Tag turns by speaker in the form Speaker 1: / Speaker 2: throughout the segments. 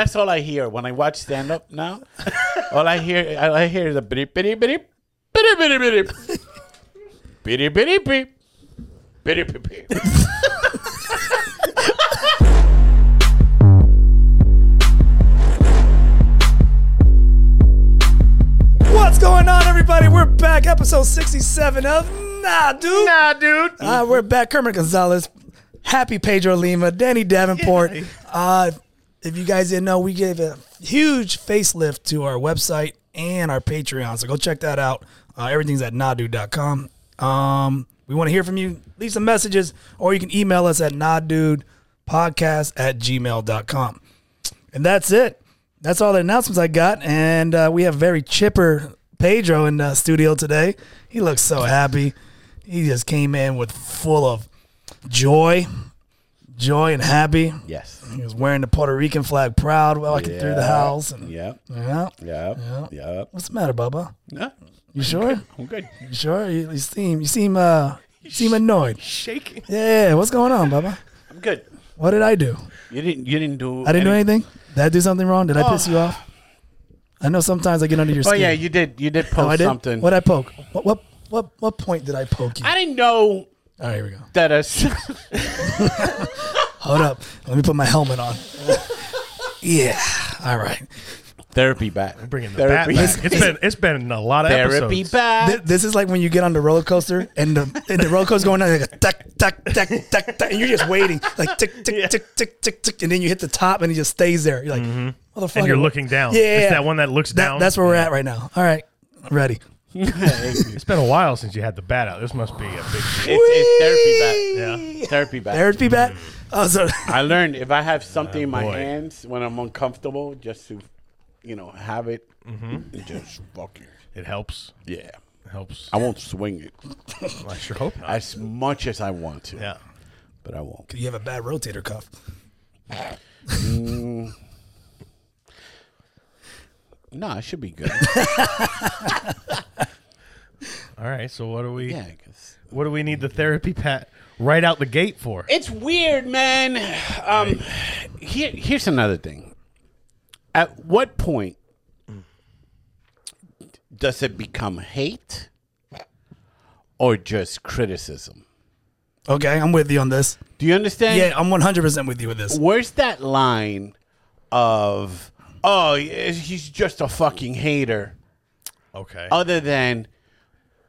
Speaker 1: That's all I hear when I watch stand up now. all I hear, all I hear is a bitty bitty bitty bitty bitty bitty bitty bitty bitty bitty bitty.
Speaker 2: What's going on, everybody? We're back, episode 67 of Nah, dude.
Speaker 1: Nah, dude.
Speaker 2: Uh, we're back, Kermit Gonzalez, Happy Pedro Lima, Danny Davenport. Uh, if you guys didn't know, we gave a huge facelift to our website and our Patreon, so go check that out. Uh, everything's at nahdude.com. Um, we want to hear from you. Leave some messages, or you can email us at nahdudepodcast at gmail.com. And that's it. That's all the announcements I got. And uh, we have very chipper Pedro in the studio today. He looks so happy. He just came in with full of joy, joy and happy.
Speaker 1: Yes.
Speaker 2: He was wearing the Puerto Rican flag proud, walking through the
Speaker 1: Yeah.
Speaker 2: house. And,
Speaker 1: Yep.
Speaker 2: yeah.
Speaker 1: Yep. Yep.
Speaker 2: What's the matter, Bubba?
Speaker 1: No,
Speaker 2: You sure?
Speaker 1: I'm good.
Speaker 2: You sure? You, you seem you seem uh you seem annoyed.
Speaker 1: Shaking.
Speaker 2: Yeah, what's going on, Bubba?
Speaker 1: I'm good.
Speaker 2: What did I do?
Speaker 1: You didn't. You didn't do.
Speaker 2: I didn't do
Speaker 1: any-
Speaker 2: anything. Did I do something wrong? Did I piss you off? I know sometimes I get under your
Speaker 1: Oh
Speaker 2: skin.
Speaker 1: yeah, you did. You did
Speaker 2: Oh, I
Speaker 1: post
Speaker 2: did?
Speaker 1: something.
Speaker 2: What I poke? What what what what point did I poke you?
Speaker 1: I didn't know
Speaker 2: All right, here we go.
Speaker 1: that us.
Speaker 2: Hold up. Let me put my helmet on. yeah. All right.
Speaker 1: Therapy back.
Speaker 3: Bringing the
Speaker 1: Therapy.
Speaker 3: bat back. It's been it's been a lot of
Speaker 1: Therapy
Speaker 3: episodes.
Speaker 2: Th-
Speaker 1: back.
Speaker 2: This is like when you get on the roller coaster and the, and the roller coaster's going down like a tuck, tuck, tuck, tuck, tuck, and you're just waiting like tick, tick, tick, tick, tick, tick, and then you hit the top and it just stays there. You're like, motherfucker.
Speaker 3: Mm-hmm. And you're looking down.
Speaker 2: Yeah,
Speaker 3: It's
Speaker 2: yeah.
Speaker 3: that one that looks
Speaker 2: That-
Speaker 3: down.
Speaker 2: That's where we're at right now. All right, I'm ready.
Speaker 3: it's been a while since you had the bat out. This must be a big
Speaker 1: It's, it's therapy back.
Speaker 3: Whee!
Speaker 1: Yeah. Therapy back.
Speaker 2: Therapy bat. Oh, so
Speaker 1: I learned if I have something in my
Speaker 3: boy.
Speaker 1: hands when I'm uncomfortable, just to, you know, have it, and just fucking
Speaker 3: it helps.
Speaker 1: yeah.
Speaker 3: It helps.
Speaker 1: I won't swing it
Speaker 3: I sure hope not.
Speaker 1: as much as I want to,
Speaker 3: yeah.
Speaker 1: but I won't.
Speaker 2: you have a bad rotator cuff.
Speaker 1: No, I should be good.
Speaker 3: All right. So what do we
Speaker 1: yeah, 'cause-
Speaker 3: what do we need the therapy pat right out the gate for?
Speaker 1: it's weird, man. Um, here, here's another thing. At what point does it become hate or just criticism?
Speaker 2: Okay, I'm with you on this.
Speaker 1: Do you understand?
Speaker 2: Yeah, I'm 100% with you with this.
Speaker 1: where's that line of oh he's just a fucking hater
Speaker 3: Okay.
Speaker 1: other than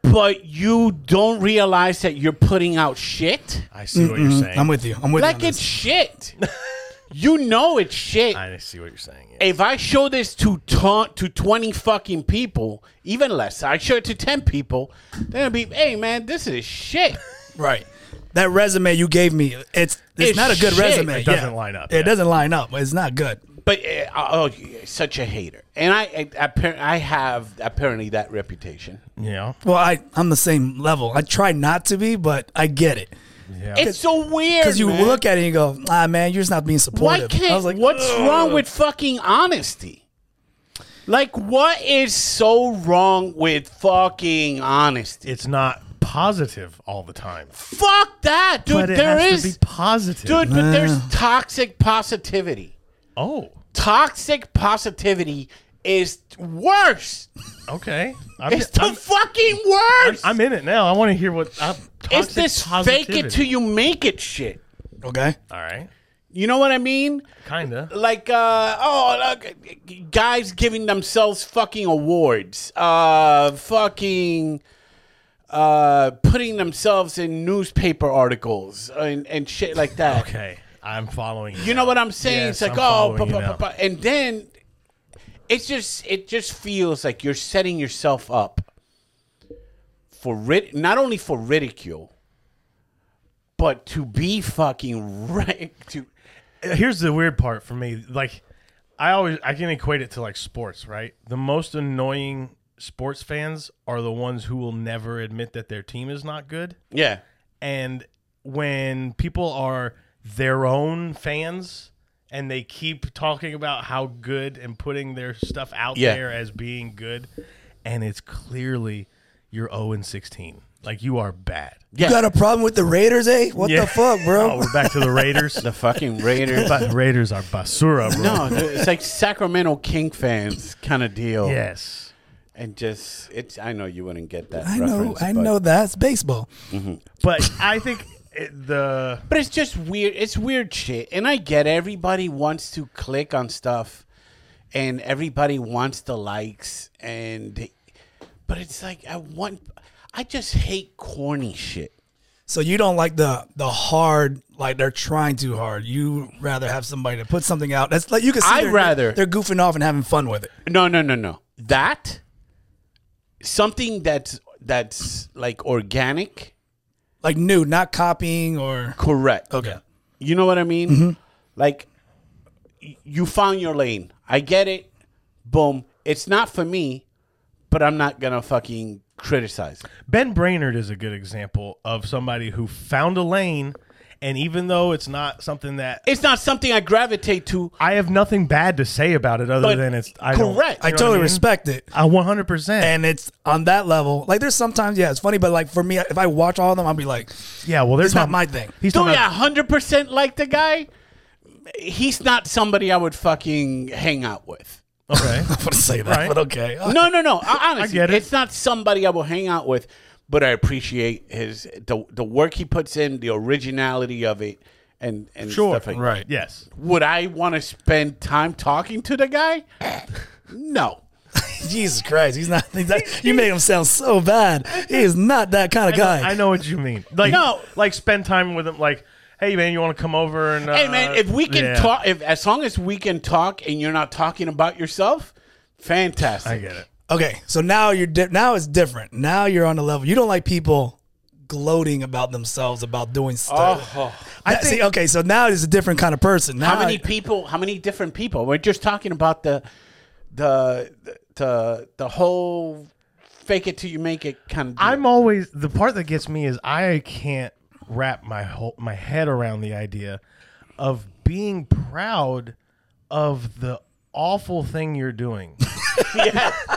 Speaker 1: but you don't realize that you're putting out shit
Speaker 3: I see what you're saying.
Speaker 2: I'm with you. I'm with
Speaker 1: like
Speaker 2: you. on
Speaker 1: it's
Speaker 2: this.
Speaker 1: shit you know it's shit
Speaker 3: I see what you're saying. yeah.
Speaker 1: if i show this to ta- to 20 fucking people even less i show it to 10 people they're gonna be hey man this is shit
Speaker 2: right. That resume you gave me, it's it's,
Speaker 1: It's
Speaker 2: not a good
Speaker 1: shit.
Speaker 2: resume.
Speaker 1: It
Speaker 3: doesn't
Speaker 2: Yeah.
Speaker 3: line up,
Speaker 2: It
Speaker 3: yeah.
Speaker 2: doesn't line up. It's not good.
Speaker 1: But uh, oh, you're such a hater, and I, I appar- I have apparently that reputation.
Speaker 3: Yeah.
Speaker 2: Well, I I'm the same level. I try not to be, but I get it
Speaker 3: Yeah.
Speaker 1: It's so weird
Speaker 2: because you
Speaker 1: man.
Speaker 2: look at it and you go, ah, man, you're just not being
Speaker 1: Why
Speaker 2: supportive. I
Speaker 1: can't?
Speaker 2: was like,
Speaker 1: what's wrong with fucking honesty? Like, what is so wrong with fucking honesty?
Speaker 3: it's not positive all the time.
Speaker 1: Fuck that, dude.
Speaker 3: but it
Speaker 1: There
Speaker 3: has
Speaker 1: is,
Speaker 3: to be positive.
Speaker 1: dude, but there's toxic positivity.
Speaker 3: Oh.
Speaker 1: Toxic positivity is worse.
Speaker 3: Okay. I'm,
Speaker 1: It's the
Speaker 3: I'm-
Speaker 1: fucking worst.
Speaker 3: I'm in it now. I want to hear what I'm
Speaker 1: it's
Speaker 3: toxic
Speaker 1: this fake
Speaker 3: positivity.
Speaker 1: it till you make it shit.
Speaker 2: okay,
Speaker 3: All right.
Speaker 1: You know what I mean?
Speaker 3: Kinda.
Speaker 1: like uh oh look, guys giving themselves fucking awards uh fucking uh putting themselves in newspaper articles and and shit like that
Speaker 3: Okay. I'm following you.
Speaker 1: you know what i'm saying
Speaker 3: Yes,
Speaker 1: it's like
Speaker 3: I'm
Speaker 1: oh
Speaker 3: following
Speaker 1: bu-
Speaker 3: you
Speaker 1: bu-
Speaker 3: now.
Speaker 1: bu- bu- and then it's just it just feels like you're setting yourself up for rid- not only for ridicule but to be fucking right to
Speaker 3: here's the weird part for me like i always i can equate it to like sports right the most annoying sports fans are the ones who will never admit that their team is not good
Speaker 1: yeah
Speaker 3: and when people are their own fans and they keep talking about how good and putting their stuff out
Speaker 1: Yeah.
Speaker 3: there as being good oh and it's clearly you're 0 and 16 Like you are bad.
Speaker 1: Yeah,
Speaker 2: You got a problem with the Raiders, eh? What
Speaker 3: Yeah.
Speaker 2: the fuck,
Speaker 3: Oh,
Speaker 2: bro?
Speaker 3: we're back to the Raiders.
Speaker 1: the fucking Raiders.
Speaker 3: but Raiders are basura, bro.
Speaker 1: no, dude, it's like Sacramento King fans kind of deal.
Speaker 3: Yes.
Speaker 1: and just it's. I know you wouldn't get that.
Speaker 2: I know,
Speaker 1: reference,
Speaker 2: I
Speaker 1: but-
Speaker 2: know that's baseball.
Speaker 3: But I think it, the
Speaker 1: But it's just weird. It's weird shit. And I get everybody wants to click on stuff and everybody wants the likes and but it's like I want I just hate corny shit.
Speaker 2: So you don't like the the hard, like they're trying too hard. You rather have somebody to put something out. That's like you can. See
Speaker 1: I'd
Speaker 2: they're-
Speaker 1: rather-
Speaker 2: they're goofing off and having fun with it.
Speaker 1: No, no, no, no. That something that's that's like organic,
Speaker 2: Like new, not copying or
Speaker 1: correct.
Speaker 2: okay.
Speaker 1: You know what I mean?
Speaker 3: Mm-hmm.
Speaker 1: Like y- you found your lane. I get it. Boom. It's not for me, but I'm not going to fucking criticize. it.
Speaker 3: Ben Brainerd is a good example of somebody who found a lane, and even though it's not something that
Speaker 1: It's not something I gravitate to.
Speaker 3: I have nothing bad to say about it, other
Speaker 1: But
Speaker 3: than it's I don't-
Speaker 1: correct.
Speaker 2: I
Speaker 1: You know what
Speaker 2: totally
Speaker 3: mean?
Speaker 2: respect it.
Speaker 3: I 100. percent
Speaker 2: And it's on that level. Like there's sometimes, yeah, it's funny, but like for me, if I watch all of them, I'll be like,
Speaker 3: Yeah, well, there's
Speaker 2: it's not my thing.
Speaker 3: He's
Speaker 1: Do
Speaker 3: talking
Speaker 1: I
Speaker 3: about,
Speaker 1: 100% like the guy? He's not somebody I would fucking hang out with.
Speaker 3: okay.
Speaker 2: I'm gonna say that,
Speaker 3: Right.
Speaker 2: but okay.
Speaker 1: No, no, no. I, honestly,
Speaker 3: get it.
Speaker 1: it's not somebody I will hang out with, but I appreciate his the, the work he puts in, the originality of it, and, and
Speaker 3: Sure,
Speaker 1: stuff like that.
Speaker 2: Right.
Speaker 3: yes,
Speaker 1: Would I want to spend time talking to the guy? no.
Speaker 2: Jesus Christ, he's not. He's not you make him sound so bad. He is not that kind of guy.
Speaker 3: I know what you mean. Like
Speaker 1: No.
Speaker 3: like spend time with him. Like, hey man, you want to come over and uh,
Speaker 1: Hey man, if we can
Speaker 3: yeah.
Speaker 1: talk, if as long as we can talk and you're not talking about yourself, fantastic.
Speaker 3: I get it.
Speaker 2: Okay, so now you're di- now it's different. Now you're on the level. You don't like people gloating about themselves about doing stuff.
Speaker 1: Oh.
Speaker 2: I see. Okay, so now it's a different kind of person. Now
Speaker 3: Oh.
Speaker 1: How many people? How many different people? We're just talking about the, the, the, the whole fake it till you make it kind of. deal.
Speaker 3: I'm always the part that gets me is I can't wrap my whole my head around the idea of being proud of the awful thing you're doing.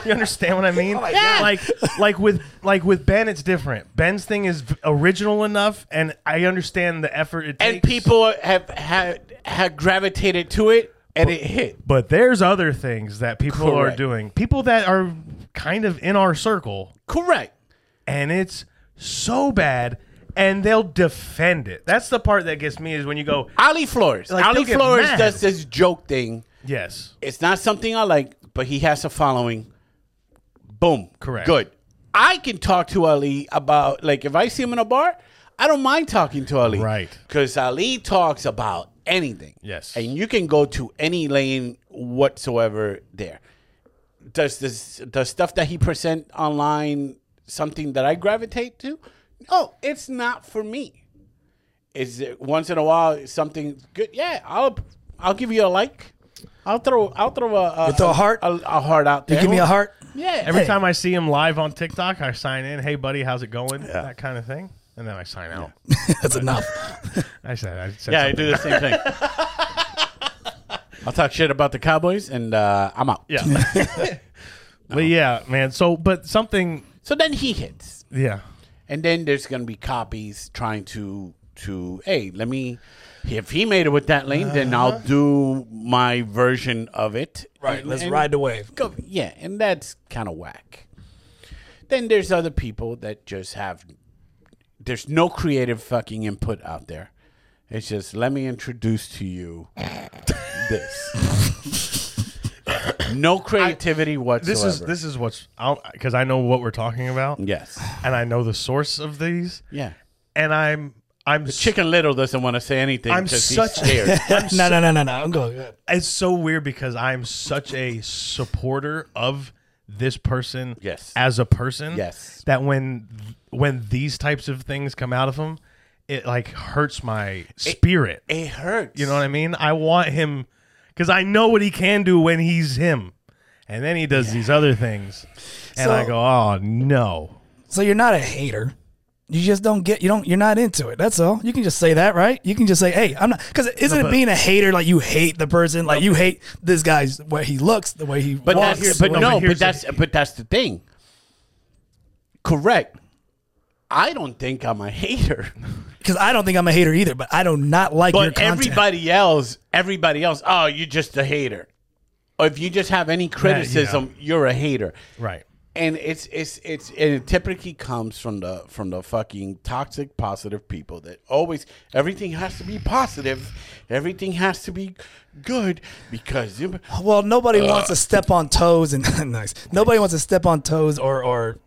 Speaker 3: You understand what I mean?
Speaker 1: Oh God.
Speaker 3: Like like with like with Ben it's different. Ben's thing is v- original enough and I understand the effort it takes.
Speaker 1: and people have had have gravitated to it, and it hit.
Speaker 3: but there's other things that people are
Speaker 1: Correct.
Speaker 3: doing. People that are kind of in our circle
Speaker 1: Correct.
Speaker 3: and it's so bad and they'll defend it. That's the part that gets me is when you go,
Speaker 1: Ali Flores.
Speaker 3: Like,
Speaker 1: Ali
Speaker 3: they'll get
Speaker 1: Flores
Speaker 3: mad.
Speaker 1: does this joke thing.
Speaker 3: yes,
Speaker 1: It's not something I like, but he has a following. Boom.
Speaker 3: Correct.
Speaker 1: Good. I can talk to Ali about like if I see him in a bar, I don't mind talking to Ali.
Speaker 3: Right.
Speaker 1: Because Ali talks about anything.
Speaker 3: Yes.
Speaker 1: And you can go to any lane whatsoever there. Does this the stuff that he present online something that I gravitate to? No, it's not for me. Is it once in a while something good? Yeah, I'll I'll give you a like. I'll throw I'll throw a, a
Speaker 2: throw a heart?
Speaker 1: a, a heart out there.
Speaker 2: Give me a heart.
Speaker 1: Yeah.
Speaker 3: every time I see him live on TikTok, I sign in, hey buddy, how's it going? That kind of thing. And then I sign out.
Speaker 2: That's enough.
Speaker 3: I said, I said
Speaker 1: yeah, I
Speaker 3: something.
Speaker 1: do the same thing. I'll talk shit about the Cowboys and uh, I'm out.
Speaker 3: Yeah. but yeah, man. So, but something,
Speaker 1: So then he hits,
Speaker 3: yeah.
Speaker 1: and then there's gonna be copies trying to to hey, let me. If he made it with that lane, then I'll do my version of it.
Speaker 2: Uh-huh. Right.
Speaker 1: And-
Speaker 2: Let's
Speaker 1: and-
Speaker 2: ride the wave.
Speaker 1: go yeah and that's kind of whack then there's other people that just have there's no creative fucking input out there it's just let me introduce to you this no creativity whatsoever
Speaker 3: This is this is what's out because I know what we're talking about,
Speaker 1: yes
Speaker 3: and I know the source of these,
Speaker 1: yeah
Speaker 3: and I'm I'm s-
Speaker 1: chicken little doesn't want to say anything
Speaker 3: I'm
Speaker 1: 'cause he's
Speaker 3: such-
Speaker 1: scared
Speaker 2: no, no, no, no, no. I'm going. good.
Speaker 3: it's so weird because I'm such a supporter of this person
Speaker 1: Yes.
Speaker 3: as a person
Speaker 1: Yes.
Speaker 3: that when when these types of things come out of him it like hurts my spirit
Speaker 1: it hurts
Speaker 3: you know what I mean I want him cuz I know what he can do when he's him and then he does these other things and I
Speaker 2: So-
Speaker 3: go oh no
Speaker 2: So you're not a hater. You just don't get. You don't. You're not into it. That's all. You can just say that, right? You can just say, "Hey, I'm not." Because isn't it being a hater like you hate the person, like you hate this guy's the way he looks, the way he
Speaker 1: But
Speaker 2: walks,
Speaker 1: that's
Speaker 2: the
Speaker 1: but
Speaker 2: way-
Speaker 1: no,
Speaker 3: here's
Speaker 1: but
Speaker 3: the-
Speaker 1: that's but that's the thing. Correct. I don't think I'm a hater,
Speaker 2: Because I don't think I'm a hater either, but I do not like your
Speaker 1: but
Speaker 2: content.
Speaker 1: everybody else, everybody else, oh, you're just a hater. Or if you just have any criticism, you're a hater.
Speaker 3: Right.
Speaker 1: and it's it's it's and it typically comes from the from the fucking toxic positive people that always everything has to be positive everything has to be good because you-
Speaker 2: well, nobody
Speaker 1: Uh.
Speaker 2: wants to step on toes, and nice. Nobody wants to step on toes or or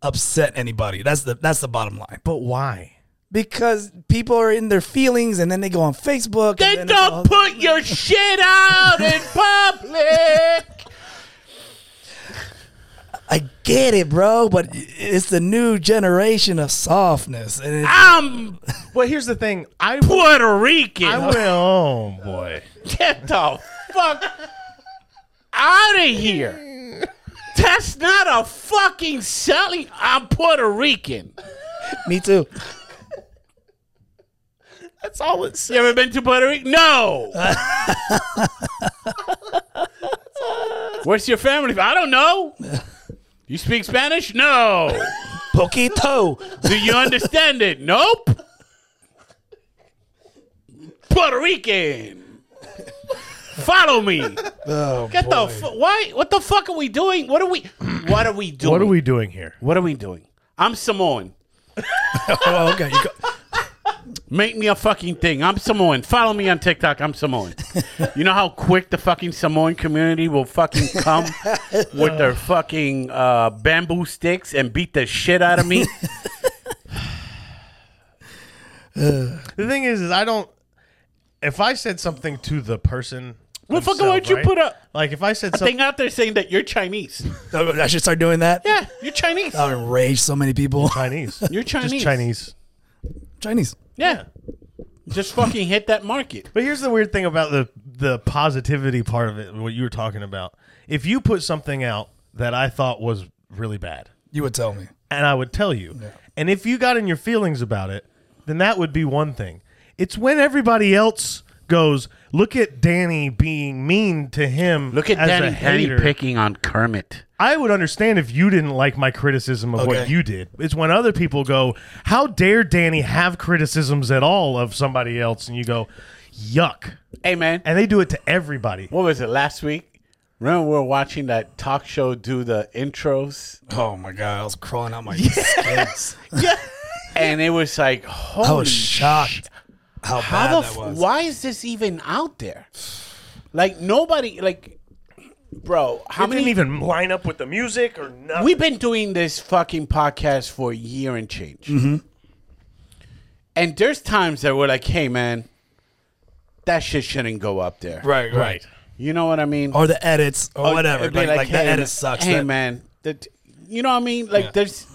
Speaker 2: upset anybody. That's the that's the bottom line.
Speaker 3: But why?
Speaker 2: Because people are in their feelings, and then they go on Facebook.
Speaker 1: they
Speaker 2: and then it's all-
Speaker 1: don't put your shit out in public
Speaker 2: I get it, bro, but it's the new generation of softness, and it,
Speaker 1: i'm
Speaker 3: Well, here's the thing. I
Speaker 1: puerto rican
Speaker 3: I will. Oh boy.
Speaker 1: get the fuck out of here that's not a fucking selling i'm puerto rican
Speaker 2: me too.
Speaker 3: That's all it says.
Speaker 1: you ever been to puerto rico no Where's your family? from? I don't know. You speak Spanish? No.
Speaker 2: Poquito.
Speaker 1: Do you understand it? Nope. Puerto Rican. Follow me.
Speaker 2: Oh,
Speaker 1: Get the fu- why? What the fuck are we doing? What are we? What are we doing?
Speaker 3: What are we doing here?
Speaker 1: What are we doing? I'm Samoan.
Speaker 2: oh, okay. You go-
Speaker 1: Make me a fucking thing. I'm Samoan. Follow me on TikTok. I'm Samoan. you know how quick the fucking Samoan community will fucking come with their fucking uh, bamboo sticks and beat the shit out of me?
Speaker 3: The thing is, is I don't. If I said something to the person,
Speaker 1: Well, fucking
Speaker 3: themselves,
Speaker 1: why'd you
Speaker 3: right?
Speaker 1: put up-
Speaker 3: Like if I said something,
Speaker 1: thing out there saying that you're Chinese.
Speaker 2: Oh, I should start doing that.
Speaker 1: Yeah, you're Chinese.
Speaker 2: I'll enrage so many people.
Speaker 3: Chinese.
Speaker 1: You're Chinese.
Speaker 3: Just Chinese.
Speaker 2: Chinese.
Speaker 1: Yeah. Just fucking hit that market.
Speaker 3: But here's the weird thing about the the positivity part of it. What you were talking about. If you put something out that I thought was really bad,
Speaker 2: You would tell me.
Speaker 3: and I would tell you, and if you got in your feelings about it, then that would be one thing. It's when everybody else goes, look at Danny being mean to him.
Speaker 1: Look at
Speaker 3: as a
Speaker 1: Danny, Danny
Speaker 3: hater."
Speaker 1: picking on Kermit.
Speaker 3: I would understand if you didn't like my criticism of what
Speaker 2: Okay.
Speaker 3: you did. It's when other people go, "How dare Danny have criticisms at all of somebody else?" and you go, "Yuck!"
Speaker 1: Hey, man.
Speaker 3: And they do it to everybody.
Speaker 1: What was it last week? Remember we were watching that talk show do the intros?
Speaker 2: Oh my god, I was crawling out my
Speaker 1: Yeah. and it was like, holy
Speaker 2: I was shocked how bad
Speaker 1: How the
Speaker 2: that
Speaker 1: f-
Speaker 2: was.
Speaker 1: why is this even out there? Like nobody, like, bro, how
Speaker 3: It
Speaker 1: many?
Speaker 3: didn't even line up with the music or nothing.
Speaker 1: We've been doing this fucking podcast for a year and change, and there's times that we're like, hey man, that shit shouldn't go up there.
Speaker 2: Right,
Speaker 3: right.
Speaker 1: You know what I mean?
Speaker 2: Or the edits or
Speaker 1: Or
Speaker 2: Oh, whatever.
Speaker 1: it'd
Speaker 2: Like,
Speaker 1: be
Speaker 2: like, that
Speaker 1: hey,
Speaker 2: edit sucks.
Speaker 1: Hey
Speaker 2: That-
Speaker 1: man, that you know what I mean? Like there's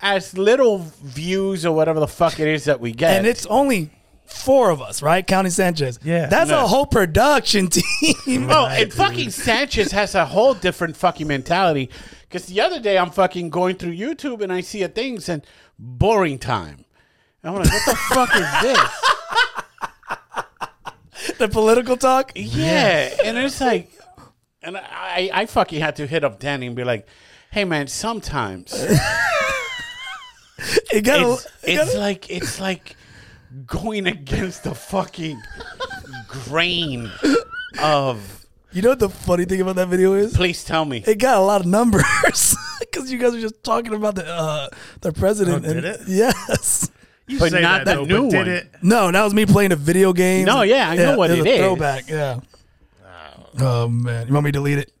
Speaker 1: as little views or whatever the fuck it is that we get,
Speaker 2: And it's only four of us, right? County Sanchez.
Speaker 3: Yeah.
Speaker 2: That's
Speaker 1: Yeah.
Speaker 2: a whole production team.
Speaker 1: Oh, and fucking Sanchez has a whole different fucking mentality. Because the other day I'm fucking going through YouTube and I see a thing saying boring time. And I'm like, what the fuck is this?
Speaker 2: the political talk.
Speaker 1: Yeah. And it's like, and I, I fucking had to hit up Danny and be like, hey man, sometimes
Speaker 2: It got a,
Speaker 1: it's,
Speaker 2: it got
Speaker 1: it's
Speaker 2: a,
Speaker 1: like, it's like going against the fucking grain of,
Speaker 2: you know what the funny thing about that video is?
Speaker 1: please tell me.
Speaker 2: It got a lot of numbers because you guys were just talking about the uh, the president.
Speaker 3: Oh, did
Speaker 2: and-
Speaker 3: it?
Speaker 2: Yes.
Speaker 3: You
Speaker 1: But
Speaker 3: say
Speaker 1: not that
Speaker 3: though,
Speaker 1: new
Speaker 3: but did
Speaker 1: one.
Speaker 3: it?
Speaker 2: No, that was me playing a video game.
Speaker 1: No, yeah, I know what
Speaker 2: was
Speaker 1: it
Speaker 2: a
Speaker 1: is.
Speaker 2: Throwback, yeah. Oh man, you want me to delete it?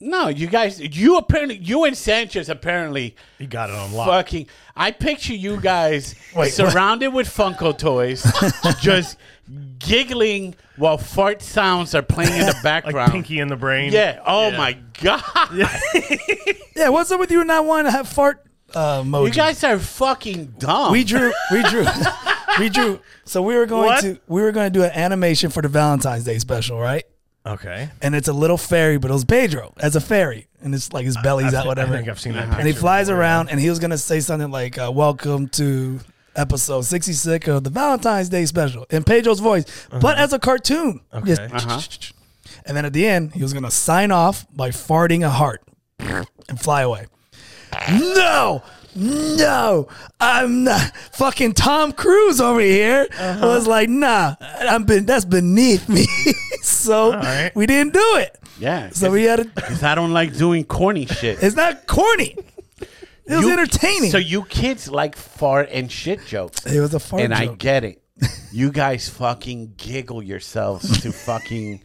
Speaker 1: No, you guys, you apparently, you and Sanchez apparently
Speaker 3: You got it on lock.
Speaker 1: fucking. I picture you guys
Speaker 2: Wait,
Speaker 1: surrounded with Funko toys, just giggling while fart sounds are playing in the
Speaker 3: Like
Speaker 1: background.
Speaker 3: Pinky in the Brain.
Speaker 1: Yeah. Oh my god.
Speaker 2: Yeah, what's up with you not wanting to have fart uh, emoji?
Speaker 1: You guys are fucking dumb.
Speaker 2: we drew, we drew, we drew. So we were going
Speaker 3: What?
Speaker 2: to, we were going to do an animation for the Valentine's Day special, right?
Speaker 3: Okay.
Speaker 2: And it's a little fairy, but it was Pedro as a fairy, and it's like his belly's out, whatever.
Speaker 3: I think I've seen that.
Speaker 2: and he
Speaker 3: picture
Speaker 2: flies
Speaker 3: before.
Speaker 2: around, and he was gonna say something like, uh, "Welcome to episode sixty-six of the Valentine's Day special" in Pedro's voice, but as a cartoon. Just-
Speaker 3: Uh-huh. Okay.
Speaker 2: And then at the end, he was gonna sign off by farting a heart and fly away. No, no, I'm not. Fucking Tom Cruise over here
Speaker 3: Uh-huh.
Speaker 2: was like, nah, I'm been, that's beneath me. so
Speaker 3: right.
Speaker 2: we didn't do it.
Speaker 1: Yeah.
Speaker 2: So we had a,
Speaker 1: Because I don't like doing corny shit.
Speaker 2: it's not corny. It was
Speaker 1: You-
Speaker 2: entertaining.
Speaker 1: So you kids like fart and shit jokes.
Speaker 2: it was a fart
Speaker 1: and I
Speaker 2: joke.
Speaker 1: get it. You guys fucking giggle yourselves to fucking.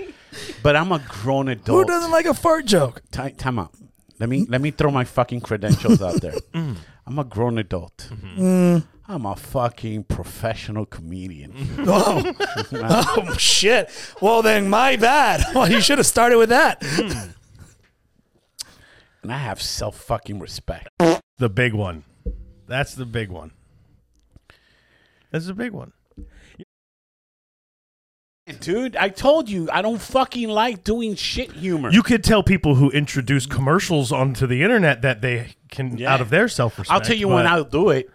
Speaker 1: But I'm a grown
Speaker 2: Who
Speaker 1: adult.
Speaker 2: doesn't like a fart joke?
Speaker 1: Ti- time out. Let me let me throw my fucking credentials out there. I'm a grown adult.
Speaker 2: Mm.
Speaker 1: I'm a fucking professional comedian.
Speaker 2: Oh. oh shit. Well then my bad. Well you should have started with that.
Speaker 1: Hmm. and I have self fucking respect.
Speaker 3: The big one. That's the big one. That's the big one.
Speaker 1: Dude, I told you I don't fucking like doing shit humor.
Speaker 3: You could tell people who introduce commercials onto the internet that they can
Speaker 1: Yeah.
Speaker 3: out of their self respect.
Speaker 1: I'll tell you when I'll do it.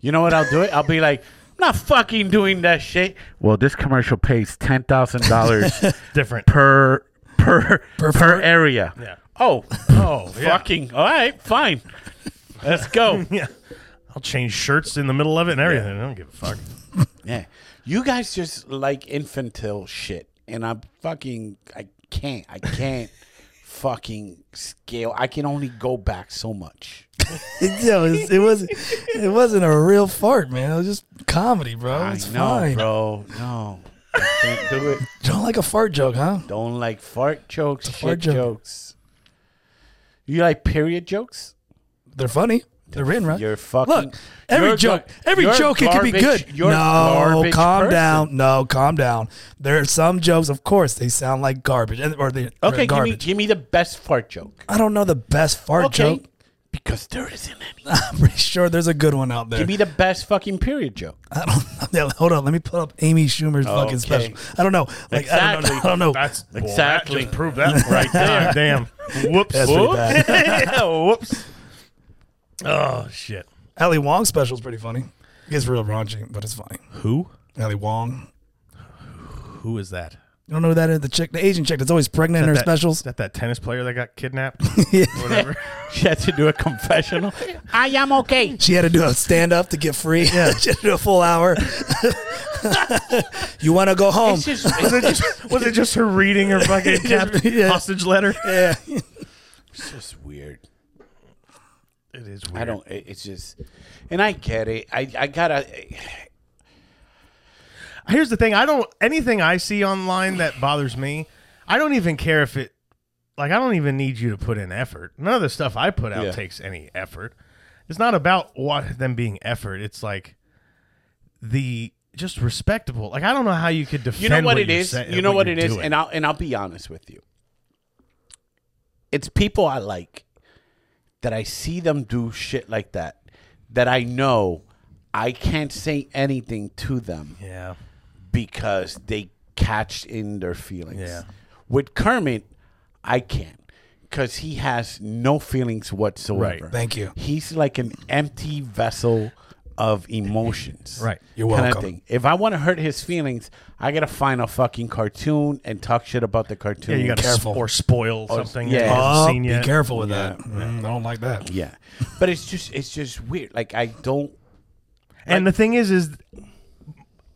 Speaker 1: You know what I'll do it? I'll be like, I'm not fucking doing that shit. Well, this commercial pays ten thousand dollars
Speaker 3: different.
Speaker 1: per per per,
Speaker 2: fart?
Speaker 1: area.
Speaker 3: Yeah.
Speaker 1: Oh,
Speaker 3: Oh, yeah.
Speaker 1: fucking all right, fine. Let's go.
Speaker 3: yeah. I'll change shirts in the middle of it and everything. I don't give a fuck.
Speaker 1: yeah, you guys just like infantile shit, and I'm fucking. I can't. I can't. fucking scale. I can only go back so much.
Speaker 2: It, you know, it, it wasn't it wasn't a real fart, man. It was just comedy, bro.
Speaker 1: I
Speaker 2: It's
Speaker 1: know,
Speaker 2: fine.
Speaker 1: bro. No, I can't do it.
Speaker 2: Don't like a fart joke, huh?
Speaker 1: Don't like fart jokes, shit
Speaker 2: fart joke.
Speaker 1: jokes. You like period jokes?
Speaker 2: They're funny. They're written right.
Speaker 1: You're fucking.
Speaker 2: Look, every
Speaker 1: you're
Speaker 2: joke,
Speaker 1: gar-
Speaker 2: every
Speaker 1: you're
Speaker 2: joke, it can be
Speaker 1: garbage-
Speaker 2: good.
Speaker 1: you're
Speaker 2: no,
Speaker 1: garbage
Speaker 2: calm
Speaker 1: person.
Speaker 2: down. No, calm down. There are some jokes, of course, they sound like garbage, and or they
Speaker 1: Okay,
Speaker 2: okay,
Speaker 1: give me
Speaker 2: garbage.
Speaker 1: give me the best fart joke.
Speaker 2: I don't know the best fart
Speaker 1: Okay,
Speaker 2: joke.
Speaker 1: because there isn't any.
Speaker 2: I'm pretty sure there's a good one out there.
Speaker 1: give me the best fucking period joke.
Speaker 2: I don't. Yeah, hold on. Let me pull up Amy Schumer's fucking
Speaker 1: Okay.
Speaker 2: special. I don't know. Like
Speaker 1: Exactly.
Speaker 2: I don't know. I don't know.
Speaker 3: That's well, that
Speaker 1: Exactly.
Speaker 3: just proved that right there. Damn. Whoops.
Speaker 2: That's pretty
Speaker 3: Whoops.
Speaker 2: bad.
Speaker 3: Yeah, whoops. Oh shit.
Speaker 2: Ali Wong's special is pretty funny. It gets real raunchy, but it's funny.
Speaker 3: Who?
Speaker 2: Ali Wong.
Speaker 3: Who is that?
Speaker 2: You don't know who that is the chick, the Asian chick that's always pregnant in her
Speaker 3: that,
Speaker 2: specials.
Speaker 3: Is that that tennis player that got kidnapped?
Speaker 2: Yeah.
Speaker 3: Whatever.
Speaker 1: She had to do a confessional. I am okay.
Speaker 2: She had to do a stand up to get free. she had to do a full hour. you want to go home?
Speaker 1: It's just
Speaker 3: was it just was it just her reading her fucking cap-
Speaker 2: Yeah.
Speaker 3: hostage letter?
Speaker 2: yeah.
Speaker 1: it's just weird.
Speaker 3: It is
Speaker 1: I don't. It, it's just, and I get it. I I gotta.
Speaker 3: Here's the thing. I don't anything I see online that bothers me. I don't even care if it like I don't even need you to put in effort. None of the stuff I put out
Speaker 1: Yeah.
Speaker 3: takes any effort. It's not about what them being effort. It's like the just respectable. Like I don't know how you could defend.
Speaker 1: You know what it
Speaker 3: you're
Speaker 1: is.
Speaker 3: saying-
Speaker 1: you know what,
Speaker 3: you're
Speaker 1: it is,
Speaker 3: doing.
Speaker 1: and I'll and I'll be honest with you. It's people I like that I see them do shit like that that I know I can't say anything to them
Speaker 3: yeah,
Speaker 1: because they catch in their feelings.
Speaker 3: Yeah.
Speaker 1: With Kermit, I can't because he has no feelings whatsoever.
Speaker 2: Thank you.
Speaker 1: He's like an empty vessel of emotions.
Speaker 3: Right.
Speaker 2: You're
Speaker 1: Kinda
Speaker 2: welcome.
Speaker 1: thing. If I want to hurt his feelings, I gotta find a fucking cartoon and talk shit about the
Speaker 3: yeah.
Speaker 1: cartoon.
Speaker 3: You got to
Speaker 2: Careful.
Speaker 3: or spoil something. that
Speaker 1: yeah.
Speaker 3: you haven't
Speaker 2: Oh,
Speaker 3: seen
Speaker 2: be
Speaker 3: yet.
Speaker 2: careful with that. Mm, I don't like that.
Speaker 1: Yeah. But it's just it's just weird. Like I don't.
Speaker 3: And the thing is, is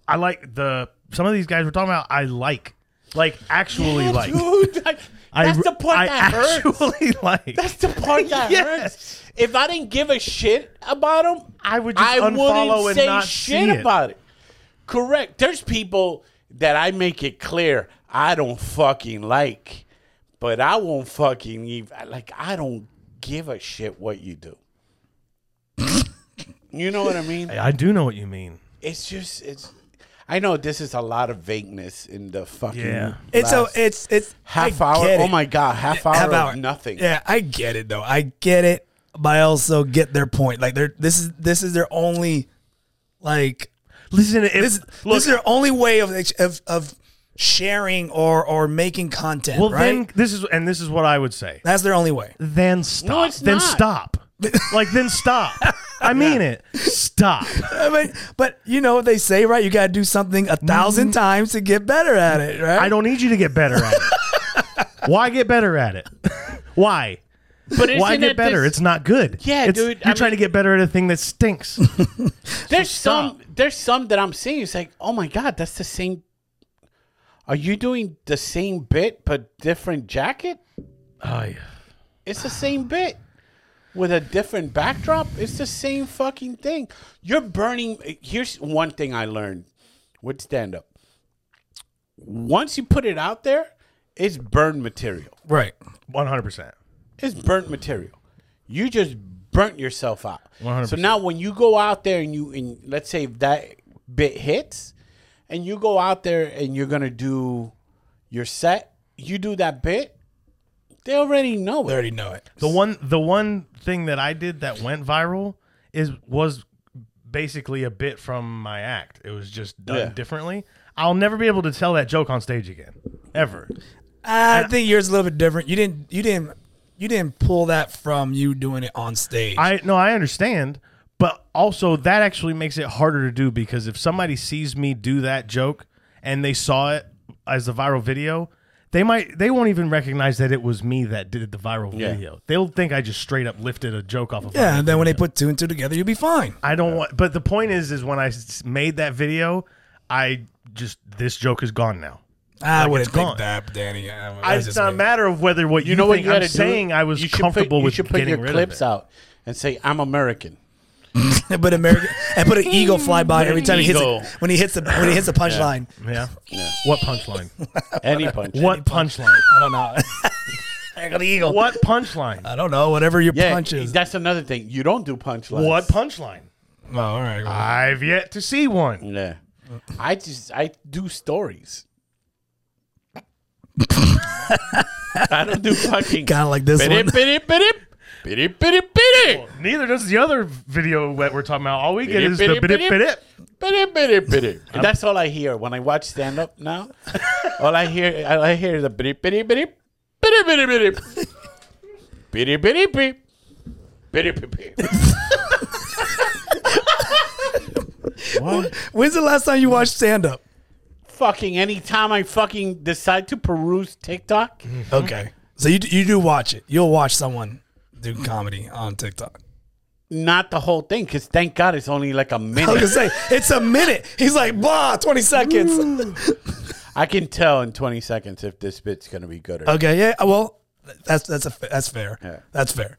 Speaker 3: I like the some of these guys we're talking about. I like, like actually like.
Speaker 1: Dude, like, that's
Speaker 3: I,
Speaker 1: the part
Speaker 3: I
Speaker 1: that hurts.
Speaker 3: actually like.
Speaker 1: That's the part that
Speaker 3: Yes.
Speaker 1: hurts. If I didn't give a shit about him,
Speaker 3: I would just
Speaker 1: I
Speaker 3: unfollow
Speaker 1: wouldn't
Speaker 3: and
Speaker 1: say
Speaker 3: not
Speaker 1: shit
Speaker 3: see it.
Speaker 1: about it. Correct. There's people that I make it clear I don't fucking like, but I won't fucking even like. I don't give a shit what you do. you know what I mean?
Speaker 3: I do know what you mean.
Speaker 1: It's just it's. I know this is a lot of vagueness in the fucking.
Speaker 3: Yeah.
Speaker 2: It's a,
Speaker 1: last
Speaker 2: it's it's
Speaker 1: half
Speaker 2: I
Speaker 1: hour.
Speaker 2: get
Speaker 1: Oh
Speaker 2: it.
Speaker 1: my god, half hour,
Speaker 2: half
Speaker 1: of
Speaker 2: hour
Speaker 1: nothing.
Speaker 2: Yeah, I get it though. I get it, but I also get their point. Like they're this is this is their only like
Speaker 3: Listen, if,
Speaker 2: this,
Speaker 3: look,
Speaker 2: this is their only way of of, of sharing or or making content.
Speaker 3: well,
Speaker 2: right?
Speaker 3: then this is, and this is what I would say.
Speaker 2: that's their only way.
Speaker 3: Then stop.
Speaker 1: it's
Speaker 3: then
Speaker 1: not.
Speaker 3: stop. like then stop. I mean it. Stop.
Speaker 2: I mean, but you know what they say, right? You got to do something a
Speaker 3: Mm.
Speaker 2: thousand times to get better at it, right?
Speaker 3: I don't need you to get better at it. Why get better at it? Why?
Speaker 1: But
Speaker 3: Why
Speaker 1: isn't
Speaker 3: get
Speaker 1: it
Speaker 3: better?
Speaker 1: this-
Speaker 3: it's not good.
Speaker 1: Yeah,
Speaker 3: It's-
Speaker 1: dude,
Speaker 3: You're
Speaker 1: I
Speaker 3: trying to
Speaker 1: mean-
Speaker 3: get better at a thing that stinks.
Speaker 1: there's
Speaker 3: stop.
Speaker 1: some there's some that I'm seeing. It's like, oh my god, that's the same. Are you doing the same bit but different jacket?
Speaker 3: oh, yeah.
Speaker 1: It's the same bit with a different backdrop. It's the same fucking thing. You're burning. Here's one thing I learned with stand up. Once you put it out there, it's burned material.
Speaker 2: Right.
Speaker 3: 100%.
Speaker 1: It's burnt material. You just burnt yourself out.
Speaker 3: 100%.
Speaker 1: So now when you go out there and you and let's say that bit hits and you go out there and you're going to do your set, you do that bit, they already know
Speaker 2: They
Speaker 1: it.
Speaker 2: already know it.
Speaker 3: The one the one thing that I did that went viral is was basically a bit from my act. It was just done
Speaker 1: Yeah.
Speaker 3: differently. I'll never be able to tell that joke on stage again. Ever.
Speaker 2: I think yours is a little bit different. You didn't. You didn't. You didn't pull that from you doing it on stage.
Speaker 3: I no, I understand, but also that actually makes it harder to do because if somebody sees me do that joke and they saw it as a viral video, they might they won't even recognize that it was me that did the viral
Speaker 1: Yeah.
Speaker 3: video. They'll think I just straight up lifted a joke off of
Speaker 2: yeah. And then when they put two and two together, you'll be fine.
Speaker 3: I don't want. But the point is, is when I s- made that video, I just this joke is gone now.
Speaker 2: I wouldn't
Speaker 3: it's gone.
Speaker 2: think that, Danny. I,
Speaker 3: I, it's not a matter of whether what you,
Speaker 1: You know what
Speaker 3: think
Speaker 1: you
Speaker 3: I'm
Speaker 1: had to
Speaker 3: saying.
Speaker 1: do?
Speaker 3: I was
Speaker 1: You should put-
Speaker 3: comfortable with
Speaker 1: You should put
Speaker 3: getting
Speaker 1: your
Speaker 3: rid
Speaker 1: clips
Speaker 3: of it.
Speaker 1: out and say, "I'm American."
Speaker 2: But American, and put an eagle fly by every time he hits
Speaker 1: Eagle.
Speaker 2: it, when he hits the when he hits the punchline.
Speaker 3: Yeah. What punchline?
Speaker 1: Any punch.
Speaker 3: what punchline?
Speaker 2: I don't know. I got the eagle.
Speaker 3: What punchline?
Speaker 2: I don't know. Whatever your
Speaker 1: Yeah,
Speaker 2: punch is.
Speaker 1: that's another thing. You don't do punchlines.
Speaker 3: What punchline?
Speaker 2: oh, all right. well,
Speaker 3: I've yet to see one.
Speaker 1: Yeah. I just I do stories. I don't do fucking.
Speaker 2: Kinda like this
Speaker 1: Bidip,
Speaker 2: one.
Speaker 1: bidip, bidip. Bidip, bidip, bidip.
Speaker 3: Neither does the other video that we're talking about. All we get is the
Speaker 1: Bidip,
Speaker 3: bidip
Speaker 1: bidip, Bidip,
Speaker 3: bidip.
Speaker 1: bidip, bidip. That's all I hear when I watch stand up now. all I hear all I hear is a bidip, bidip, bidip. Bidip, bidip, bidip. Bidip, bidip, bidip. Bidip, bidip, bidip. What?
Speaker 2: When's the last time you watched stand up?
Speaker 1: fucking anytime I fucking decide to peruse TikTok,
Speaker 2: Okay. So you do- you do watch it. You'll watch someone do comedy on TikTok.
Speaker 1: not the whole thing, because thank God it's only like a
Speaker 2: I was
Speaker 1: minute.
Speaker 2: gonna say it's a minute. He's like blah, twenty seconds.
Speaker 1: I can tell in 20 seconds if this bit's going to be good or not.
Speaker 2: okay. Yeah. uh, Well, that's that's a that's fair. That's fair.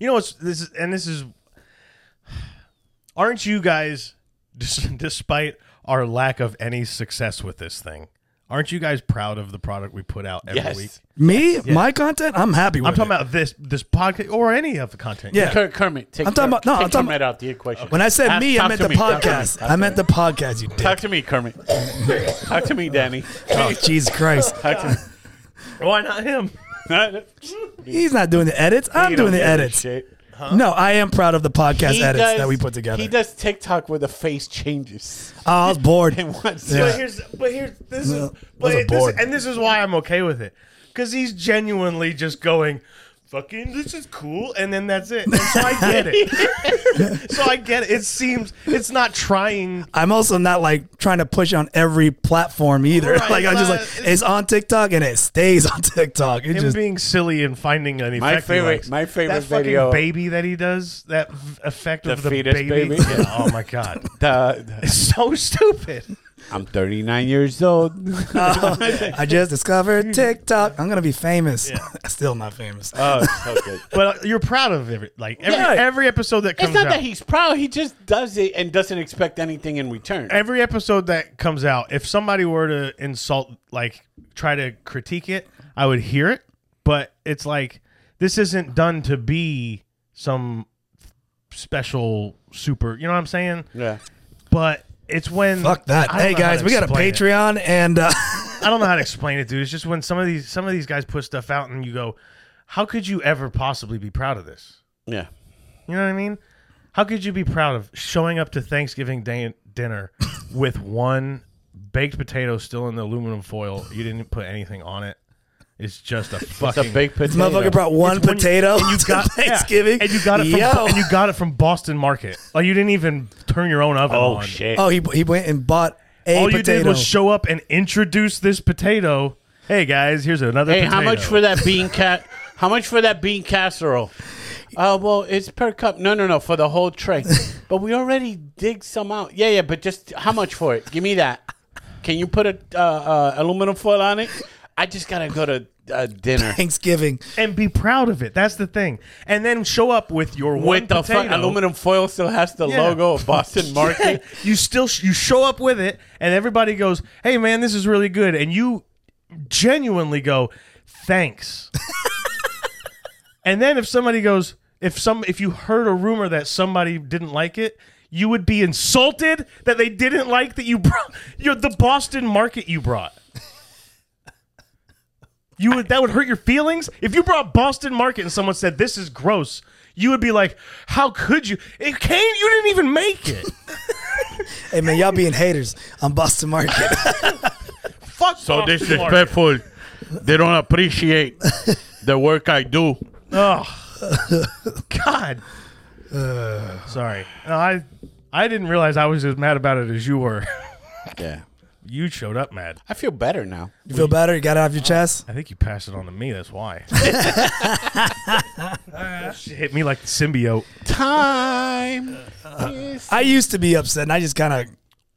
Speaker 3: You know what's this is, and this is. Aren't you guys, dis- despite our lack of any success with this thing, aren't you guys proud of the product we put out every
Speaker 1: Yes.
Speaker 3: week?
Speaker 2: Me, my content, I'm happy with.
Speaker 3: I'm talking
Speaker 2: it.
Speaker 3: about this this podcast or any of the content.
Speaker 2: Yeah.
Speaker 1: Kermit, Kermit, take,
Speaker 2: I'm talking about- no,
Speaker 1: take
Speaker 2: I'm talking
Speaker 1: Kermit out the equation.
Speaker 2: When I said
Speaker 1: Talk-
Speaker 2: me, I
Speaker 1: talk
Speaker 2: meant
Speaker 1: to
Speaker 2: the
Speaker 1: me, talk to me,
Speaker 2: podcast.
Speaker 1: talk
Speaker 2: I
Speaker 1: to
Speaker 2: meant
Speaker 1: me.
Speaker 2: the podcast. You
Speaker 1: Talk
Speaker 2: dick.
Speaker 1: to me, Kermit. talk to me, Danny.
Speaker 2: Oh, Jesus Christ!
Speaker 1: Talk to me.
Speaker 3: Why not him?
Speaker 2: He's not doing the edits. I'm
Speaker 1: He don't
Speaker 2: doing the
Speaker 1: give a
Speaker 2: edits.
Speaker 1: shit.
Speaker 2: No, I am proud of the podcast
Speaker 1: He
Speaker 2: edits
Speaker 1: does-
Speaker 2: that we put together.
Speaker 1: He does TikTok where the face changes.
Speaker 2: Oh, I was bored.
Speaker 1: And once
Speaker 2: Yeah.
Speaker 3: But here's but here's this
Speaker 2: Yeah.
Speaker 3: is but
Speaker 2: Those are
Speaker 3: it- this,
Speaker 2: bored.
Speaker 3: and this is why I'm okay with it because he's genuinely just going. Fucking, this is cool, and then that's it. And so I get it. so I get it. It seems it's not trying
Speaker 2: I'm also not like trying to push on every platform either.
Speaker 3: Right,
Speaker 2: like I'm just like
Speaker 3: but-
Speaker 2: it's on TikTok and it stays on TikTok. It
Speaker 3: him
Speaker 2: just
Speaker 3: being silly and finding an effect.
Speaker 1: My
Speaker 3: he
Speaker 1: favorite-
Speaker 3: likes.
Speaker 1: my favorite
Speaker 3: that fucking
Speaker 1: video-
Speaker 3: baby that he does that v- effect of
Speaker 1: The
Speaker 3: the
Speaker 1: fetus
Speaker 3: baby.
Speaker 1: baby?
Speaker 3: Yeah, oh my god,
Speaker 1: the, the-
Speaker 3: it's so stupid.
Speaker 1: I'm 39 years old.
Speaker 2: Oh, I just discovered TikTok. I'm gonna be famous. Still not famous.
Speaker 1: oh, so good.
Speaker 3: But uh, you're proud of every like every,
Speaker 1: Yeah.
Speaker 3: every episode that comes
Speaker 1: It's not
Speaker 3: out.
Speaker 1: that he's proud. He just does it and doesn't expect anything in return.
Speaker 3: every episode that comes out, if somebody were to insult, like try to critique it, I would hear it. But it's like this isn't done to be some special super. You know what I'm saying?
Speaker 1: Yeah.
Speaker 3: But it's when
Speaker 2: Fuck that.
Speaker 3: I don't
Speaker 2: Hey
Speaker 3: know how
Speaker 2: guys,
Speaker 3: to
Speaker 2: we got a
Speaker 3: explain it.
Speaker 2: Patreon and uh,
Speaker 3: I don't know how to explain it, dude. It's just when some of these some of these guys put stuff out and you go, how could you ever possibly be proud of this?
Speaker 1: Yeah.
Speaker 3: You know what I mean? How could you be proud of showing up to Thanksgiving day dinner with one baked potato still in the aluminum foil? You didn't put anything on it. It's just a
Speaker 1: It's a
Speaker 3: fucking
Speaker 1: big potato.
Speaker 2: motherfucker brought one
Speaker 3: when you-
Speaker 2: potato
Speaker 3: and you
Speaker 2: to
Speaker 3: got- yeah,
Speaker 2: Thanksgiving.
Speaker 3: and you got it from
Speaker 2: Yo.
Speaker 3: and you got it from Boston Market. Like you didn't even turn your own oven
Speaker 1: Oh
Speaker 3: on.
Speaker 1: shit.
Speaker 2: oh, he he went and bought a
Speaker 3: All you
Speaker 2: potato.
Speaker 3: did was show up and introduce this potato. Hey guys, here's another.
Speaker 1: hey, how
Speaker 3: potato.
Speaker 1: much for that bean cat? How much for that bean casserole? Uh, well, it's per cup. No, no, no, for the whole tray. but we already dig some out. Yeah, yeah, but just how much for it? Give me that. Can you put a uh, uh, aluminum foil on it? I just gotta go to uh, dinner
Speaker 2: Thanksgiving.
Speaker 3: and be proud of it. That's the thing. And then show up with your one
Speaker 1: with the fu-
Speaker 3: potato.
Speaker 1: aluminum foil. Still has the
Speaker 3: Yeah.
Speaker 1: logo of Boston Market.
Speaker 3: You still sh- you show up with it, and everybody goes, "Hey, man, this is really good," and you genuinely go, "Thanks." and then if somebody goes, if some if you heard a rumor that somebody didn't like it. You would be insulted that they didn't like that you brought you're the Boston market you brought. You would that would hurt your feelings if you brought Boston Market and someone said this is gross. You would be like, "How could you? It came. You didn't even make it.
Speaker 2: Hey man, y'all being haters on Boston Market.
Speaker 3: Fuck." Boston
Speaker 1: They don't appreciate the work I do.
Speaker 3: Market. Ugh. God. Sorry. No, I I didn't realize I was as mad about it as you were.
Speaker 1: Yeah,
Speaker 3: You showed up mad.
Speaker 1: I feel better now.
Speaker 2: You feel better? You got it off your chest?
Speaker 3: I think you passed it on to me. That's why. She hit me like the symbiote.
Speaker 1: Time.
Speaker 3: Uh,
Speaker 1: is-
Speaker 2: I used to be upset and I just kinda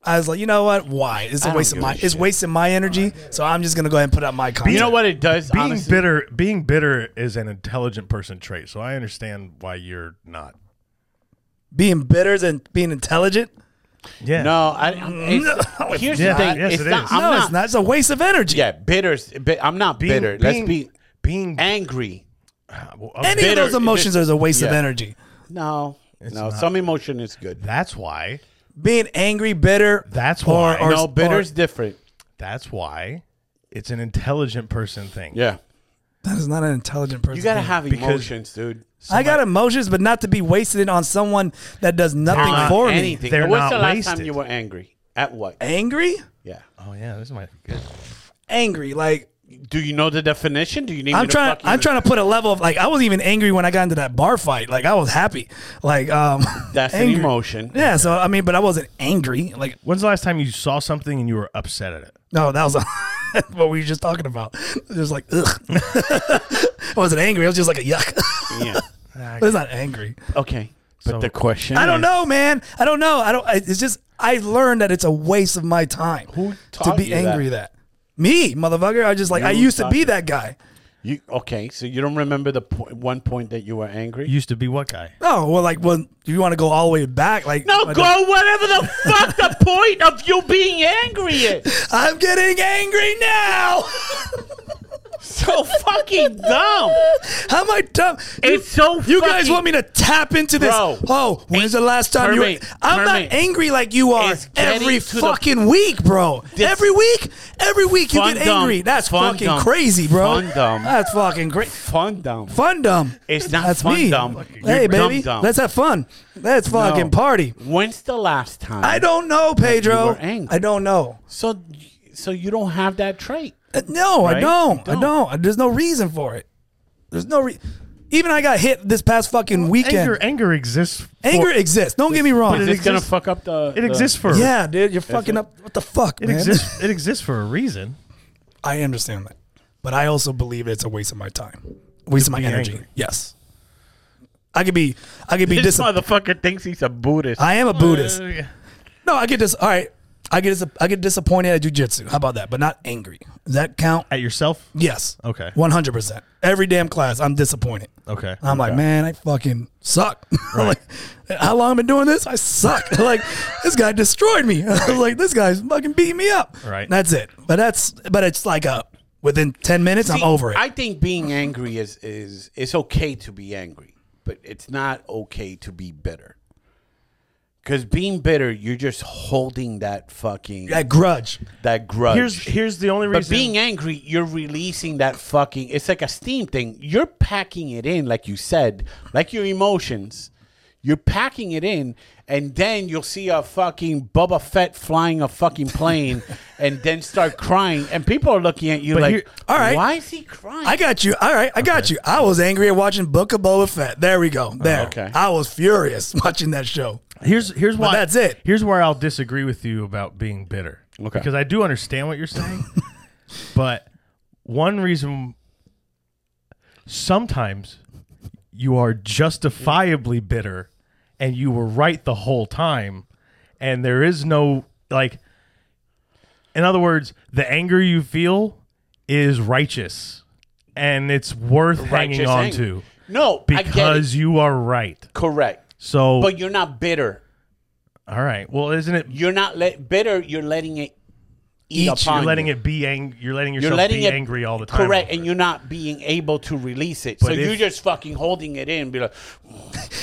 Speaker 2: I was like, you know what? Why? It's a
Speaker 1: don't
Speaker 2: waste of
Speaker 1: give a
Speaker 2: my it's
Speaker 1: shit.
Speaker 2: wasting my energy, so I'm just gonna go ahead and put out my content.
Speaker 1: You know what it does?
Speaker 3: Being
Speaker 1: honestly?
Speaker 3: bitter, being bitter is an intelligent person trait. So I understand why you're not.
Speaker 2: Being bitter and being intelligent?
Speaker 3: Yeah.
Speaker 1: No, I, it's, here's
Speaker 3: not.
Speaker 1: the thing.
Speaker 3: Yes,
Speaker 1: it's
Speaker 3: it
Speaker 1: not,
Speaker 3: is.
Speaker 1: I'm
Speaker 2: no,
Speaker 1: not,
Speaker 2: it's not. It's a waste of energy.
Speaker 1: Yeah, bitters. Bi- I'm not
Speaker 3: Being-
Speaker 1: bitter. Let's
Speaker 3: being-
Speaker 1: be
Speaker 3: being
Speaker 1: angry.
Speaker 3: Well,
Speaker 2: Any
Speaker 1: bitter-
Speaker 2: of those emotions are a waste of
Speaker 1: Yeah.
Speaker 2: energy.
Speaker 1: No, no. Some emotion is good.
Speaker 3: that's why.
Speaker 2: Being angry, bitter.
Speaker 3: That's
Speaker 2: or-
Speaker 3: why.
Speaker 2: or-
Speaker 1: no, bitter's
Speaker 2: or-
Speaker 1: different.
Speaker 3: That's why. It's an intelligent person thing.
Speaker 1: Yeah,
Speaker 2: that is not an intelligent person.
Speaker 1: you gotta
Speaker 2: thing.
Speaker 1: have
Speaker 3: Because-
Speaker 1: emotions, dude.
Speaker 2: I got emotions, but not to be wasted on someone that does nothing
Speaker 1: Not
Speaker 2: for me.
Speaker 1: anything.
Speaker 3: They're
Speaker 1: When's
Speaker 3: not
Speaker 1: the last
Speaker 3: wasted.
Speaker 1: time you were angry? At what?
Speaker 2: Angry,
Speaker 1: Yeah.
Speaker 3: Oh yeah, this might be good.
Speaker 2: angry. Like
Speaker 1: Do you know the definition? Do you need?
Speaker 2: I'm
Speaker 1: me to
Speaker 2: trying.
Speaker 1: fucking-
Speaker 2: I'm trying to put a level of like I wasn't even angry when I got into that bar fight. Like I was happy. Like um,
Speaker 1: That's an
Speaker 2: angry.
Speaker 1: emotion.
Speaker 2: Yeah. So I mean, but I wasn't angry. Like
Speaker 3: When's the last time you saw something and you were upset at it?
Speaker 2: no, that was what we were just talking about. It was like ugh. I wasn't angry. I was just like a yuck.
Speaker 1: Yeah.
Speaker 2: but it's not angry.
Speaker 1: Okay. But
Speaker 3: So-
Speaker 1: the question.
Speaker 2: I don't know, man. I don't know. I don't. I, it's just I learned that it's a waste of my time
Speaker 1: Who
Speaker 2: to
Speaker 1: taught
Speaker 2: be
Speaker 1: you
Speaker 2: angry. That? me, motherfucker. I just like I
Speaker 1: You
Speaker 2: used to
Speaker 1: taught
Speaker 2: be
Speaker 1: you.
Speaker 2: that guy.
Speaker 1: You okay? So you don't remember the po- one point that you were angry?
Speaker 3: You used to be what guy?
Speaker 2: Oh well, like well, you want to go all the way back? Like
Speaker 1: no,
Speaker 2: like,
Speaker 1: go whatever the fuck the point of you being angry is.
Speaker 2: I'm getting angry now.
Speaker 1: So fucking dumb.
Speaker 2: How am I dumb?
Speaker 1: It's so.
Speaker 2: You guys want me to tap into this?
Speaker 1: Bro.
Speaker 2: oh, when's the last time you?
Speaker 1: Kermit,
Speaker 2: were- I'm
Speaker 1: Kermit.
Speaker 2: not angry like you are
Speaker 1: It's getting
Speaker 2: every
Speaker 1: to the-
Speaker 2: fucking week, bro.
Speaker 1: This-
Speaker 2: Every week, every week you
Speaker 1: Fun
Speaker 2: get angry.
Speaker 1: dumb.
Speaker 2: That's
Speaker 1: Fun
Speaker 2: fucking
Speaker 1: dumb.
Speaker 2: crazy, bro.
Speaker 1: Fun dumb.
Speaker 2: That's fucking crazy.
Speaker 1: fun dumb?
Speaker 2: Fun dumb.
Speaker 1: It's not
Speaker 2: That's
Speaker 1: fun
Speaker 2: me.
Speaker 1: dumb.
Speaker 2: Hey,
Speaker 1: You're dumb
Speaker 2: baby,
Speaker 1: dumb.
Speaker 2: let's have fun. Let's fucking party.
Speaker 1: When's the last time?
Speaker 2: I don't know,
Speaker 1: you
Speaker 2: Pedro.
Speaker 1: were angry.
Speaker 2: I don't know.
Speaker 1: So, so you don't have that trait.
Speaker 2: Uh, No, I
Speaker 3: Right?
Speaker 2: don't.
Speaker 3: You
Speaker 2: I don't. Uh, There's no reason for it. There's no re- even I got hit this past fucking weekend.
Speaker 3: Anger,
Speaker 2: Anger,
Speaker 3: anger exists. for-
Speaker 2: exists. Don't get me
Speaker 1: Is
Speaker 2: wrong.
Speaker 1: this gonna
Speaker 3: exists-
Speaker 1: fuck up the?
Speaker 3: It exists for.
Speaker 2: Uh, Yeah, dude, you're fucking
Speaker 1: it.
Speaker 2: up. What the fuck,
Speaker 3: It
Speaker 2: man?
Speaker 3: exists. It exists for a reason.
Speaker 2: I understand that, but I also believe it's a waste of my time, waste of my
Speaker 3: be
Speaker 2: energy.
Speaker 3: angry.
Speaker 2: Yes, I could be. I could be.
Speaker 1: This
Speaker 2: Dis-
Speaker 1: motherfucker thinks he's a Buddhist.
Speaker 2: I am a Buddhist.
Speaker 3: Uh, yeah.
Speaker 2: No, I get this. All right, I get dis- I get disappointed at jujitsu. How about that? But not angry. Does that count?
Speaker 3: At yourself.
Speaker 2: Yes.
Speaker 3: Okay.
Speaker 2: One hundred percent. Every damn class, I'm disappointed.
Speaker 3: Okay.
Speaker 2: I'm like, man, I fucking suck. like, how long i been doing this? I suck. like, this guy destroyed me. I was like, this guy's fucking beating me up.
Speaker 3: Right.
Speaker 2: That's it. But that's but it's like a within ten minutes, I'm
Speaker 1: See,
Speaker 2: over it.
Speaker 1: I think being angry is is it's okay to be angry, but it's not okay to be bitter. Because being bitter, you're just holding that fucking
Speaker 2: that grudge.
Speaker 1: that grudge.
Speaker 3: Here's here's the only reason.
Speaker 1: But being angry, you're releasing that fucking. It's like a steam thing. You're packing it in, like you said, like your emotions. You're packing it in, and then you'll see a fucking Boba Fett flying a fucking plane, and then start crying, and people are looking at you like,
Speaker 3: here-
Speaker 2: all right.
Speaker 1: why is he crying?"
Speaker 2: I got you. All right, I got you. I was angry at watching Book of Boba Fett. There we
Speaker 3: Oh,
Speaker 2: go. There.
Speaker 1: okay.
Speaker 2: I was furious watching that show.
Speaker 3: Here's here's why
Speaker 2: that's it.
Speaker 3: Here's where I'll disagree with you about being bitter.
Speaker 1: Okay.
Speaker 3: Because I do understand what you're saying, but one reason. sometimes you are justifiably bitter and you were right the whole time and there is no like in other words the anger you feel is righteous and it's worth hanging
Speaker 1: Righteous
Speaker 3: on
Speaker 1: anger.
Speaker 3: to
Speaker 1: No, I get it.
Speaker 3: because you are right
Speaker 1: correct.
Speaker 3: so
Speaker 1: But you're not bitter.
Speaker 3: all right well isn't it
Speaker 1: You're not let bitter. You're letting it eat,
Speaker 2: Eat you,
Speaker 1: upon
Speaker 3: you're letting
Speaker 1: you.
Speaker 3: it be ang- you're letting yourself
Speaker 1: You're letting
Speaker 3: be
Speaker 1: it
Speaker 3: angry all the time
Speaker 1: Correct,
Speaker 3: over
Speaker 1: and
Speaker 3: it.
Speaker 1: you're not being able to release it. so
Speaker 3: But if-
Speaker 1: you're just fucking holding it in. Be like,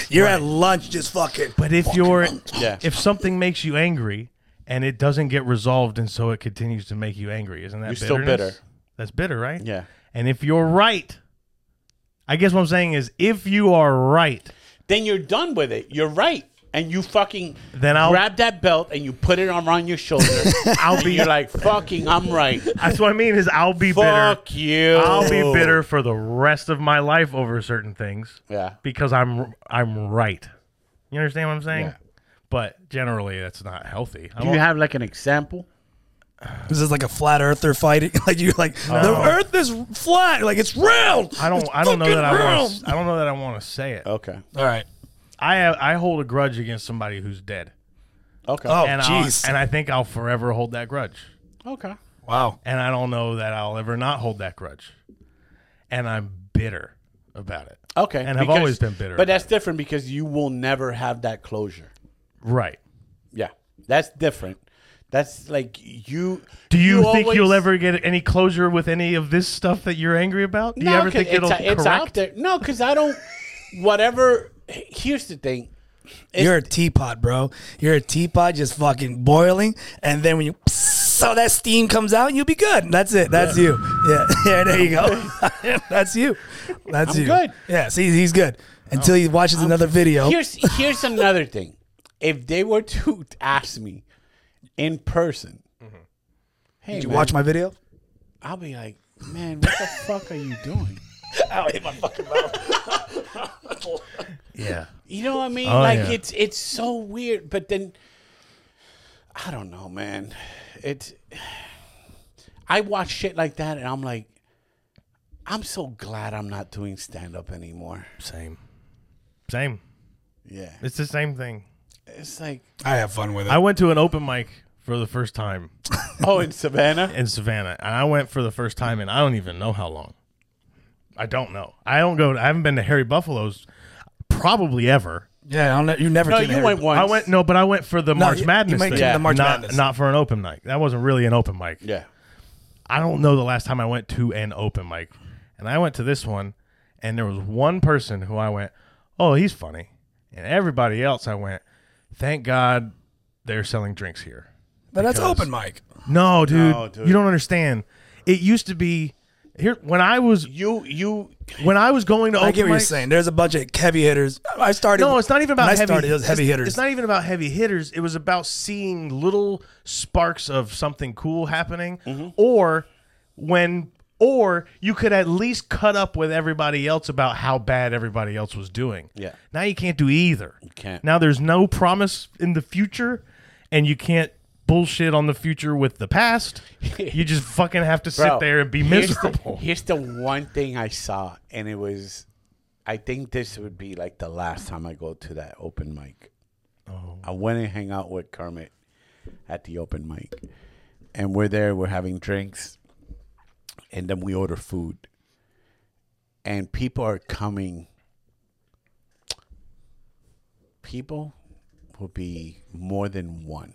Speaker 2: You're at lunch, just fucking.
Speaker 3: But if you're
Speaker 1: Yeah.
Speaker 3: if something makes you angry and it doesn't get resolved and so it continues to make you angry, isn't that
Speaker 1: You're still
Speaker 3: bitterness?
Speaker 1: bitter.
Speaker 3: That's bitter, right?
Speaker 1: Yeah.
Speaker 3: And if you're right, I guess what I'm saying is if you are right,
Speaker 1: then you're done with it. You're right, and you fucking
Speaker 3: Then I'll-
Speaker 1: grab that belt and you put it around your shoulder.
Speaker 3: I'll
Speaker 1: and
Speaker 3: be
Speaker 1: you're like, fucking, I'm right.
Speaker 3: that's what I mean is I'll be bitter.
Speaker 1: Fuck you.
Speaker 3: I'll be bitter for the rest of my life over certain things
Speaker 1: Yeah.
Speaker 3: because I'm I'm right. You understand what I'm saying? But generally that's not healthy. I
Speaker 1: Do
Speaker 3: won't-
Speaker 1: you have like an example?
Speaker 2: This is like a flat earther fighting. Like you're like the Earth is flat. Like it's round.
Speaker 3: I don't
Speaker 2: It's
Speaker 3: I don't know
Speaker 2: fucking
Speaker 3: that I
Speaker 2: round.
Speaker 3: want I don't know that I want to say it.
Speaker 1: Okay.
Speaker 2: All right.
Speaker 3: I have, I hold a grudge against somebody who's dead,
Speaker 1: Okay.
Speaker 2: Oh
Speaker 3: and I
Speaker 2: jeez.
Speaker 3: and I think I'll forever hold that grudge,
Speaker 1: Okay.
Speaker 2: Wow.
Speaker 3: and I don't know that I'll ever not hold that grudge, and I'm bitter about it.
Speaker 1: Okay.
Speaker 3: And I've always been bitter
Speaker 1: But
Speaker 3: about
Speaker 1: that's different because you will never have that closure.
Speaker 3: Right?
Speaker 1: Yeah. That's different. That's like you.
Speaker 3: Do you, think
Speaker 1: always-
Speaker 3: you'll ever get any closure with any of this stuff that you're angry about? Do you ever
Speaker 1: 'cause
Speaker 3: think it'll
Speaker 1: it's, it's out
Speaker 3: correct?
Speaker 1: there? No, because I don't. Whatever. Here's the thing. It's-
Speaker 2: You're a teapot, bro. You're a teapot just fucking boiling, and then when you so that steam comes out, you'll be good. That's it. That's you. Yeah. Yeah. There you go. That's you. That's
Speaker 1: I'm
Speaker 2: you.
Speaker 1: good.
Speaker 2: Yeah. See, he's good until he watches another video.
Speaker 1: Here's here's another thing. If they were to ask me in person, hey,
Speaker 2: Did you
Speaker 1: man,
Speaker 2: watch my video?
Speaker 1: I'll be like, man, what the fuck are you doing?
Speaker 3: Yeah.
Speaker 1: You know what I mean?
Speaker 3: Oh,
Speaker 1: like
Speaker 3: yeah.
Speaker 1: it's it's so weird. But then I don't know, man. It's I watch shit like that, and I'm like, I'm so glad I'm not doing stand up anymore.
Speaker 3: Same. Same.
Speaker 1: Yeah,
Speaker 3: It's the same thing.
Speaker 1: it's like
Speaker 2: I have fun with it.
Speaker 3: I went to an open mic for the first time
Speaker 1: oh, in Savannah,
Speaker 3: in Savannah, and I went for the first time, and I don't even know how long. I don't know. I don't go. I haven't been to Harry Buffalo's probably ever.
Speaker 2: yeah. I don't know. You never.
Speaker 1: no,
Speaker 2: did
Speaker 1: you
Speaker 2: Harry-
Speaker 1: went once.
Speaker 3: I went no, but I went for the March
Speaker 2: you- you
Speaker 3: Madness.
Speaker 2: might
Speaker 3: thing.
Speaker 2: get
Speaker 1: the
Speaker 2: March
Speaker 3: not,
Speaker 2: Madness.
Speaker 3: not for an open mic. That wasn't really an open mic.
Speaker 1: Yeah,
Speaker 3: I don't know the last time I went to an open mic, and I went to this one, and there was one person who I went, "Oh, he's funny," and everybody else I went, "Thank God they're selling drinks here."
Speaker 2: But that's open mic.
Speaker 3: No, dude,
Speaker 1: No, dude.
Speaker 3: you don't understand. It used to be here when I was
Speaker 1: you you
Speaker 3: when I was going to
Speaker 2: I
Speaker 3: open
Speaker 2: get what you're
Speaker 3: mics-
Speaker 2: saying. There's a bunch of heavy hitters. I started.
Speaker 3: No, it's not even about
Speaker 2: when I
Speaker 3: heavy.
Speaker 2: started. It was heavy
Speaker 3: it's-
Speaker 2: hitters.
Speaker 3: It's not even about heavy hitters. It was about seeing little sparks of something cool happening, or when, or you could at least cut up with everybody else about how bad everybody else was doing.
Speaker 1: Yeah.
Speaker 3: Now you can't do either. You
Speaker 1: can't.
Speaker 3: Now there's no promise in the future, and you can't bullshit on the future with the past. you just fucking have to sit
Speaker 1: Bro,
Speaker 3: there and be
Speaker 1: here's the-
Speaker 3: miserable.
Speaker 1: Here's the, one thing I saw, and it was, I think this would be like the last time I go to that open mic.
Speaker 3: Oh.
Speaker 1: I went and hang out with Kermit at the open mic, and we're there, we're having drinks, and then we order food, and people are coming. People will be more than one.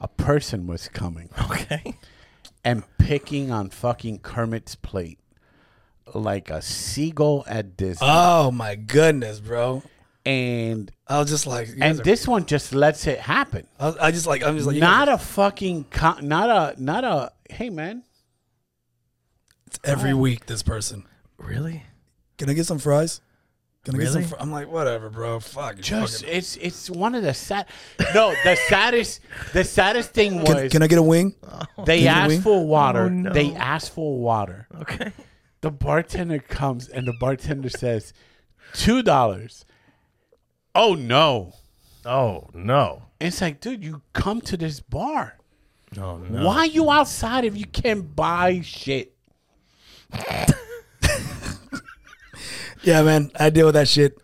Speaker 1: A person was coming
Speaker 3: okay.
Speaker 1: and picking on fucking Kermit's plate like a seagull at Disney.
Speaker 2: oh my goodness, bro.
Speaker 1: and
Speaker 2: I was just like, you guys
Speaker 1: and
Speaker 2: are-
Speaker 1: this one just lets it happen.
Speaker 2: I, was- I just like, I'm just like, you guys
Speaker 1: Not a fucking co- not a not a hey man.
Speaker 2: are- every week. This person,
Speaker 3: Really?
Speaker 2: can I get some fries? Can I get some?
Speaker 3: Really?
Speaker 2: Fr-? I'm like, whatever, bro. Fuck. you
Speaker 1: Just
Speaker 2: fucking-
Speaker 1: it's it's one of the sad no, the saddest the saddest thing was
Speaker 2: can, can I get a wing?
Speaker 1: they
Speaker 2: can we-
Speaker 1: asked for water.
Speaker 3: Oh, no.
Speaker 1: They asked for water.
Speaker 3: Okay.
Speaker 1: The bartender comes and the bartender says two dollars. Oh no.
Speaker 3: Oh no.
Speaker 1: It's like, dude, you come to this bar.
Speaker 3: Oh no.
Speaker 1: Why you outside if you can't buy shit?
Speaker 2: Yeah, man, I deal with that shit.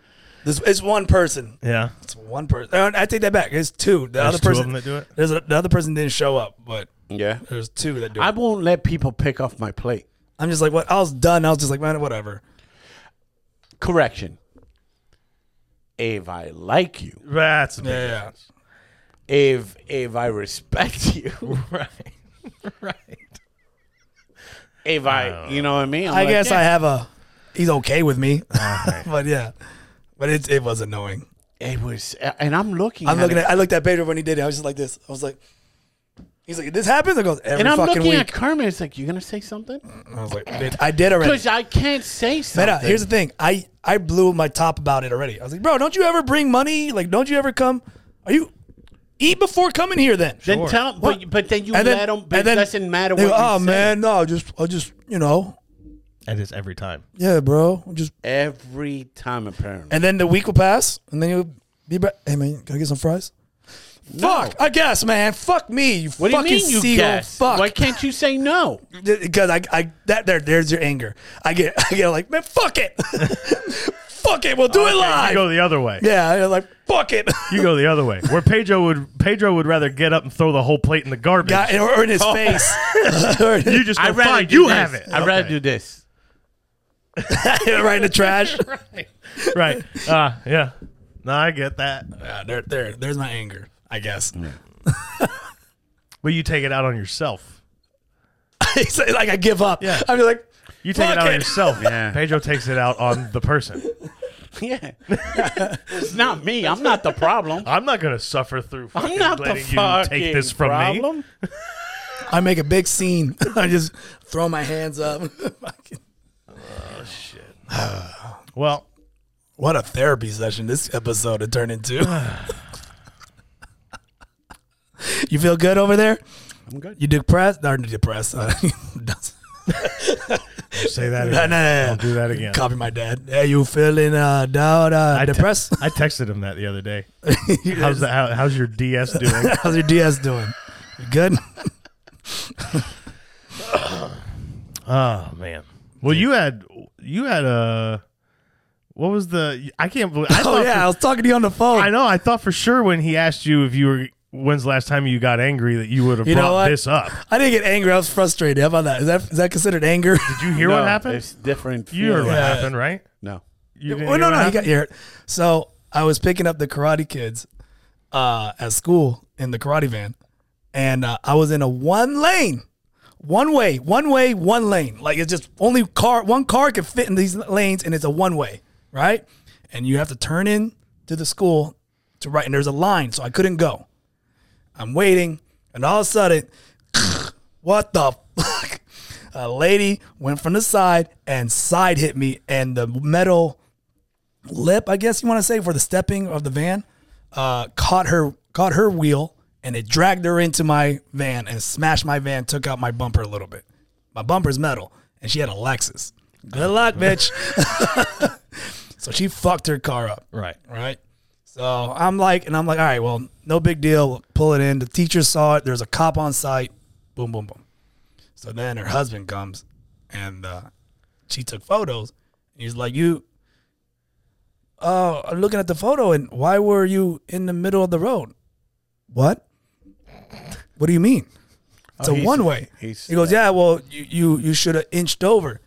Speaker 2: This it's one person.
Speaker 3: Yeah.
Speaker 2: It's one person. I take that back. It's two. The other
Speaker 3: two of
Speaker 2: person
Speaker 3: them that do it?
Speaker 2: There's a, the other person didn't show up, but
Speaker 1: Yeah.
Speaker 2: there's two that do.
Speaker 1: I
Speaker 2: it.
Speaker 1: won't let people pick off my plate.
Speaker 2: I'm just like, what? I was done. I was just like, man, whatever.
Speaker 1: Correction. If I like you,
Speaker 3: That's a big
Speaker 2: Yeah,
Speaker 1: if if I respect you,
Speaker 3: Right. right.
Speaker 1: if I, you know what I mean. I'm
Speaker 2: I
Speaker 1: like,
Speaker 2: guess
Speaker 1: yeah.
Speaker 2: I have a. He's okay with me, but yeah, but it it was annoying.
Speaker 1: It was, uh, and I'm looking.
Speaker 2: I'm
Speaker 1: at
Speaker 2: looking
Speaker 1: it,
Speaker 2: at. I looked at Pedro when he did it. I was just like this. I was like, he's like, this happens. I go every
Speaker 1: and I'm
Speaker 2: fucking
Speaker 1: looking
Speaker 2: week.
Speaker 1: at Kermit. It's like, you gonna say something?
Speaker 2: I was like, bitch, I did already.
Speaker 1: Because I can't say something.
Speaker 2: Meta, here's the thing. I I blew my top about it already. I was like, bro, don't you ever bring money? Like, don't you ever come? Are you eat before coming here? Then
Speaker 1: then tell him, but,
Speaker 2: What?
Speaker 1: but then you let him. But it doesn't matter
Speaker 2: they
Speaker 1: what.
Speaker 2: go,
Speaker 1: you
Speaker 2: oh
Speaker 1: say.
Speaker 2: man, no, I just I just you know,
Speaker 3: That is every time.
Speaker 2: yeah, bro, I just.
Speaker 1: Every time, apparently.
Speaker 2: And then the week will pass, and then you'll be back. Hey man, can I get some fries? Fuck, I guess, man. Fuck me, you
Speaker 1: What do you
Speaker 2: fucking
Speaker 1: mean you
Speaker 2: seal.
Speaker 1: guess?
Speaker 2: Fuck.
Speaker 1: Why can't you say no?
Speaker 2: because I, I that there there's your anger. I get I get like man, fuck it, fuck it, we'll do it
Speaker 3: You
Speaker 2: live.
Speaker 3: go the other way.
Speaker 2: yeah, I'm like fuck it,
Speaker 3: You go the other way. Where Pedro would Pedro would rather get up and throw the whole plate in the garbage.
Speaker 2: Guy- or, or in his face. Or in-
Speaker 3: You just go,
Speaker 1: I rather
Speaker 3: fine,
Speaker 1: do
Speaker 3: you
Speaker 1: this.
Speaker 3: have it.
Speaker 1: I'd rather do this.
Speaker 2: right in the trash.
Speaker 3: do Right. Uh, yeah. No, I get that.
Speaker 2: Yeah, there, there, there's my anger. I guess.
Speaker 3: But you take it out on yourself.
Speaker 2: It's like I give up.
Speaker 3: Yeah.
Speaker 2: I'm just like,
Speaker 3: You take
Speaker 2: Fuck
Speaker 3: it out on
Speaker 2: it.
Speaker 3: yourself.
Speaker 1: Yeah.
Speaker 3: Pedro takes it out on the person.
Speaker 1: Yeah. it's not me. I'm not the problem.
Speaker 3: I'm not gonna suffer through fucking
Speaker 1: I'm not the
Speaker 3: letting you
Speaker 1: fucking
Speaker 3: take this from me.
Speaker 1: problem.
Speaker 2: I make a big scene. I just throw my hands up. Fucking-
Speaker 3: Well,
Speaker 2: what a therapy session this episode had turned into. you feel good over there?
Speaker 1: I'm good.
Speaker 2: You depressed? Or depressed? Uh, does-
Speaker 3: say that
Speaker 2: no, no,
Speaker 3: again.
Speaker 2: no, no.
Speaker 3: Don't do that again.
Speaker 2: Copy my dad. Hey, you feeling uh, down? Uh,
Speaker 3: I te-
Speaker 2: depressed?
Speaker 3: I texted him that the other day. How's that? How, how's your DS doing?
Speaker 2: How's your DS doing? You good?
Speaker 3: Oh man. Well, you had you had a what was the? I can't believe. I
Speaker 2: Oh
Speaker 3: thought
Speaker 2: yeah, I
Speaker 3: for-
Speaker 2: was talking to you on the phone.
Speaker 3: I know. I thought for sure when he asked you if you were when's the last time you got angry that you would have
Speaker 2: You know
Speaker 3: brought
Speaker 2: what?
Speaker 3: this up.
Speaker 2: I didn't get angry. I was frustrated. How about that? Is that is that considered anger?
Speaker 3: Did you hear
Speaker 1: No,
Speaker 3: what happened?
Speaker 1: It's different.
Speaker 3: You heard
Speaker 1: feeling.
Speaker 3: what
Speaker 2: Yeah.
Speaker 3: happened, right?
Speaker 1: No.
Speaker 3: You didn't
Speaker 2: well,
Speaker 3: hear
Speaker 2: no,
Speaker 3: what
Speaker 2: no, he
Speaker 3: happened?
Speaker 2: got here. So I was picking up the Karate Kids uh, at school in the karate van, and uh, I was in a one lane, one way, one way, one lane. Like it's just only car, one car can fit in these lanes, and it's a one way, right? And you have to turn in to the school to right, and there's a line, so I couldn't go. I'm waiting, and all of a sudden, what the fuck? A lady went from the side and side hit me, and the metal lip, I guess you want to say, for the stepping of the van, uh, caught her caught her wheel, and it dragged her into my van and smashed my van, took out my bumper a little bit. My bumper's metal, and she had a Lexus. Good luck, bitch. so she fucked her car up.
Speaker 3: Right.
Speaker 2: Right. So I'm like, and I'm like, all right, well, no big deal. Pull it in. The teacher saw it. There's a cop on site. Boom, boom, boom. So then her husband comes and uh, she took photos. He's like, you, oh, I'm looking at the photo and why were you in the middle of the road? What? What do you mean? It's a
Speaker 1: Oh, he's-
Speaker 2: one way.
Speaker 1: he's-
Speaker 2: He goes, yeah, well, you, you, you should have inched over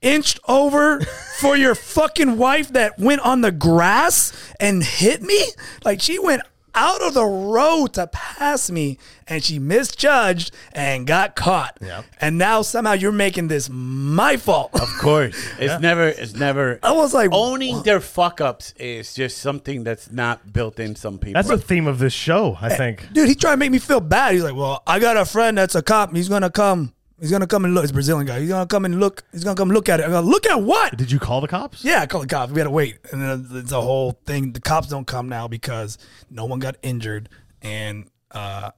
Speaker 2: inched over for your fucking wife that went on the grass and hit me? Like she went out of the road to pass me and she misjudged and got caught.
Speaker 3: Yeah.
Speaker 2: And now somehow you're making this my fault.
Speaker 1: Of course. It's never. It's never.
Speaker 2: I was like,
Speaker 1: Owning their fuck ups is just something that's not built in some people.
Speaker 3: That's a theme of this show,
Speaker 2: Eh.
Speaker 3: I think.
Speaker 2: dude, he tried to make me feel bad. He's like, well, I got a friend that's a cop. He's gonna come. He's gonna come and look. It's a Brazilian guy. He's gonna come and look. He's gonna come look at it. I go, look at what?
Speaker 3: Did you call the cops?
Speaker 2: Yeah, I called the cops. We had to wait, and then it's a whole thing. The cops don't come now because no one got injured, and uh,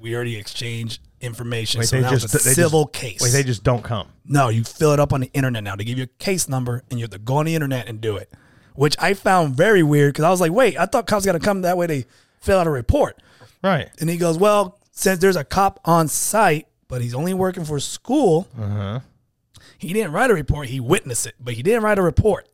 Speaker 2: we already exchanged information. so now it's a
Speaker 3: they
Speaker 2: civil
Speaker 3: just-
Speaker 2: case.
Speaker 3: Wait, they just don't come.
Speaker 2: no, you fill it up on the internet now. They give you a case number, and you have to go on the internet and do it, which I found very weird because I was like, wait, I thought cops got to come that way. They fill out a report.
Speaker 3: Right.
Speaker 2: And he goes, Well, since there's a cop on site, but he's only working for
Speaker 3: Uh-huh.
Speaker 2: school, he didn't write a report. He witnessed it, but he didn't write a report.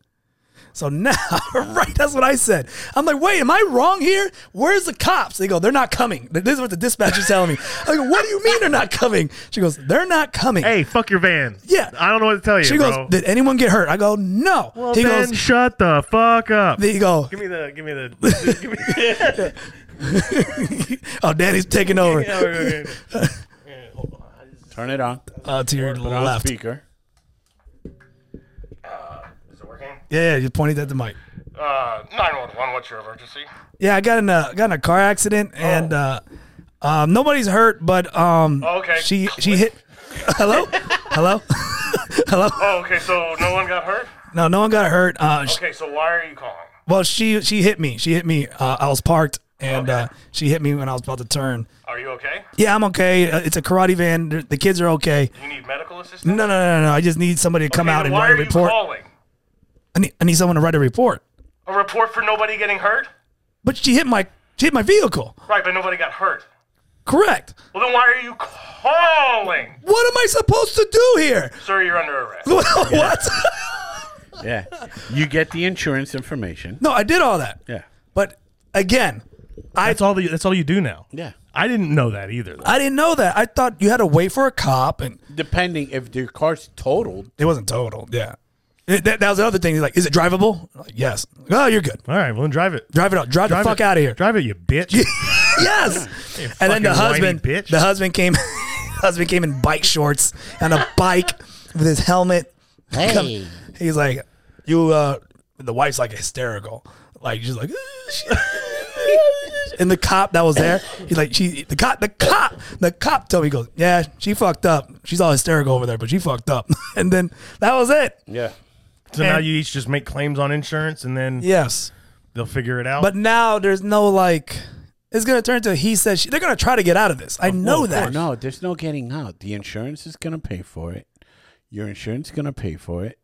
Speaker 2: So now, right, that's what I said. I'm like, wait, am I wrong here? Where's the cops? They go, they're not coming. This is what the dispatcher's telling me. I go, what do you mean they're not coming? She goes, they're not coming.
Speaker 3: Hey, fuck your van.
Speaker 2: Yeah.
Speaker 3: I don't know what to tell you,
Speaker 2: she goes,
Speaker 3: bro.
Speaker 2: did anyone get hurt? I go, no.
Speaker 3: well,
Speaker 2: he
Speaker 3: then
Speaker 2: goes,
Speaker 3: shut the fuck up.
Speaker 2: they go,
Speaker 3: give me the. Give me the. give me the
Speaker 2: oh, Danny's taking over
Speaker 3: Yeah, wait, wait, wait.
Speaker 1: Turn it on.
Speaker 2: uh, to your
Speaker 1: Put it on
Speaker 2: left. Yeah,
Speaker 1: speaker.
Speaker 4: Is it working?
Speaker 2: yeah, you pointed at the mic.
Speaker 4: Uh, 911, what's your emergency?
Speaker 2: Yeah, I got in a got in a car
Speaker 4: Oh.
Speaker 2: accident and uh, um, nobody's hurt, but um,
Speaker 4: Oh, Okay.
Speaker 2: she she hit. Hello, hello, hello.
Speaker 4: Oh, okay, so no one got hurt?
Speaker 2: No, no one got hurt. Uh, sh-
Speaker 4: Okay, so why are you calling?
Speaker 2: well, she she hit me. She hit me. Uh, I was parked and uh, she hit me when I was about to turn.
Speaker 4: Are you okay?
Speaker 2: Yeah, I'm okay. Uh, it's a karate van. The- The kids are okay.
Speaker 4: Do you need medical assistance?
Speaker 2: No, no, no, no, no. I just need somebody to come
Speaker 4: Okay,
Speaker 2: out
Speaker 4: then
Speaker 2: and
Speaker 4: why
Speaker 2: write a
Speaker 4: are you
Speaker 2: report.
Speaker 4: calling?
Speaker 2: I need, I need someone to write a report.
Speaker 4: A report for nobody getting hurt?
Speaker 2: But she hit my she hit my vehicle.
Speaker 4: Right, but nobody got hurt.
Speaker 2: Correct.
Speaker 4: Well, then why are you calling?
Speaker 2: What am I supposed to do here?
Speaker 4: Sir, you're under arrest.
Speaker 2: what?
Speaker 1: Yeah. You get the insurance information.
Speaker 2: no, I did all that.
Speaker 1: Yeah.
Speaker 2: But again,
Speaker 3: That's all. The, that's all you do now.
Speaker 1: Yeah.
Speaker 3: I didn't know that either. though.
Speaker 2: I didn't know that. I thought you had to wait for a cop, and
Speaker 1: Depending if your car's totaled,
Speaker 2: it wasn't totaled. Yeah, It- that, that was the other thing. He's like, "Is it drivable?" I'm like, yes. Oh, you're good.
Speaker 3: All right, well then drive it.
Speaker 2: Drive it out. Drive,
Speaker 3: Drive
Speaker 2: the fuck
Speaker 3: it.
Speaker 2: out of here.
Speaker 3: Drive it, you bitch.
Speaker 2: yes. and then the
Speaker 3: fucking whiny
Speaker 2: husband,
Speaker 3: bitch.
Speaker 2: the husband came, husband came in bike shorts and a bike with his helmet. Hey. He's like, you. uh The wife's like hysterical, like she's like. And the cop that was there, he's like, she, the cop, the cop, the cop told me, he goes, yeah, she fucked up. She's all hysterical over there, but she fucked up. And then that was it.
Speaker 1: yeah.
Speaker 3: so now
Speaker 2: And-
Speaker 3: you each just make claims on insurance, and then
Speaker 2: Yes.
Speaker 3: they'll figure it out.
Speaker 2: But now there's no like, it's going to turn to he said, she, they're going to try to get out of this. I know that.
Speaker 1: No, there's no getting out. The insurance is going to pay for it. Your insurance is going to pay for it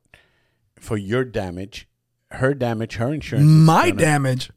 Speaker 1: for your damage, her damage, her insurance. is
Speaker 2: My
Speaker 1: gonna-
Speaker 2: damage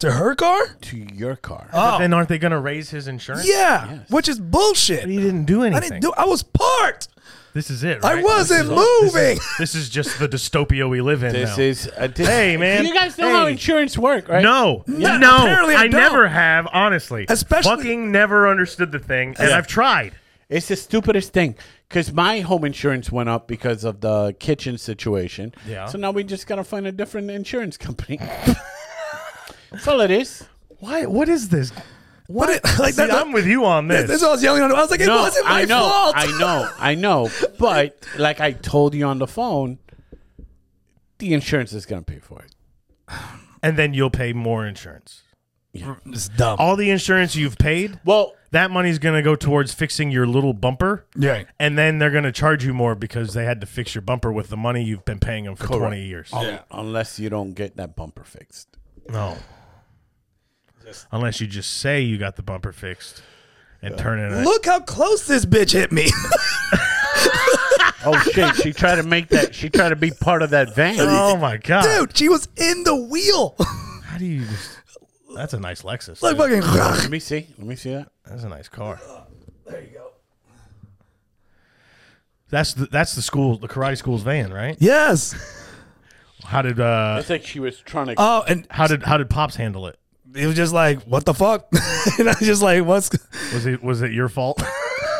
Speaker 2: to her car? Oh,
Speaker 1: to your car.
Speaker 3: But then aren't they going to raise his insurance?
Speaker 2: Yeah,
Speaker 1: Yes.
Speaker 2: which is bullshit.
Speaker 3: But he didn't do anything.
Speaker 2: I didn't do. I was parked.
Speaker 3: this is it.
Speaker 2: I
Speaker 3: right?
Speaker 2: wasn't
Speaker 3: This is all- this is-
Speaker 2: moving.
Speaker 3: This is just the dystopia we live in.
Speaker 1: this
Speaker 3: now.
Speaker 1: is a dis-
Speaker 3: Hey, man.
Speaker 1: Do you guys know how
Speaker 3: Hey.
Speaker 1: insurance work, right?
Speaker 3: No,
Speaker 2: Yeah,
Speaker 3: no,
Speaker 2: apparently I
Speaker 3: I,
Speaker 2: don't.
Speaker 3: never have. Honestly,
Speaker 2: Especially-
Speaker 3: fucking never understood the thing, and
Speaker 1: Yeah.
Speaker 3: I've tried.
Speaker 1: It's the stupidest thing because my home insurance went up because of the kitchen situation.
Speaker 3: Yeah.
Speaker 1: So now we just gotta find a different insurance company. That's all it is.
Speaker 3: Why? What is this?
Speaker 2: What? It, like
Speaker 3: See,
Speaker 2: that,
Speaker 3: I'm with you on this.
Speaker 2: That's what I was yelling at him. I was like, it wasn't my
Speaker 1: I know,
Speaker 2: fault.
Speaker 1: I know, I know. But like I told you on the phone, the insurance is gonna pay for it.
Speaker 3: and then you'll pay more insurance.
Speaker 2: It's dumb.
Speaker 3: All the insurance you've paid,
Speaker 1: Well,
Speaker 3: that money's going to go towards fixing your little bumper.
Speaker 2: yeah.
Speaker 3: And then they're going to charge you more because they had to fix your bumper with the money you've been paying them for 20 years.
Speaker 2: Oh,
Speaker 1: un- unless you don't get that bumper fixed.
Speaker 3: No. Unless you just say you got the bumper fixed and turn it in.
Speaker 2: Look how close this bitch hit me.
Speaker 1: Oh shit! She tried to make that. She tried to be part of that van.
Speaker 3: Oh my God.
Speaker 2: Dude, she was in the wheel.
Speaker 3: How do you just. That's a nice Lexus.
Speaker 2: like
Speaker 3: dude.
Speaker 2: fucking.
Speaker 1: Let me see. Let me see that.
Speaker 3: That's a nice car.
Speaker 2: There you go.
Speaker 3: That's the, that's the school, the karate school's van, right?
Speaker 2: Yes.
Speaker 3: How did uh
Speaker 1: It's like she was trying to.
Speaker 2: Oh, and
Speaker 3: how did how did pops handle it?
Speaker 2: it was just like, what the fuck? and I was just like, what's?
Speaker 3: Was it was it your fault?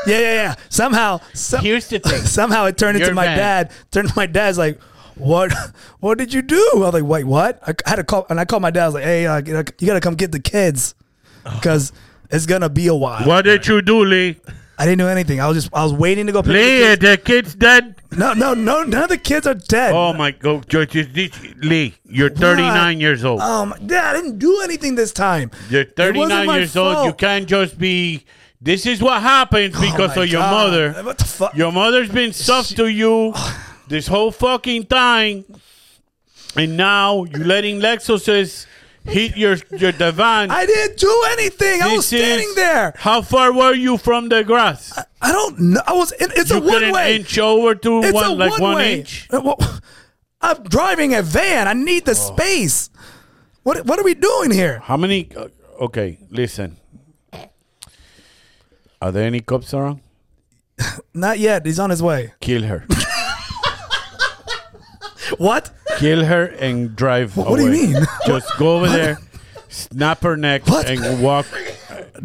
Speaker 2: Yeah, yeah, yeah. Somehow, some,
Speaker 1: Here's the thing.
Speaker 2: somehow it turned into
Speaker 1: Your
Speaker 2: my
Speaker 1: van.
Speaker 2: dad. Turned to my dad's like, what? What did you do? I was like, wait, what? I had to call, and I called my dad. I was like, hey, uh, you gotta- you gotta come get the kids, because it's gonna be a while.
Speaker 1: Oh. What did you do, Lee?
Speaker 2: I didn't do anything. I was just, I was waiting to go. Pick
Speaker 1: Lee,
Speaker 2: the
Speaker 1: are the kid's dead.
Speaker 2: kids. No, no, no. None of the kids are dead.
Speaker 1: Oh my God, George, is this- Lee, you're 39 years old.
Speaker 2: Oh my dad, I didn't do anything this time.
Speaker 1: You're
Speaker 2: It wasn't
Speaker 1: 39
Speaker 2: my
Speaker 1: years old. You
Speaker 2: fault.
Speaker 1: can't just be. This is what happens
Speaker 2: Oh
Speaker 1: because
Speaker 2: my
Speaker 1: of your
Speaker 2: God.
Speaker 1: mother.
Speaker 2: What the fuck?
Speaker 1: Your mother's been soft to you this whole fucking time, and now you're letting Lexuses hit your your divan.
Speaker 2: I didn't do anything. I was
Speaker 1: This is-
Speaker 2: standing there.
Speaker 1: How far were you from the grass?
Speaker 2: I don't know. I was. In, it's
Speaker 1: you
Speaker 2: a
Speaker 1: could
Speaker 2: one
Speaker 1: an
Speaker 2: way.
Speaker 1: inch over to
Speaker 2: It's a
Speaker 1: one, like one
Speaker 2: one-way.
Speaker 1: inch. Oh.
Speaker 2: Uh, well, I'm driving a van. I need the space. What what are we doing here?
Speaker 1: How many? uh, Okay, listen. Are there any cops around?
Speaker 2: Not yet. He's on his way.
Speaker 1: Kill her.
Speaker 2: What?
Speaker 1: Kill her and drive
Speaker 2: what do you
Speaker 1: away.
Speaker 2: mean?
Speaker 1: Just go over there, snap her neck,
Speaker 2: What?
Speaker 1: and walk.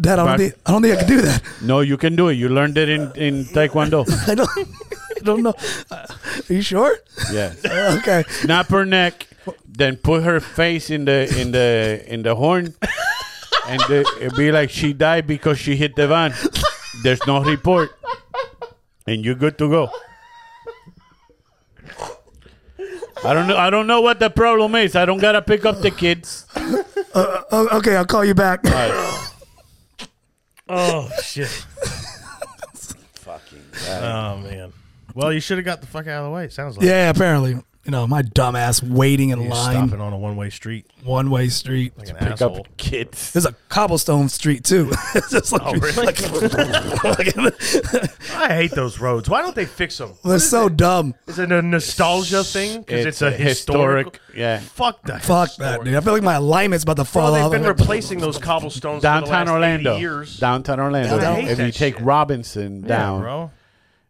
Speaker 2: Dad, I don't,
Speaker 1: Fuck.
Speaker 2: think, I don't think I can do that.
Speaker 1: No, you can do it. You learned it in, in Taekwondo.
Speaker 2: I don't, I don't know. Uh, are you sure?
Speaker 1: Yeah.
Speaker 2: Okay.
Speaker 1: Snap her neck, then put her face in the in the in the horn, and the, it'd be like she died because she hit the van. There's no report, and you're good to go. I don't know. I don't know what the problem is. I don't gotta pick up the kids.
Speaker 2: O- okay, I'll call you back.
Speaker 3: Oh shit.
Speaker 1: Fucking
Speaker 3: Oh man. Well, you should have got the fuck out of the way. it Sounds like
Speaker 2: yeah, apparently. You know, my dumbass waiting in
Speaker 3: You're
Speaker 2: line,
Speaker 3: stopping on a one-way street.
Speaker 2: one way street.
Speaker 3: Like an
Speaker 1: pick
Speaker 3: asshole.
Speaker 1: up kids.
Speaker 2: There's a cobblestone street too. it's just like, like-
Speaker 3: I hate those roads. Why don't they fix them?
Speaker 2: they're so dumb.
Speaker 3: Is it a nostalgia thing? Because it's, a historic.
Speaker 1: historic. Yeah.
Speaker 3: Fuck the
Speaker 2: Fuck
Speaker 3: historic.
Speaker 2: that, dude. I feel like my alignment's about to fall
Speaker 3: Well,
Speaker 2: off.
Speaker 3: they've been replacing those cobblestones for
Speaker 1: Downtown
Speaker 3: the last 80
Speaker 1: Orlando.
Speaker 3: years.
Speaker 1: Downtown Orlando.
Speaker 3: I hate
Speaker 1: If you
Speaker 3: that
Speaker 1: take
Speaker 3: shit.
Speaker 1: Robinson
Speaker 3: Yeah,
Speaker 1: down,
Speaker 3: bro.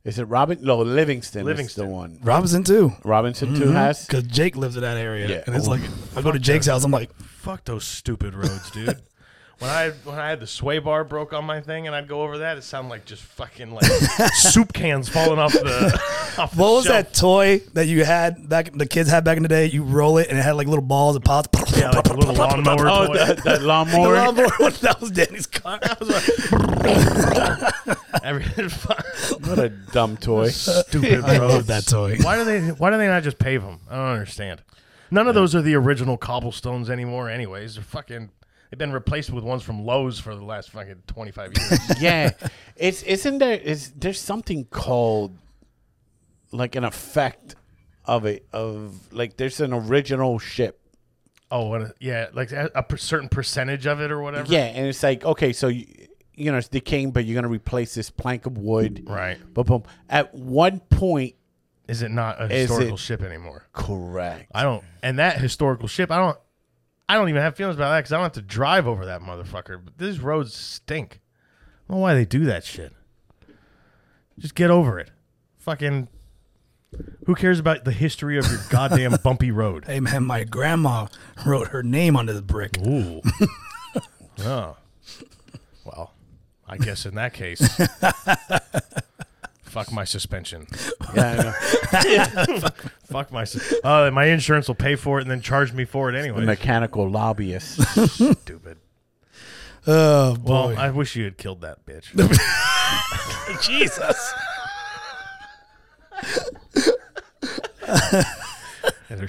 Speaker 1: is it Robin? No, Livingston. Livingston
Speaker 3: Livingston. Mm-hmm.
Speaker 1: is the one.
Speaker 2: Robinson too,
Speaker 1: Robinson too has.
Speaker 2: because Jake lives in that area,
Speaker 1: Yeah.
Speaker 2: and it's like I go to Jake's house. I'm like,
Speaker 3: Fuck those stupid roads, dude. when I when I had the sway bar broke on my thing and I'd go over that, it sounded like just fucking like soup cans falling off the. Off the
Speaker 2: what was
Speaker 3: shelf.
Speaker 2: that toy that you had back? The kids had back in the day. You roll it, and it had like little balls and pots.
Speaker 3: Yeah, like a little lawnmower
Speaker 1: Oh,
Speaker 3: toy.
Speaker 1: that, that
Speaker 2: The
Speaker 1: lawnmower.
Speaker 2: lawnmower one, that was Danny's car.
Speaker 3: Every- fuck.
Speaker 1: what a dumb toy.
Speaker 3: stupid
Speaker 2: I
Speaker 3: roads.
Speaker 2: love that toy.
Speaker 3: Why do they? Why do they not just pave them? I don't understand. None of those are the original cobblestones anymore. Anyways, they're fucking. They've been replaced with ones from Lowe's for the last fucking twenty five years.
Speaker 1: yeah, it's isn't there is there's something called like an effect of it of like there's an original ship.
Speaker 3: oh, what a, yeah, like a, a per- certain percentage of it or whatever.
Speaker 1: Yeah, and it's like okay, so you, you know it's decaying, but you're gonna replace this plank of wood.
Speaker 3: Right.
Speaker 1: But boom, at one point,
Speaker 3: Is it not a
Speaker 1: Is
Speaker 3: historical
Speaker 1: it-
Speaker 3: ship anymore?
Speaker 1: correct.
Speaker 3: I don't. And that historical ship, I don't. I don't even have feelings about that because I don't have to drive over that motherfucker. But these roads stink. I don't know why they do that shit. Just get over it. Fucking. Who cares about the history of your goddamn bumpy road?
Speaker 2: Hey man, my grandma wrote her name under the brick.
Speaker 3: Ooh. oh. Well, I guess in that case, fuck my suspension.
Speaker 1: Yeah, I know.
Speaker 3: Fuck my. Sus- oh, my insurance will pay for it and then charge me for it
Speaker 1: The
Speaker 3: anyway.
Speaker 1: mechanical lobbyist.
Speaker 3: Stupid.
Speaker 2: Oh
Speaker 3: Well,
Speaker 2: boy,
Speaker 3: I wish you had killed that bitch.
Speaker 2: Jesus!
Speaker 3: and her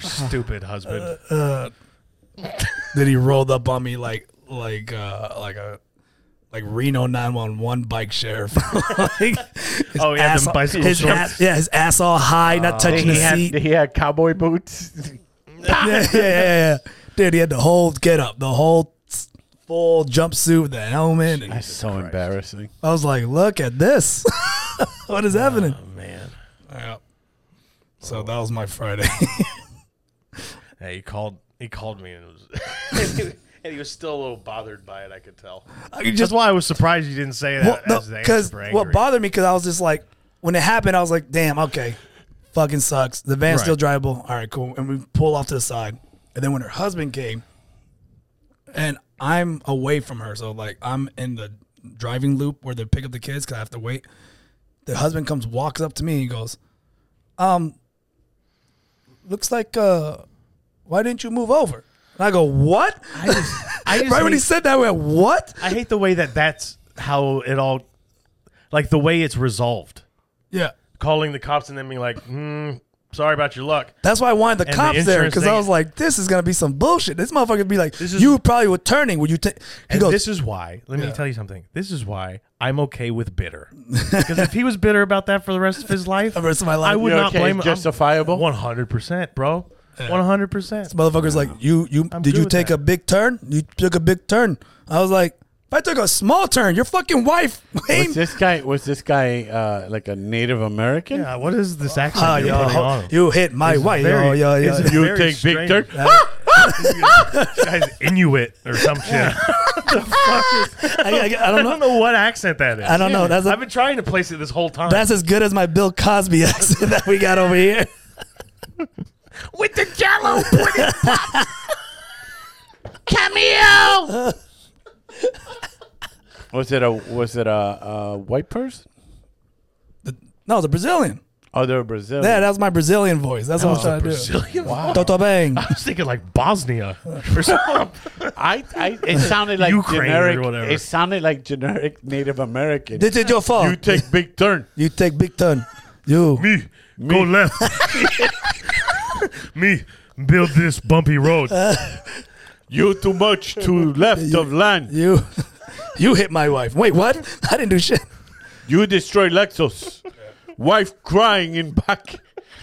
Speaker 3: stupid husband.
Speaker 2: then he rolled up on me like like uh like a like Reno 911 bike sheriff. like, his
Speaker 3: Oh, he had them
Speaker 2: all-
Speaker 3: bicycle
Speaker 2: his
Speaker 3: shorts.
Speaker 2: ass, Yeah, his ass all high, not touching
Speaker 1: he
Speaker 2: the
Speaker 1: had
Speaker 2: seat.
Speaker 1: he had cowboy boots.
Speaker 2: yeah, yeah, yeah, yeah. Dude, he had the whole get up, the whole s- full jumpsuit, the helmet. and-
Speaker 1: That's so embarrassing.
Speaker 2: I was like, look at this. what is happening?
Speaker 3: Man.
Speaker 2: Yeah. So that was my Friday.
Speaker 3: Hey, he called he called me and it was and he was still a little bothered by it, I could tell.
Speaker 2: I could
Speaker 3: That's
Speaker 2: just
Speaker 3: why I was surprised you didn't say that as the answer
Speaker 2: because
Speaker 3: for
Speaker 2: what
Speaker 3: angry.
Speaker 2: bothered me because I was just like, when it happened, I was like, damn, okay, fucking sucks. The van's
Speaker 3: Right.
Speaker 2: still drivable. All right, cool. And we pull off to the side, and then when her husband came, and I'm away from her, so like I'm in the driving loop where they pick up the kids because I have to wait. The husband comes, walks up to me, and he goes, um, looks like uh, why didn't you move over? And I go, what?
Speaker 3: I just, I just
Speaker 2: right when he
Speaker 3: hate,
Speaker 2: said that, I went, what?
Speaker 3: I hate the way that that's how it all like the way it's resolved.
Speaker 2: Yeah.
Speaker 3: Calling the cops and then being like, hmm, sorry about your luck.
Speaker 2: That's why I wanted the
Speaker 3: the
Speaker 2: cops there
Speaker 3: insurance
Speaker 2: because I
Speaker 3: thing-
Speaker 2: was like, this is gonna be some bullshit. This motherfucker be like,
Speaker 3: is-
Speaker 2: you probably were turning when you take. He
Speaker 3: And
Speaker 2: goes,
Speaker 3: this is why, let me tell you something. This is why I'm okay with bitter. Because if he was bitter about that for the rest of his life,
Speaker 2: The rest of my life.
Speaker 3: I would
Speaker 1: You're
Speaker 3: not
Speaker 1: okay,
Speaker 3: blame
Speaker 1: it's
Speaker 3: I'm-
Speaker 1: justifiable?
Speaker 3: 100%, bro. 100%.
Speaker 2: motherfucker's like, you you did
Speaker 3: good
Speaker 2: you
Speaker 3: with
Speaker 2: take
Speaker 3: that.
Speaker 2: a big turn? You took a big turn. I was like, if I took a small turn, your fucking wife.
Speaker 1: Was
Speaker 2: ain't-
Speaker 1: this guy was this guy uh, like a Native American?
Speaker 3: Yeah, what is this accent
Speaker 2: Ah,
Speaker 3: you're
Speaker 2: yo,
Speaker 3: putting on?
Speaker 2: you hit my wife.
Speaker 3: very-
Speaker 2: yo, yo, yo.
Speaker 3: it's-
Speaker 1: You
Speaker 3: Very
Speaker 1: take big
Speaker 3: strange.
Speaker 1: dirt.
Speaker 3: This guy's Inuit or some shit.
Speaker 2: I, I- I
Speaker 3: I
Speaker 2: don't
Speaker 3: don't
Speaker 2: know.
Speaker 3: know what accent that is.
Speaker 2: I don't know. That's a-
Speaker 3: I've been trying to place it this whole time.
Speaker 2: That's as good as my Bill Cosby accent that we got over here.
Speaker 3: with the jello pudding pop.
Speaker 1: Cameo. was it a was it a, a white person?
Speaker 2: No, the Brazilian.
Speaker 1: Oh, they're Brazilian.
Speaker 2: Yeah, that was my Brazilian voice. That's what I'm trying to
Speaker 3: Oh, Brazilian?
Speaker 2: do. Toto Bang.
Speaker 3: I was thinking like Bosnia or something.
Speaker 1: I, I it sounded like
Speaker 3: Ukraine or
Speaker 1: generic.
Speaker 3: whatever.
Speaker 1: It sounded like generic Native American.
Speaker 2: this is your fault.
Speaker 1: you
Speaker 2: You,
Speaker 1: take big turn.
Speaker 2: take big turn. You.
Speaker 3: me, go left. me, build this bumpy road.
Speaker 1: You too much to left of land.
Speaker 2: You. You hit my wife. Wait, what? I didn't do shit.
Speaker 1: You destroy Lexus. Wife crying in back.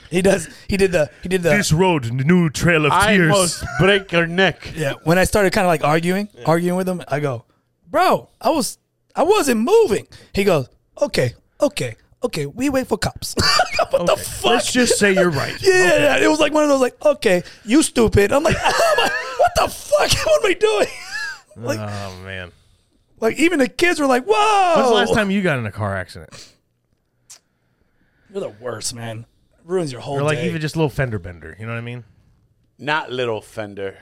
Speaker 2: He does. He did the. He did the.
Speaker 3: road, new trail of
Speaker 1: I must break her neck.
Speaker 2: Yeah, when I started kind of like arguing, arguing with him, I go, "Bro, I was I wasn't moving." He goes, "Okay, okay, okay. We wait for cops." what the fuck?
Speaker 3: Let's just say you're right.
Speaker 2: yeah, yeah, yeah, it was like one of those like, "Okay, you stupid." I'm like, I'm like, "What the fuck? What are we doing?" like,
Speaker 3: Oh man.
Speaker 2: like even the kids were like, "Whoa!"
Speaker 3: When's the last time you got in a car accident?
Speaker 2: You're the worst, man. Ruins your whole
Speaker 3: Or like
Speaker 2: day.
Speaker 3: even just a little fender bender. You know what I mean?
Speaker 1: Not little fender.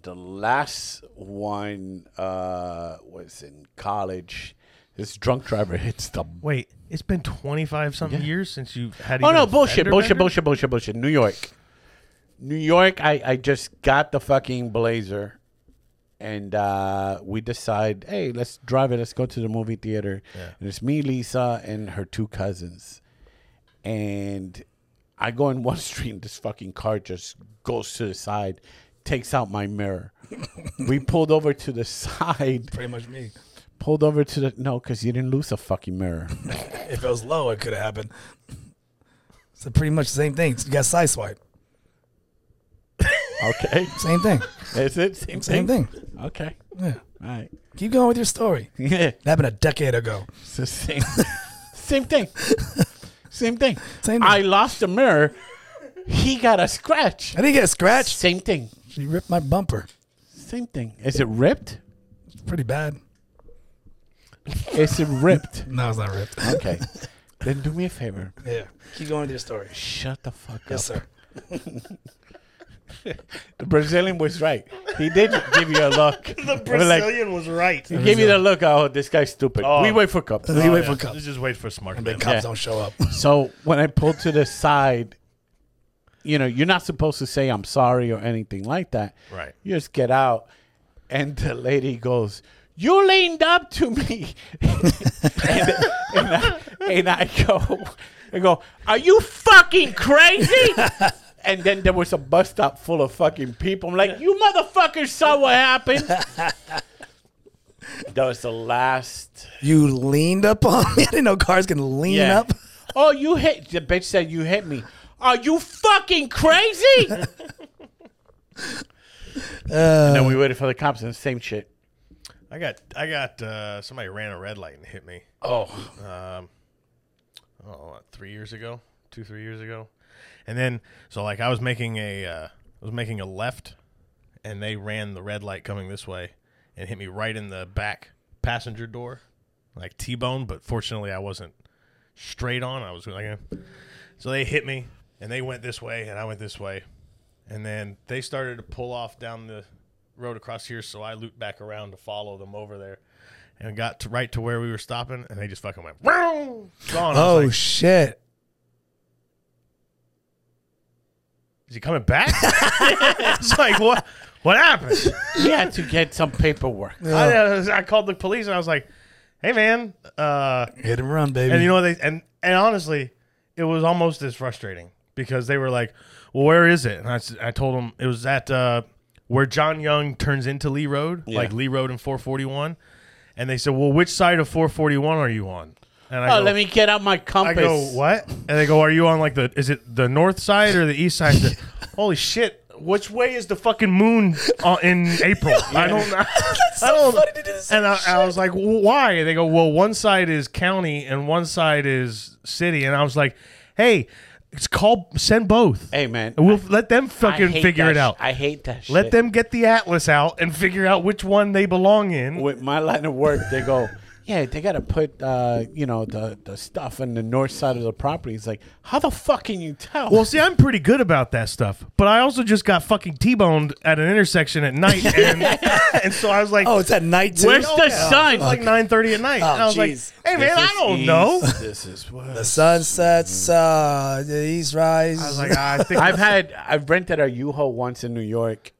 Speaker 1: The last one uh, was in college. This drunk driver hits the.
Speaker 3: Wait, it's been 25 something years since you had.
Speaker 1: Oh
Speaker 3: even
Speaker 1: no!
Speaker 3: a
Speaker 1: Bullshit!
Speaker 3: fender
Speaker 1: Bullshit!
Speaker 3: bender?
Speaker 1: Bullshit! Bullshit! Bullshit! New York, New York. I I just got the fucking blazer, and uh, we decide, hey, let's drive it. Let's go to the movie theater. And it's me, Lisa, and her two cousins, and I go in one street, and this fucking car just goes to the side, takes out my mirror. we pulled over to the side,
Speaker 2: Pretty much me.
Speaker 1: pulled over to the no, because you didn't lose a fucking mirror.
Speaker 2: If it was low, it could have happened. So pretty much the same thing. You got side swipe.
Speaker 1: Okay,
Speaker 2: Same thing.
Speaker 1: is it same,
Speaker 2: Same
Speaker 1: thing?
Speaker 2: thing.
Speaker 1: Okay,
Speaker 2: Yeah.
Speaker 1: all right.
Speaker 2: Keep going with your story.
Speaker 1: Yeah,
Speaker 2: That happened a decade ago.
Speaker 1: it's the same, same thing, same thing.
Speaker 2: Same thing.
Speaker 1: I lost a mirror. He got a scratch.
Speaker 2: I didn't get a scratch.
Speaker 1: Same thing.
Speaker 2: She ripped my bumper.
Speaker 1: Same thing. Is it ripped?
Speaker 2: It's pretty bad.
Speaker 1: Is it ripped?
Speaker 2: No, it's not ripped.
Speaker 1: Okay. then do me a favor.
Speaker 2: yeah. Keep going with your story.
Speaker 1: Shut the fuck
Speaker 2: Yes,
Speaker 1: up.
Speaker 2: sir.
Speaker 1: The Brazilian was right. He did give you a look. the
Speaker 3: was right.
Speaker 1: he gave you the look. Oh, this guy's stupid.
Speaker 3: Oh.
Speaker 1: We wait for cups.
Speaker 2: We wait for
Speaker 3: Let's
Speaker 2: cops.
Speaker 3: just wait for smart.
Speaker 2: The
Speaker 3: men.
Speaker 2: Oh, cops
Speaker 1: Yeah.
Speaker 2: don't show up.
Speaker 1: So when I pulled to the side, you know, you're not supposed to say I'm sorry or anything like that.
Speaker 3: Right.
Speaker 1: You just get out, and the lady goes, "You leaned up to me," and, and I, and I go, "I go, are you fucking crazy?" And then there was a bus stop full of fucking people. I'm like, "You motherfuckers saw what happened." that was the last
Speaker 2: You leaned up on me. I didn't know cars can lean up.
Speaker 1: Oh, you hit the bitch said you hit me. Are you fucking crazy? and then
Speaker 3: Uh,
Speaker 1: we waited for the cops and same shit.
Speaker 3: I got I got uh, somebody ran a red light and hit me.
Speaker 1: Oh,
Speaker 3: oh, what, three years ago, two three years ago, and then so like I was making a uh, I was making a left, and they ran the red light coming this way, and hit me right in the back passenger door, like T bone. But fortunately, I wasn't straight on. I was like, eh. so they hit me, and they went this way, and I went this way, and then they started to pull off down the road across here, so I looped back around to follow them over there. And got to right to where we were stopping, and they just fucking went. Whoa! Gone. I was
Speaker 2: Oh,
Speaker 3: like,
Speaker 2: shit.
Speaker 3: Is he coming back? it's like what? What happened?
Speaker 1: you had to get some paperwork.
Speaker 3: I, uh, I called the police and I was like, "Hey, man!" Uh,
Speaker 2: Hit and run, baby.
Speaker 3: and you know what they and and honestly, it was almost as frustrating because they were like, "Well, where is it?" And I, s- I told them it was at uh, where John Young turns into Lee Road, like Lee Road and 441. And they said, "Well, which side of 441 are you on?" And I
Speaker 1: Oh,
Speaker 3: go,
Speaker 1: let me get out my
Speaker 3: I
Speaker 1: compass.
Speaker 3: go, what? And they go, are you on like the, is it the north side or the east side? I said, Holy shit. Which way is the fucking moon on, in April? I don't know. I don't, and I, I was like, "Well, why? And they go, well, one side is county and one side is city. And I was like, hey, it's called, send both.
Speaker 1: Hey, man.
Speaker 3: And we'll let them
Speaker 1: I
Speaker 3: fucking
Speaker 1: hate
Speaker 3: figure
Speaker 1: that
Speaker 3: it
Speaker 1: sh-
Speaker 3: out.
Speaker 1: I hate that shit.
Speaker 3: let them get the atlas out and figure out which one they belong in.
Speaker 1: With my line of work, they go, yeah, they got to put, uh, you know, the, the stuff on the north side of the property. It's like, how the fuck can you tell?
Speaker 3: Well, see, I'm pretty good about that stuff, but I also just got fucking t-boned at an intersection at night, and, and so I was like,
Speaker 2: Oh, it's at night too.
Speaker 1: where's the sun?
Speaker 3: it's like 9:30 at night." and I was
Speaker 2: jeez.
Speaker 3: like, "Hey, man, I don't know."
Speaker 1: This is what.
Speaker 2: The sun sets, uh, the east rises.
Speaker 3: I was like, "Ah, "I think
Speaker 1: I've had I've rented a U-Haul once in New York,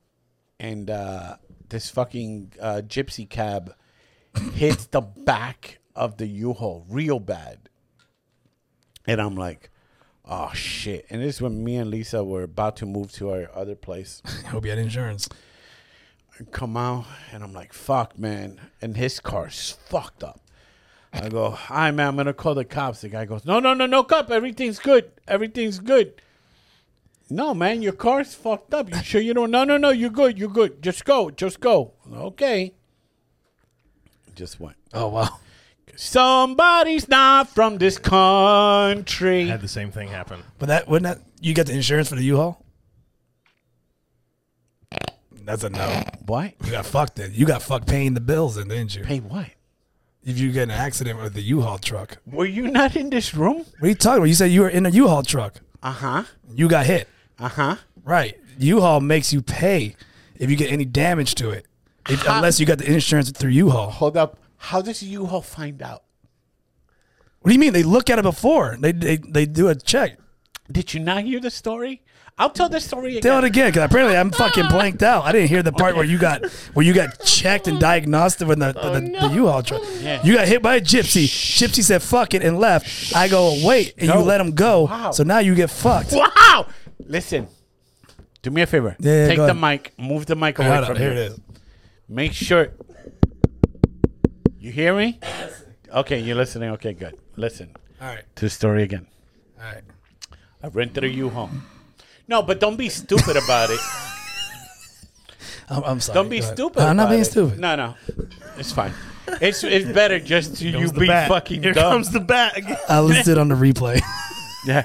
Speaker 1: and uh, this fucking uh, gypsy cab hits the back of the U-Haul real bad, and I'm like, oh shit! And this is when me and Lisa were about to move to our other place.
Speaker 2: I hope you had insurance.
Speaker 1: I come out, and I'm like, fuck, man! And his car's fucked up. I go, hi, man. I'm gonna call the cops. The guy goes, no, no, no, no, cop. Everything's good. Everything's good. No, man, your car's fucked up. You sure you don't? No, no, no. You're good. You're good. Just go. Just go. Okay. Just went.
Speaker 2: Oh wow.
Speaker 1: Somebody's not from this country.
Speaker 3: had the same thing happen."
Speaker 2: But that wouldn't that you got the insurance for the U-Haul? That's a no.
Speaker 1: What?
Speaker 2: You got fucked then. You got fucked paying the bills then, didn't you?
Speaker 1: Hey, what?
Speaker 2: If you get in an accident with the U-Haul truck.
Speaker 1: Were you not in this room?
Speaker 2: What are you talking about? You said you were in a U-Haul truck.
Speaker 1: Uh huh.
Speaker 2: You got hit.
Speaker 1: Uh huh.
Speaker 2: Right. U-Haul makes you pay if you get any damage to it. If, unless you got the insurance through U-Haul.
Speaker 1: Hold up. How does U-Haul find out?
Speaker 2: What do you mean? They look at it before. They they, they do a check.
Speaker 1: Did you not hear the story? I'll tell the story again.
Speaker 2: Tell it again, because apparently I'm fucking blanked out. I didn't hear the part where you got where you got checked and diagnosed with the, the, the U-Haul truck. You got hit by a gypsy. Gypsy said "fuck it" and left. I go wait, and
Speaker 1: No.
Speaker 2: you let him go.
Speaker 1: Wow.
Speaker 2: So now you get fucked.
Speaker 1: Wow! Listen, do me a favor.
Speaker 2: Yeah, yeah,
Speaker 1: Take
Speaker 2: go
Speaker 1: the
Speaker 2: ahead.
Speaker 1: mic, move the mic away
Speaker 2: Hold
Speaker 1: from
Speaker 2: up,
Speaker 1: here.
Speaker 2: here it is.
Speaker 1: Make sure. You hear me? Okay, you're listening. Okay, good. Listen
Speaker 2: All right,
Speaker 1: to the story again.
Speaker 2: all right.
Speaker 1: I rented a U home. No, but don't be stupid about it.
Speaker 2: I'm, I'm sorry.
Speaker 1: Don't be
Speaker 2: Go ahead.
Speaker 1: stupid.
Speaker 2: I'm not
Speaker 1: about
Speaker 2: being
Speaker 1: it.
Speaker 2: stupid.
Speaker 1: No, no, it's fine. It's it's better just to you
Speaker 3: Comes the
Speaker 1: be
Speaker 3: bat.
Speaker 1: fucking
Speaker 3: Here
Speaker 1: dumb.
Speaker 3: comes the bat. again.
Speaker 2: I listened on the replay.
Speaker 1: yeah.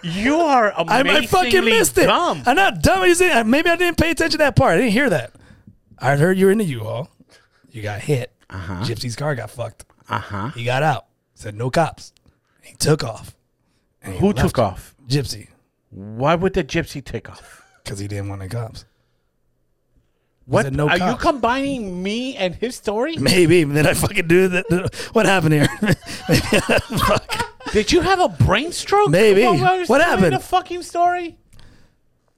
Speaker 1: You are
Speaker 2: I,
Speaker 1: amazingly
Speaker 2: I fucking missed it.
Speaker 1: dumb.
Speaker 2: I'm not dumb. I just didn't- Maybe I didn't pay attention to that part. I didn't hear that. I heard you were in the U-Haul. You got hit. Uh-huh. Gypsy's car got fucked.
Speaker 1: Uh huh.
Speaker 2: He got out. Said no cops. He took off.
Speaker 1: Who took off?
Speaker 2: Gypsy,
Speaker 1: Why would the gypsy take off?
Speaker 2: because he didn't want the cops.
Speaker 1: What
Speaker 2: said no
Speaker 1: are you
Speaker 2: cops.
Speaker 1: combining me and his story?
Speaker 2: Maybe. Then I fucking do that. What happened here? Maybe. Fuck.
Speaker 1: Did you have a brain stroke?
Speaker 2: Maybe.
Speaker 1: while I was
Speaker 2: What
Speaker 1: telling
Speaker 2: happened?
Speaker 1: The fucking story?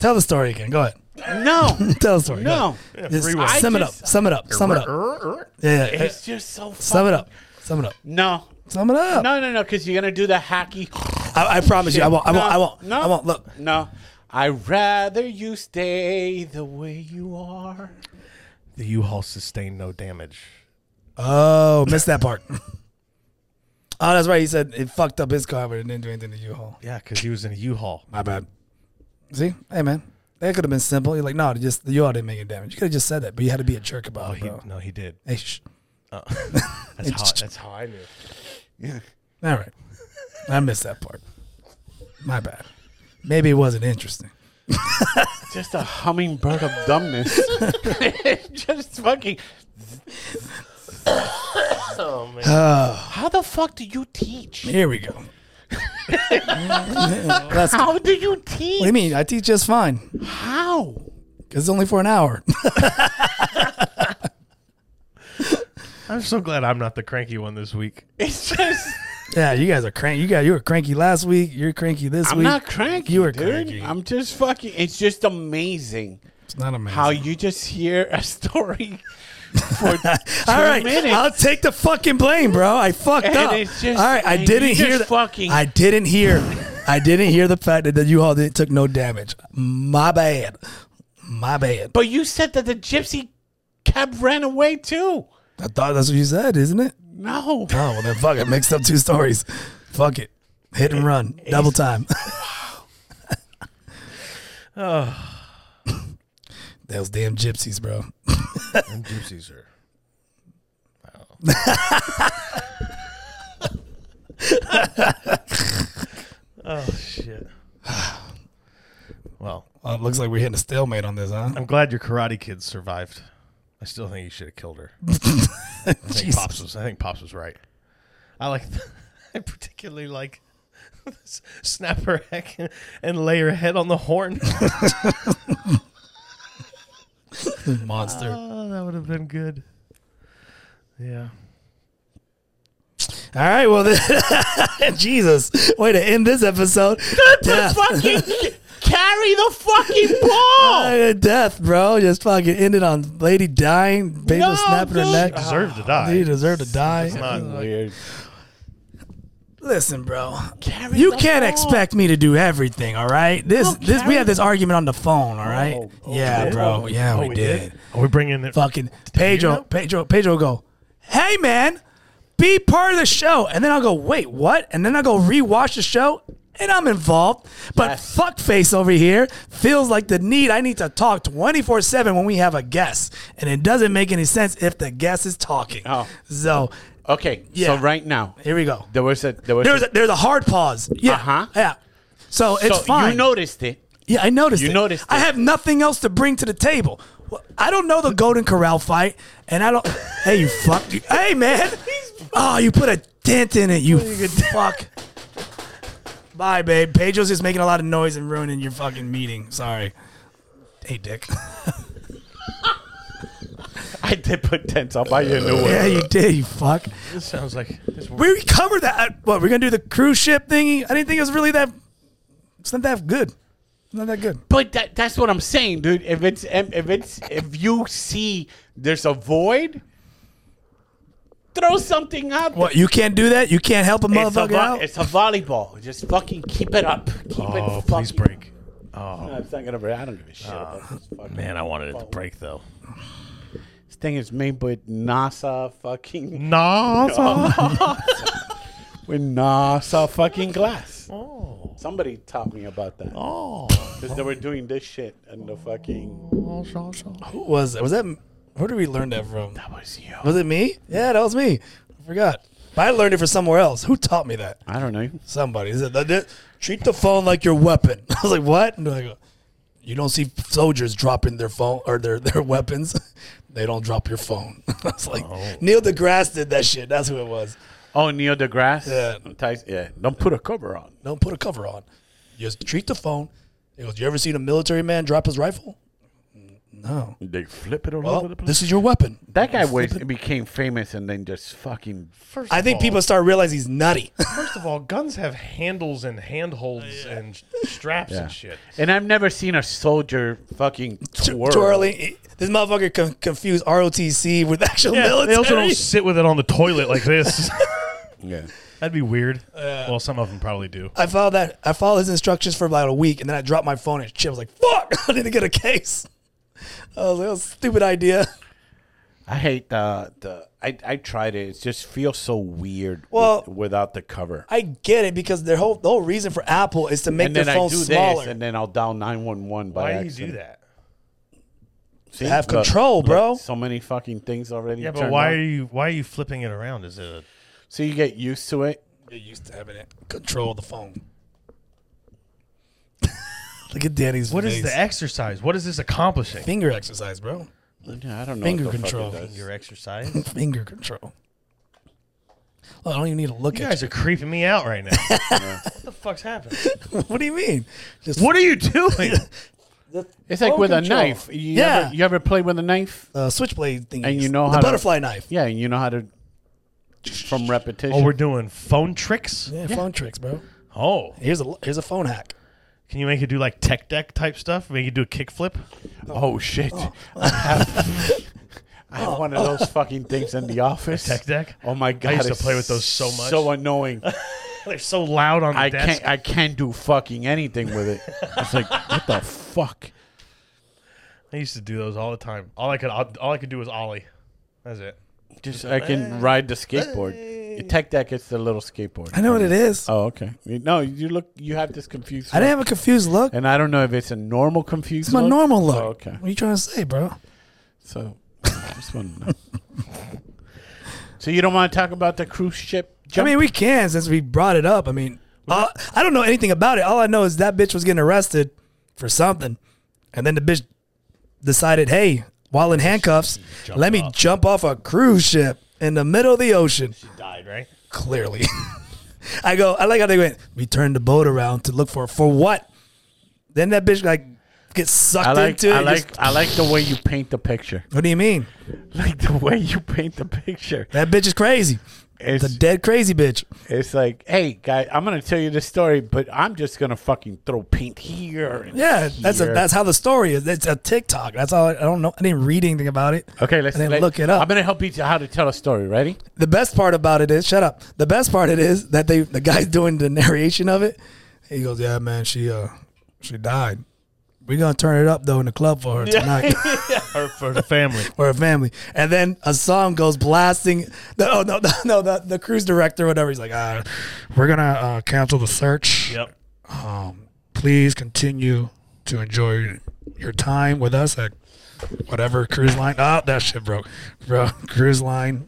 Speaker 2: Tell the story again. Go ahead.
Speaker 1: No,
Speaker 2: Tell the story.
Speaker 1: no.
Speaker 2: Go ahead. Just
Speaker 1: freeway. I
Speaker 2: sum it up.
Speaker 1: just-
Speaker 2: Sum it up. Sum it up. Yeah. yeah.
Speaker 1: It's just so. Fucking,
Speaker 2: Sum it up. Sum it up.
Speaker 1: No,
Speaker 2: Sum it up.
Speaker 1: no, no, no. Because you're gonna do the hacky.
Speaker 2: I, I promise you. I won't. I won't. I won't.
Speaker 1: No,
Speaker 2: I won't. Look.
Speaker 1: No, I rather you stay the way you are.
Speaker 3: The U-Haul sustained no damage.
Speaker 2: Oh, missed that part. oh, that's right. He said it fucked up his car, but it didn't do anything to U-Haul.
Speaker 3: Yeah, because he was in a U-Haul.
Speaker 2: My bad. See, hey man, that could have been simple. You're like, no, they just you all didn't make any damage. You could have just said that, but you had to be a jerk about
Speaker 3: Oh,
Speaker 2: it,
Speaker 3: he,
Speaker 2: bro.
Speaker 3: no, he did.
Speaker 2: Hey, shh.
Speaker 3: That's how. That's how I knew.
Speaker 2: All right, I missed that part. My bad. Maybe it wasn't interesting.
Speaker 1: Just a hummingbird of dumbness. just fucking.
Speaker 3: Oh man.
Speaker 1: How the fuck do you teach?
Speaker 2: Here we go. Let's go.
Speaker 1: How do you
Speaker 2: What do
Speaker 1: teach?
Speaker 2: you mean? I teach just fine.
Speaker 1: How?
Speaker 2: It's only for an hour.
Speaker 3: I'm so glad I'm not the cranky one this week.
Speaker 1: It's just.
Speaker 2: yeah, you guys are cranky. You got you were cranky last week. You're cranky this
Speaker 1: I'm
Speaker 2: week.
Speaker 1: not cranky.
Speaker 2: You were
Speaker 1: dude.
Speaker 2: cranky.
Speaker 1: I'm just fucking. It's just amazing
Speaker 2: it's not amazing.
Speaker 1: how you just hear a story for two
Speaker 2: All right,
Speaker 1: minutes.
Speaker 2: I'll take the fucking blame, bro. I fucked
Speaker 1: And
Speaker 2: up.
Speaker 1: it's just-
Speaker 2: All right, I
Speaker 1: and
Speaker 2: didn't
Speaker 1: you just
Speaker 2: hear. The,
Speaker 1: fucking-
Speaker 2: I didn't hear. I didn't hear the fact that the U-Haul didn't, took no damage. My bad. My bad.
Speaker 1: but you said that the gypsy cab ran away too.
Speaker 2: I thought that's what you said, isn't it?
Speaker 1: No.
Speaker 2: Oh well, then fuck it. Mixed up two stories. Fuck it. Hit and run, double time. Those damn gypsies, bro.
Speaker 3: And gypsies are. oh shit.
Speaker 2: Uh,
Speaker 3: Well,
Speaker 2: Well, it looks like we're hitting a stalemate on this, huh?
Speaker 3: I'm glad your Karate Kids survived. I still think he should have killed her. I think Pops was. I think Pops was right. I like. I particularly like. Snap her heck and, and lay her head on the horn.
Speaker 2: Monster.
Speaker 3: oh, that would have been good. Yeah.
Speaker 2: All right, well, then- Jesus, way to end this episode. Death.
Speaker 1: fucking carry the fucking ball.
Speaker 2: Uh, death, bro. Just fucking ended on lady dying, baby
Speaker 1: No,
Speaker 2: snapping her
Speaker 1: dude.
Speaker 2: neck.
Speaker 3: Deserved to die.
Speaker 2: Ah, He deserved to die.
Speaker 3: Not
Speaker 1: Weird.
Speaker 2: Listen, bro.
Speaker 1: Carry
Speaker 2: You
Speaker 1: the
Speaker 2: can't
Speaker 1: ball.
Speaker 2: expect me to do everything, all right? This this we had this argument on the phone, all right?
Speaker 1: Oh, oh,
Speaker 2: yeah,
Speaker 1: we
Speaker 2: bro.
Speaker 1: did?
Speaker 2: Yeah, we, did.
Speaker 3: Are oh, we bringing it?
Speaker 2: Fucking Pedro, Pedro, Pedro go, "Hey man, be part of the show." And then I'll go, "Wait, what?" And then I go rewatch the show and I'm involved. But
Speaker 1: Yes.
Speaker 2: fuckface over here feels like the need I need to talk 24/7 when we have a guest, and it doesn't make any sense if the guest is talking.
Speaker 1: Oh.
Speaker 2: So,
Speaker 1: Okay, so
Speaker 2: Yeah.
Speaker 1: right now
Speaker 2: here we go.
Speaker 1: there was a there was
Speaker 2: There's a, there's a hard pause. Yeah.
Speaker 1: Uh-huh.
Speaker 2: Yeah. So it's
Speaker 1: so
Speaker 2: fine.
Speaker 1: you noticed it.
Speaker 2: Yeah, I noticed.
Speaker 1: You
Speaker 2: it.
Speaker 1: noticed
Speaker 2: I
Speaker 1: it.
Speaker 2: have nothing else to bring to the table. Well, I don't know the Golden Corral fight, and I don't. hey, you fuck. Hey, man. Oh, you put a dent in it. You fuck. Bye, babe. Pedro's just making a lot of noise and ruining your fucking meeting. Sorry. Hey, dick.
Speaker 1: I did put tents up. I didn't know
Speaker 2: yeah,
Speaker 1: what.
Speaker 2: you did. You fuck.
Speaker 3: This sounds like this
Speaker 2: We recovered that. I- What? We're gonna do the cruise ship thingy? I didn't think it was really that. It's not that good. It's not that good.
Speaker 1: But that, that's what I'm saying, dude. If it's if it's if you see there's a void, throw something up.
Speaker 2: What? You can't do that. You can't help a
Speaker 1: It's a,
Speaker 2: motherfucker
Speaker 1: vo-
Speaker 2: out.
Speaker 1: it's a volleyball. Just fucking keep it up. Keep it
Speaker 3: Oh,
Speaker 1: fucking.
Speaker 3: please break.
Speaker 1: No, it's not gonna break. I don't give a shit about this. Fucking.
Speaker 3: Man, I wanted it to break though.
Speaker 1: This thing is made with NASA fucking
Speaker 3: No.
Speaker 1: with NASA fucking glass. Somebody taught me about that.
Speaker 3: Oh.
Speaker 1: Because they were doing this shit and the fucking.
Speaker 2: Who was that? Was that? Where did we learn that from?
Speaker 1: That was you.
Speaker 2: Was it me? Yeah, that was me. I forgot. But I learned it from somewhere else. Who taught me that?
Speaker 1: I don't know.
Speaker 2: Somebody. He said, "That- that- Treat the phone like your weapon. I was like, what? And they're like, you don't see soldiers dropping their phone or their, their weapons. They don't drop your phone. I was like, Neil deGrasse did that shit. That's who it was.
Speaker 1: Oh, Neil deGrasse.
Speaker 2: Yeah.
Speaker 1: Tyson- yeah. Don't put a cover on.
Speaker 2: Don't put a cover on. Just treat the phone. He goes, you ever seen a military man drop his rifle? No.
Speaker 1: They flip it all over
Speaker 2: Well,
Speaker 1: the place.
Speaker 2: this is your weapon.
Speaker 1: that guy was, became famous and then just fucking.
Speaker 3: First
Speaker 2: I
Speaker 3: of
Speaker 2: think
Speaker 3: all-
Speaker 2: people start realizing he's nutty.
Speaker 3: First of all, guns have handles and handholds and sh- straps
Speaker 1: Yeah.
Speaker 3: and shit.
Speaker 1: And I've never seen a soldier fucking
Speaker 2: Tw-
Speaker 1: twirl.
Speaker 2: twirling. This motherfucker con- confused ROTC with actual military.
Speaker 3: They also don't sit with it on the toilet like this.
Speaker 1: Yeah.
Speaker 3: That'd be weird. well, some of them probably do.
Speaker 2: I followed that. I followed his instructions for about a week, and then I dropped my phone and shit. I was like, "Fuck! I need to get a case." I was like, "That was a "Stupid idea."
Speaker 1: I hate the the. I, I tried it. It just feels so weird.
Speaker 2: Well-
Speaker 1: with- without the cover.
Speaker 2: I get it because their whole the whole reason for Apple is to make
Speaker 1: and
Speaker 2: their
Speaker 1: then I do
Speaker 2: phones smaller.
Speaker 1: this, and then I'll dial nine one one.
Speaker 3: Why do you do that?
Speaker 1: See,
Speaker 2: Have control, bro.
Speaker 1: So many fucking things already.
Speaker 3: Yeah, but
Speaker 1: turned
Speaker 3: why
Speaker 1: on.
Speaker 3: are you why are you flipping it around? Is it a,
Speaker 1: So you get used to it.
Speaker 2: Get used to having it control the phone. Look at Danny's
Speaker 3: what is
Speaker 2: face.
Speaker 3: the exercise? What is this accomplishing?
Speaker 2: finger exercise, bro?
Speaker 1: Yeah, I don't know.
Speaker 2: Finger
Speaker 1: what the fuck it
Speaker 2: control.
Speaker 1: does.
Speaker 3: Your exercise.
Speaker 2: Finger control. Oh, I don't even need to look
Speaker 3: You
Speaker 2: at
Speaker 3: guys are creeping me out right now. What the fuck's happening?
Speaker 2: you. What do you mean? Just
Speaker 3: What are you doing?
Speaker 1: It's like
Speaker 2: Phone
Speaker 1: with
Speaker 2: control.
Speaker 1: a knife. You
Speaker 2: Yeah.
Speaker 1: Ever, you ever play with a knife?
Speaker 2: uh, switchblade thing.
Speaker 1: And you know
Speaker 2: the
Speaker 1: how to-
Speaker 2: butterfly knife.
Speaker 1: Yeah, and you know how to from repetition.
Speaker 3: oh, we're doing phone tricks.
Speaker 2: Yeah, phone tricks, bro.
Speaker 3: Oh,
Speaker 2: Here's a here's a phone hack.
Speaker 3: can you make it do like tech deck type stuff? Make it do a kickflip?
Speaker 1: Oh, shit! I have, I have one of those fucking things in the office.
Speaker 3: Tech deck?
Speaker 1: Oh my god!
Speaker 3: used to
Speaker 1: it's
Speaker 3: play with those so much.
Speaker 1: So annoying.
Speaker 3: They're so loud on the
Speaker 1: I
Speaker 3: desk.
Speaker 1: can't. I can't do fucking anything with it. It's like what the fuck.
Speaker 3: I used to do those all the time. All I could all I could do was ollie. That's it.
Speaker 1: Just I can ride the skateboard. Your tech deck is the little skateboard.
Speaker 2: I know what it is.
Speaker 1: Oh, okay. You- No, you look. You have this confused.
Speaker 2: I didn't
Speaker 1: look.
Speaker 2: have a confused look.
Speaker 1: and I don't know if it's a normal confused.
Speaker 2: It's my normal look.
Speaker 1: Oh, okay.
Speaker 2: What are you trying to say, bro?
Speaker 1: So, I just wanted to know. so you don't want to talk about the cruise ship?
Speaker 2: I mean, we can since we brought it up. I mean, uh, I don't know anything about it. All I know is that bitch was getting arrested for something, and then the bitch decided, "Hey, while in handcuffs, let me jump off a cruise ship in the middle of the ocean.
Speaker 3: Died, right?
Speaker 2: Clearly. I go, I like how they went, we turned the boat around to look for for what? Then that bitch like gets sucked
Speaker 1: I like
Speaker 2: into it.
Speaker 1: I
Speaker 2: and
Speaker 1: like
Speaker 2: just-
Speaker 1: I like the way you paint the picture.
Speaker 2: what do you mean?
Speaker 1: Like the way you paint the picture.
Speaker 2: That bitch is crazy.
Speaker 1: It's
Speaker 2: The dead crazy bitch.
Speaker 1: it's like, hey guy, I'm gonna tell you this story, but I'm just gonna fucking throw paint here. and
Speaker 2: Yeah, that's a,
Speaker 1: here.
Speaker 2: that's how the story is. It's a TikTok. That's all. I don't know. I didn't read anything about it.
Speaker 1: okay. Let's
Speaker 2: I didn't
Speaker 1: let-
Speaker 2: look it up.
Speaker 1: I'm gonna help you to how to tell a story. Ready?
Speaker 2: the best part about it is shut up. The best part it is that they the guy's doing the narration of it. He goes, "Yeah, man, she uh she died. We're gonna turn it up though in the club for her tonight
Speaker 3: Her for the family.
Speaker 2: for her family." And then a song goes blasting. The, oh no, no, no, the, the cruise director, whatever. He's like, uh, "We're gonna uh, cancel the search.
Speaker 3: Yep.
Speaker 2: Please continue to enjoy your time with us at whatever cruise line." Oh, that shit broke, bro. Cruise line.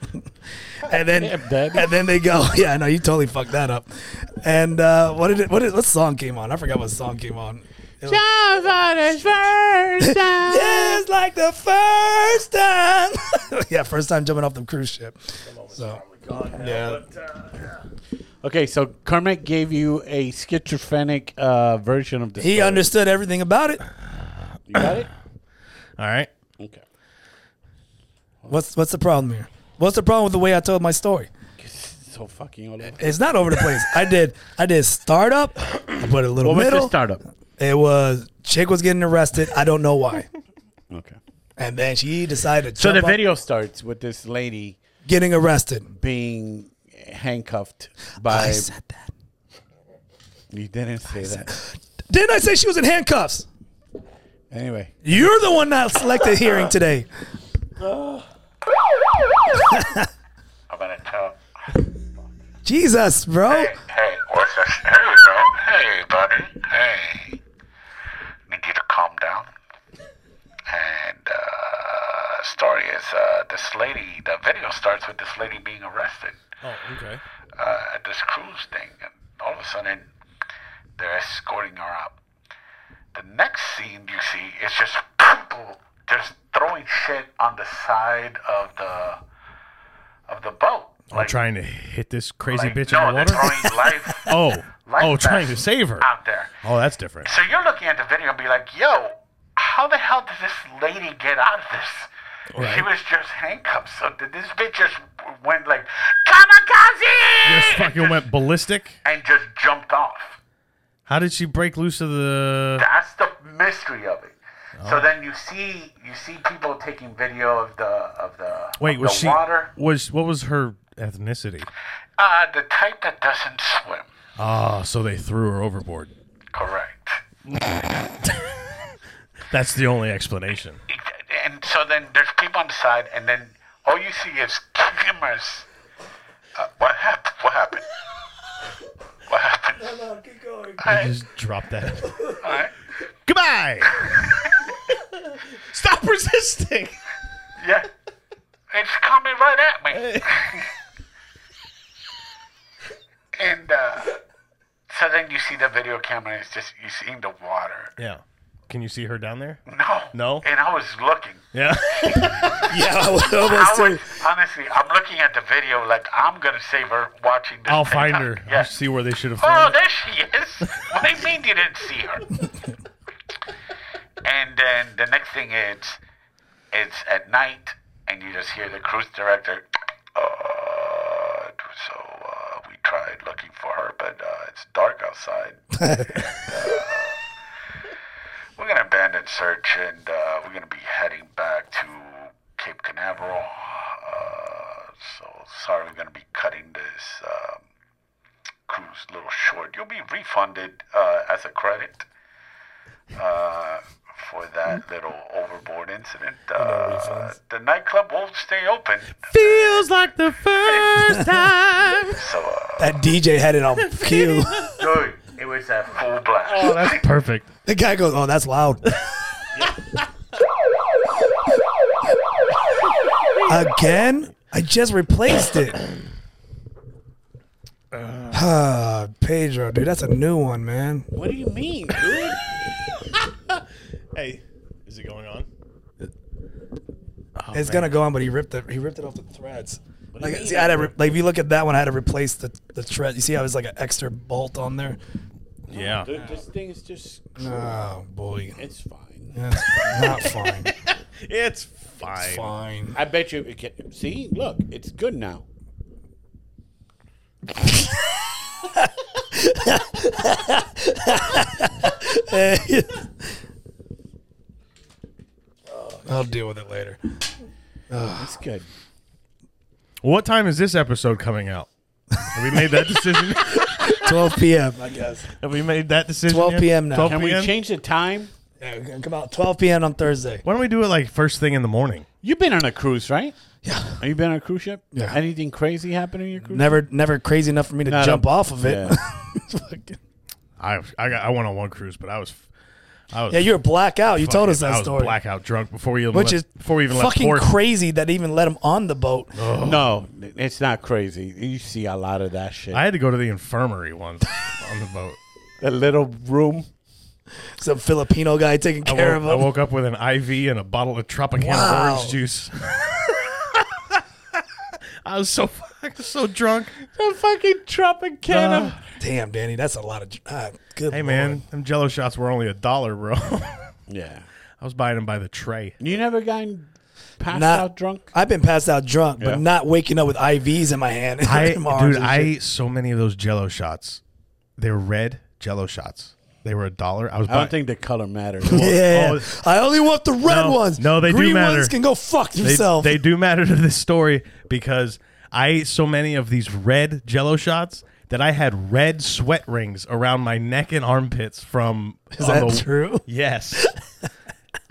Speaker 2: and then
Speaker 1: Damn, Daddy.
Speaker 2: and then they go, yeah, no, you totally fucked that up. And uh, what did it, what did, what song came on? I forgot what song came on. It was,
Speaker 1: Somebody's first time.
Speaker 2: Just like the first time. yeah, first time jumping off the cruise ship. So yeah,
Speaker 1: Okay, so Carmack gave you a schizophrenic uh, version of the.
Speaker 2: he
Speaker 1: story.
Speaker 2: understood everything about it.
Speaker 1: You got it.
Speaker 3: All right.
Speaker 1: Okay.
Speaker 2: What's what's the problem here? What's the problem with the way I told my story?
Speaker 1: So fucking all over.
Speaker 2: It's not over the place. I did I did startup. I put a little
Speaker 1: What was the
Speaker 2: middle.
Speaker 1: startup?
Speaker 2: It was chick was getting arrested. I don't know why.
Speaker 1: Okay.
Speaker 2: And then she decided to
Speaker 1: So the
Speaker 2: jump off-
Speaker 1: video starts with this lady
Speaker 2: getting arrested.
Speaker 1: being handcuffed by.
Speaker 2: I said that.
Speaker 1: you didn't say that.
Speaker 2: Didn't I say she was in handcuffs?
Speaker 1: Anyway,
Speaker 2: You're the one that selected hearing today.
Speaker 4: How about I tell?
Speaker 2: Jesus, bro.
Speaker 4: Hey, hey, what's this? Hey, bro. Hey, buddy. Hey. Need you to calm down. And uh, story is uh, this lady. The video starts with this lady being arrested.
Speaker 3: Oh, okay.
Speaker 4: uh, at this cruise thing, and all of a sudden they're escorting her out. The next scene you see is just people just throwing shit on the side of the of the boat.
Speaker 3: I'm trying to hit this crazy
Speaker 4: like,
Speaker 3: bitch
Speaker 4: no,
Speaker 3: in the
Speaker 4: they're
Speaker 3: water.
Speaker 4: throwing life,
Speaker 3: Oh,
Speaker 4: life
Speaker 3: oh, trying to
Speaker 4: vests
Speaker 3: save her.
Speaker 4: out there.
Speaker 3: Oh, that's different.
Speaker 4: So you're looking at the video and be like, yo, how the hell did this lady get out of this? She
Speaker 3: Right.
Speaker 4: was just handcuffed. So did this bitch just went like kamikaze?
Speaker 3: Just
Speaker 4: and
Speaker 3: fucking
Speaker 4: just-
Speaker 3: went ballistic.
Speaker 4: and just jumped off.
Speaker 3: How did she break loose of the?
Speaker 4: That's the mystery of it.
Speaker 3: Oh.
Speaker 4: So then you see you see people taking video of the of the
Speaker 3: Wait,
Speaker 4: of
Speaker 3: was
Speaker 4: the
Speaker 3: she?
Speaker 4: water.
Speaker 3: Was what was her ethnicity?
Speaker 4: Uh, the type that doesn't swim.
Speaker 3: Ah, so they threw her overboard.
Speaker 4: Correct.
Speaker 3: That's the only explanation.
Speaker 4: And so then there's people on the side, and then all you see is cameras. Uh, what happened? What happened? What happened?
Speaker 3: I just dropped that.
Speaker 4: All right.
Speaker 3: Goodbye. Stop resisting.
Speaker 4: Yeah. It's coming right at me. and uh, so then you see the video camera, and it's just you seeing the water.
Speaker 3: Yeah. Can you see her down there?
Speaker 4: No.
Speaker 3: No?
Speaker 4: And I was looking.
Speaker 3: Yeah.
Speaker 2: Yeah, I was
Speaker 4: I
Speaker 2: almost too.
Speaker 4: was, honestly, I'm looking at the video like I'm going to save her watching this.
Speaker 3: I'll find her.
Speaker 4: TikTok.
Speaker 3: I'll
Speaker 4: Yeah.
Speaker 3: see where they should have
Speaker 4: Oh,
Speaker 3: thrown. it.
Speaker 4: there she is. What do you mean you didn't see her? and then the next thing is, it's at night, and you just hear the cruise director. Uh, so uh, we tried looking for her, but uh, it's dark outside. And, uh, we're gonna abandon search, and uh, we're gonna be heading back to Cape Canaveral. Uh, so sorry, we're gonna be cutting this. Um, cruise a little short. You'll be refunded uh, as a credit uh, for that
Speaker 3: Hmm.
Speaker 4: little overboard incident. Uh, the nightclub won't stay open,
Speaker 3: Feels like the first time.
Speaker 4: so uh,
Speaker 2: That DJ had it on cue.
Speaker 4: dude, it was a full blast.
Speaker 3: Oh, that's perfect.
Speaker 2: The guy goes, "Oh, that's loud." Again, I just replaced it. Ah, Pedro, dude, that's a new one, man.
Speaker 1: what do you mean, dude?
Speaker 3: Hey, is it going on? Oh,
Speaker 2: it's gonna go on, but he ripped it. He ripped it off the threads. Like, see, I had to re- like if you look at that one, I had to replace the the thread. You see how there's like an extra bolt on there?
Speaker 3: Yeah.
Speaker 1: Th- This thing is just.
Speaker 2: Oh boy,
Speaker 1: It's fine.
Speaker 2: that's not fine.
Speaker 3: It's fine.
Speaker 2: Fine.
Speaker 1: I bet you. It can, see, look, it's good now.
Speaker 2: I'll deal with it later.
Speaker 1: It's good.
Speaker 3: What time is this episode coming out? Have we made that decision?
Speaker 2: 12 p.m. I guess.
Speaker 3: Have we made that decision?
Speaker 2: 12
Speaker 3: yet?
Speaker 2: p.m. now.
Speaker 3: 12
Speaker 1: Can we
Speaker 3: p.m.?
Speaker 1: change the time?
Speaker 2: Yeah, we're gonna come out 12 p.m. on Thursday.
Speaker 3: Why don't we do it like first thing in the morning?
Speaker 1: You've been on a cruise, right?
Speaker 2: Yeah.
Speaker 1: Have you been on a cruise ship?
Speaker 2: Yeah.
Speaker 1: Anything crazy happened on your cruise?
Speaker 2: Never, never crazy enough for me to
Speaker 1: Not
Speaker 2: jump
Speaker 1: a-
Speaker 2: off of it. Yeah,
Speaker 3: I I, got, I went on one cruise, but I was I was
Speaker 2: you were blackout. You told us
Speaker 3: fucking-
Speaker 2: that
Speaker 3: I was
Speaker 2: story,
Speaker 3: blackout drunk before we even
Speaker 2: which
Speaker 3: left,
Speaker 2: is
Speaker 3: before we even left
Speaker 2: fucking
Speaker 3: port. Oh.
Speaker 2: crazy that they even let him on the boat.
Speaker 1: No, it's not crazy. You see a lot of that shit.
Speaker 3: I had to go to the infirmary once on the boat.
Speaker 1: a little room.
Speaker 2: Some Filipino guy taking
Speaker 3: I
Speaker 2: care
Speaker 3: woke,
Speaker 2: of
Speaker 3: I
Speaker 2: him.
Speaker 3: woke up with an IV and a bottle of Tropicana
Speaker 2: Wow.
Speaker 3: orange juice. I was so fucking so drunk.
Speaker 1: The fucking Tropicana.
Speaker 3: Uh,
Speaker 2: Damn, Danny, that's a lot of. ah, good.
Speaker 3: hey
Speaker 2: lord.
Speaker 3: man, them Jello shots were only a dollar, bro. I
Speaker 1: yeah.
Speaker 3: was buying them by the tray.
Speaker 1: You never gotten passed
Speaker 2: Not-
Speaker 1: out drunk?
Speaker 2: I've been passed out drunk,
Speaker 1: Yeah.
Speaker 2: but not waking up with IVs in my hand.
Speaker 3: I
Speaker 2: My arms
Speaker 3: dude,
Speaker 2: and
Speaker 3: I
Speaker 2: shit.
Speaker 3: ate so many of those Jello shots. They were red Jello shots. They were a dollar. I was.
Speaker 1: I don't
Speaker 3: buy-
Speaker 1: think the color matters.
Speaker 2: Yeah,
Speaker 3: oh,
Speaker 2: I only want the red
Speaker 3: No,
Speaker 2: ones.
Speaker 3: no, they do
Speaker 2: Green
Speaker 3: matter.
Speaker 2: ones can go fuck
Speaker 3: they,
Speaker 2: yourself.
Speaker 3: they do matter to this story because I ate so many of these red Jello shots that I had red sweat rings around my neck and armpits from.
Speaker 2: Is
Speaker 3: on
Speaker 2: that
Speaker 3: the-
Speaker 2: true?
Speaker 3: Yes.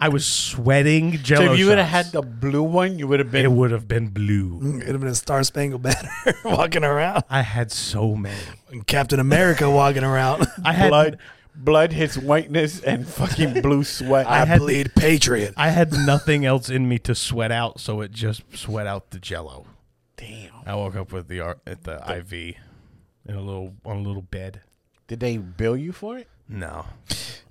Speaker 3: I was sweating Jello.
Speaker 1: So if you would have
Speaker 3: shots.
Speaker 1: had the blue one, you would have
Speaker 3: it
Speaker 1: been.
Speaker 3: would have been blue.
Speaker 2: It would have been a Star Spangled Banner walking around,
Speaker 3: I had so many.
Speaker 2: and Captain America walking around.
Speaker 3: I had
Speaker 1: blood, blood, his whiteness, and fucking blue sweat. Ah,
Speaker 2: I,
Speaker 3: had-
Speaker 2: bleed Patriot.
Speaker 3: I had nothing else in me to sweat out, so it just sweat out the Jello.
Speaker 1: Damn.
Speaker 3: I woke up with the R- at the IV in a little on a little bed.
Speaker 1: Did they bill you for it?
Speaker 3: No,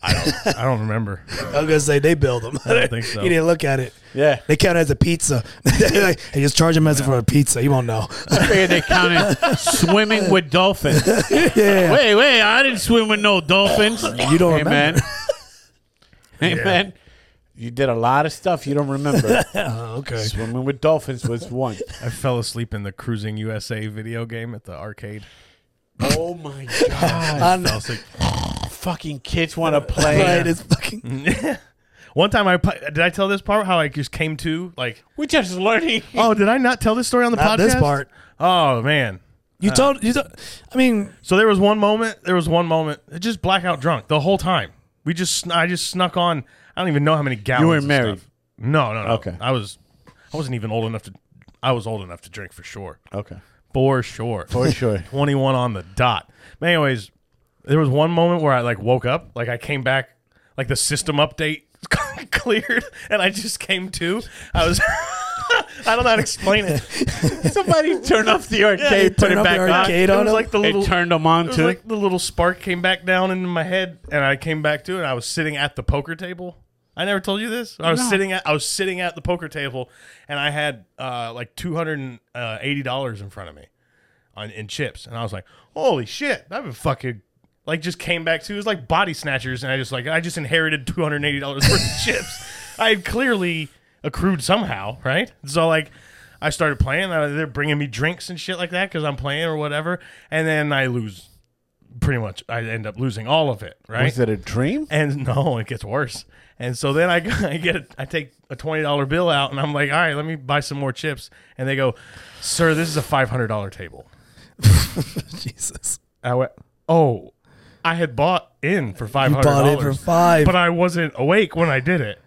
Speaker 3: I don't. I don't remember.
Speaker 2: I was gonna say they build them. I
Speaker 3: don't think so.
Speaker 2: you didn't look at it.
Speaker 1: Yeah.
Speaker 2: They count it as a pizza. They're like, hey, just charge him as for a pizza. You won't know.
Speaker 1: I figured they counted swimming with dolphins.
Speaker 2: yeah.
Speaker 1: Wait, wait, I didn't swim with no dolphins.
Speaker 2: You don't
Speaker 1: hey, man.
Speaker 2: remember.
Speaker 1: hey, man. You did a lot of stuff you don't remember.
Speaker 2: Oh, okay.
Speaker 1: Swimming with dolphins was one.
Speaker 3: I fell asleep in the Cruising USA video game at the arcade.
Speaker 1: Oh my god!
Speaker 2: On
Speaker 3: Fell asleep.
Speaker 1: Fucking kids want to
Speaker 2: right,
Speaker 1: play.
Speaker 2: it's fucking.
Speaker 3: One time I pla- did I tell this part how I just came to like
Speaker 1: We're just learning.
Speaker 3: oh did I not tell this story on the
Speaker 2: Not
Speaker 3: podcast
Speaker 2: this part.
Speaker 3: oh man
Speaker 2: You told you. Told, I mean,
Speaker 3: so there was one moment there was one moment just blackout drunk the whole time we just sn- I just snuck on I don't even know how many gallons
Speaker 1: were
Speaker 3: of
Speaker 1: married?
Speaker 3: stuff. no no no
Speaker 1: Okay.
Speaker 3: I was I wasn't even old enough to I was old enough to drink for sure
Speaker 1: Okay,
Speaker 3: for sure
Speaker 1: for sure.
Speaker 3: 21 on the dot. But anyways, there was one moment where I like woke up, like I came back, like the system update cleared, and I just came to. I was, I don't know how to explain it.
Speaker 1: Somebody turn off the arcade,
Speaker 2: turn
Speaker 1: put it
Speaker 2: off
Speaker 1: back
Speaker 2: the
Speaker 1: on.
Speaker 2: arcade
Speaker 3: It
Speaker 2: on
Speaker 3: was
Speaker 2: him.
Speaker 3: like the
Speaker 1: It
Speaker 3: little,
Speaker 1: turned them on
Speaker 3: it was
Speaker 1: too.
Speaker 3: like the little spark came back down into my head, and I came back to, and I was sitting at the poker table. I never told you this. I was sitting at I was sitting at the poker table, and I had uh, like two hundred and uh, eighty dollars in front of me. on in chips, and I was like, "Holy shit!" I've been fucking like just came back to it was like body snatchers, and I just like I just inherited two hundred eighty dollars worth of chips. I had clearly accrued somehow, right? So like. I started playing. uh, They're bringing me drinks and shit like that because I'm playing or whatever, and then I lose. Pretty much, I end up losing all of it. Right?
Speaker 1: Was it a dream?
Speaker 3: And no, it gets worse. And so then I, I get a, I take a twenty dollar bill out, and I'm like, all right, let me buy some more chips. And they go, sir, this is a five hundred dollar table.
Speaker 2: Jesus.
Speaker 3: I went, oh, I had bought in for five hundred
Speaker 2: Bought it
Speaker 3: dollars
Speaker 2: for five.
Speaker 3: but I wasn't awake when I did it.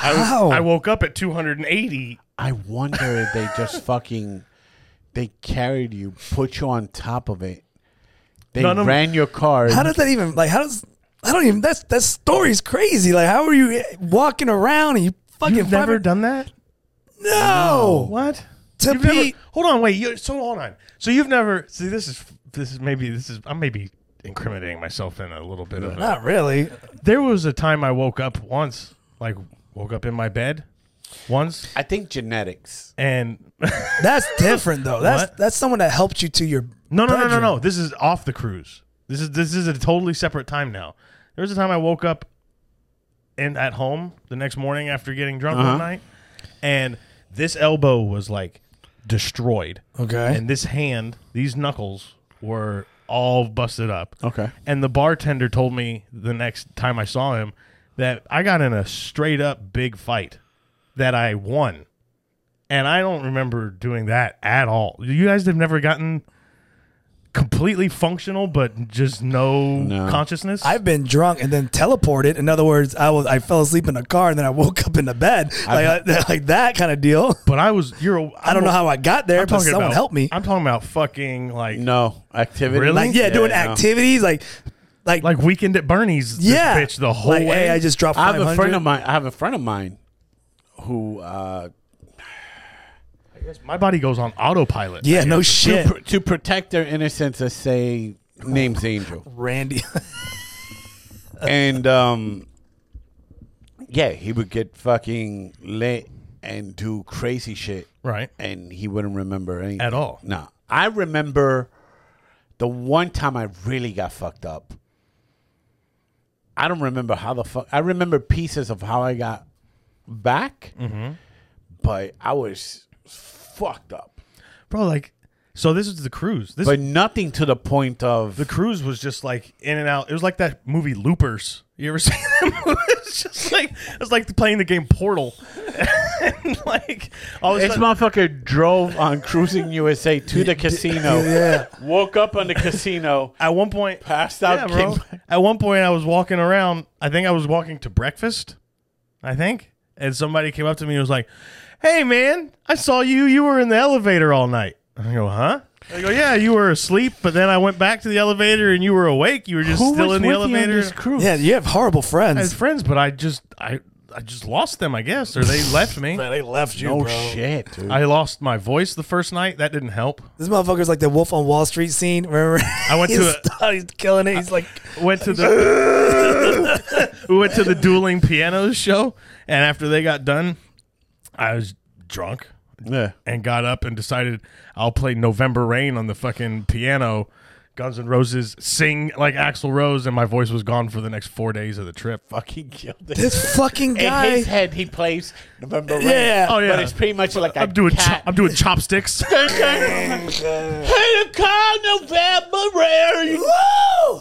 Speaker 3: I, was-
Speaker 2: How?
Speaker 3: I woke up at two hundred and eighty.
Speaker 1: I wonder if they just fucking they carried you, put you on top of it. They
Speaker 3: None of-
Speaker 1: ran your car.
Speaker 2: How does that even like? How does I don't even? That's that story's crazy. Like, how are you walking around and you fucking five-
Speaker 3: done that.
Speaker 2: no?
Speaker 3: What?
Speaker 2: To
Speaker 3: You've never,
Speaker 2: be-
Speaker 3: hold on, wait. You, so hold on. So you've never. See, this is this is maybe this is I'm maybe incriminating myself in a little bit of. A,
Speaker 2: Not really.
Speaker 3: there was a time I woke up once, like woke up in my bed, once
Speaker 1: I think genetics.
Speaker 3: and
Speaker 2: That's different though. That's
Speaker 3: What?
Speaker 2: that's someone that helped you to your
Speaker 3: No, no, no, no,
Speaker 2: bedroom.
Speaker 3: no. This is off the cruise. This is this is a totally separate time now. There was a time I woke up and at home the next morning after getting drunk
Speaker 2: Uh-huh.
Speaker 3: one night, and this elbow was like destroyed,
Speaker 2: Okay.
Speaker 3: and this hand, these knuckles were all busted up.
Speaker 1: Okay.
Speaker 3: And the bartender told me the next time I saw him that I got in a straight up big fight that I won. And I don't remember doing that at all. You guys have never gotten completely functional but just no,
Speaker 1: No.
Speaker 3: consciousness?
Speaker 2: I've been drunk and then teleported. In other words, I was I fell asleep in a car and then I woke up in the bed, like like that kind of deal.
Speaker 3: but I was you're a,
Speaker 2: I don't know how I got there,
Speaker 3: I'm
Speaker 2: but
Speaker 3: talking
Speaker 2: someone
Speaker 3: about-
Speaker 2: helped me.
Speaker 3: I'm talking about fucking like
Speaker 1: No activity.
Speaker 3: Really?
Speaker 2: like yeah, doing
Speaker 1: no.
Speaker 2: activities like like,
Speaker 3: like weekend at Bernie's this
Speaker 2: yeah,
Speaker 3: bitch the whole
Speaker 2: like,
Speaker 3: way.
Speaker 2: Hey, I just dropped.
Speaker 1: I have a
Speaker 2: 500.
Speaker 1: friend of mine. I have a friend of mine who uh,
Speaker 3: my body goes on autopilot.
Speaker 2: Yeah, no
Speaker 1: to,
Speaker 2: shit,
Speaker 1: pr- to protect their innocence, I say names Angel.
Speaker 2: Randy.
Speaker 1: and um, yeah, he would get fucking lit and do crazy shit,
Speaker 3: Right.
Speaker 1: and he wouldn't remember anything
Speaker 3: At all.
Speaker 1: No, I remember the one time I really got fucked up. I don't remember how the fuck. I remember pieces of how I got back, but I was fucked up.
Speaker 3: Bro, like so this is the cruise. This
Speaker 1: But nothing to the point of
Speaker 3: The cruise was just like in and out. It was like that movie Loopers. You ever seen that movie? It's just like it's like playing the game Portal. and like all of a
Speaker 1: This
Speaker 3: sudden,
Speaker 1: motherfucker drove on Cruising USA to the casino.
Speaker 2: yeah.
Speaker 1: Woke up on the casino.
Speaker 3: at one point
Speaker 1: Passed out,
Speaker 3: Yeah, bro.
Speaker 1: came back.
Speaker 3: At one point, I was walking around. I think I was walking to breakfast. I think, and somebody came up to me and was like, "Hey, man, I saw you. You were in the elevator all night." And I go, "Huh?" I go, "Yeah, you were asleep, but then I went back to the elevator and you were awake. You were just
Speaker 1: Who
Speaker 3: still
Speaker 1: was
Speaker 3: in the
Speaker 1: with you on
Speaker 3: elevator."
Speaker 1: this cruise?
Speaker 2: yeah, you have horrible
Speaker 3: as
Speaker 2: friends.
Speaker 3: friends, but I just I I just lost them, I guess, or they left me.
Speaker 2: Man, they left you,
Speaker 1: No
Speaker 2: bro.
Speaker 1: shit, dude.
Speaker 3: I lost my voice the first night. That didn't help.
Speaker 2: This motherfucker's like the Wolf on Wall Street scene. Remember?
Speaker 3: I went to
Speaker 2: he's,
Speaker 3: a-
Speaker 2: he's killing it. He's like,
Speaker 3: Went to the we went to the dueling pianos show, and after they got done, I was drunk
Speaker 1: yeah.
Speaker 3: and got up and decided I'll play November Rain on the fucking piano. Guns N' Roses sing like Axl Rose, and my voice was gone for the next four days of the trip.
Speaker 1: Fucking killed it.
Speaker 2: this fucking guy.
Speaker 1: In his head, he plays November Rain.
Speaker 2: Yeah.
Speaker 3: Oh, yeah.
Speaker 1: But it's pretty much like a
Speaker 3: I'm doing chop
Speaker 1: cat.
Speaker 3: I'm doing chopsticks.
Speaker 1: Hey, to call November Rain.
Speaker 2: Woo!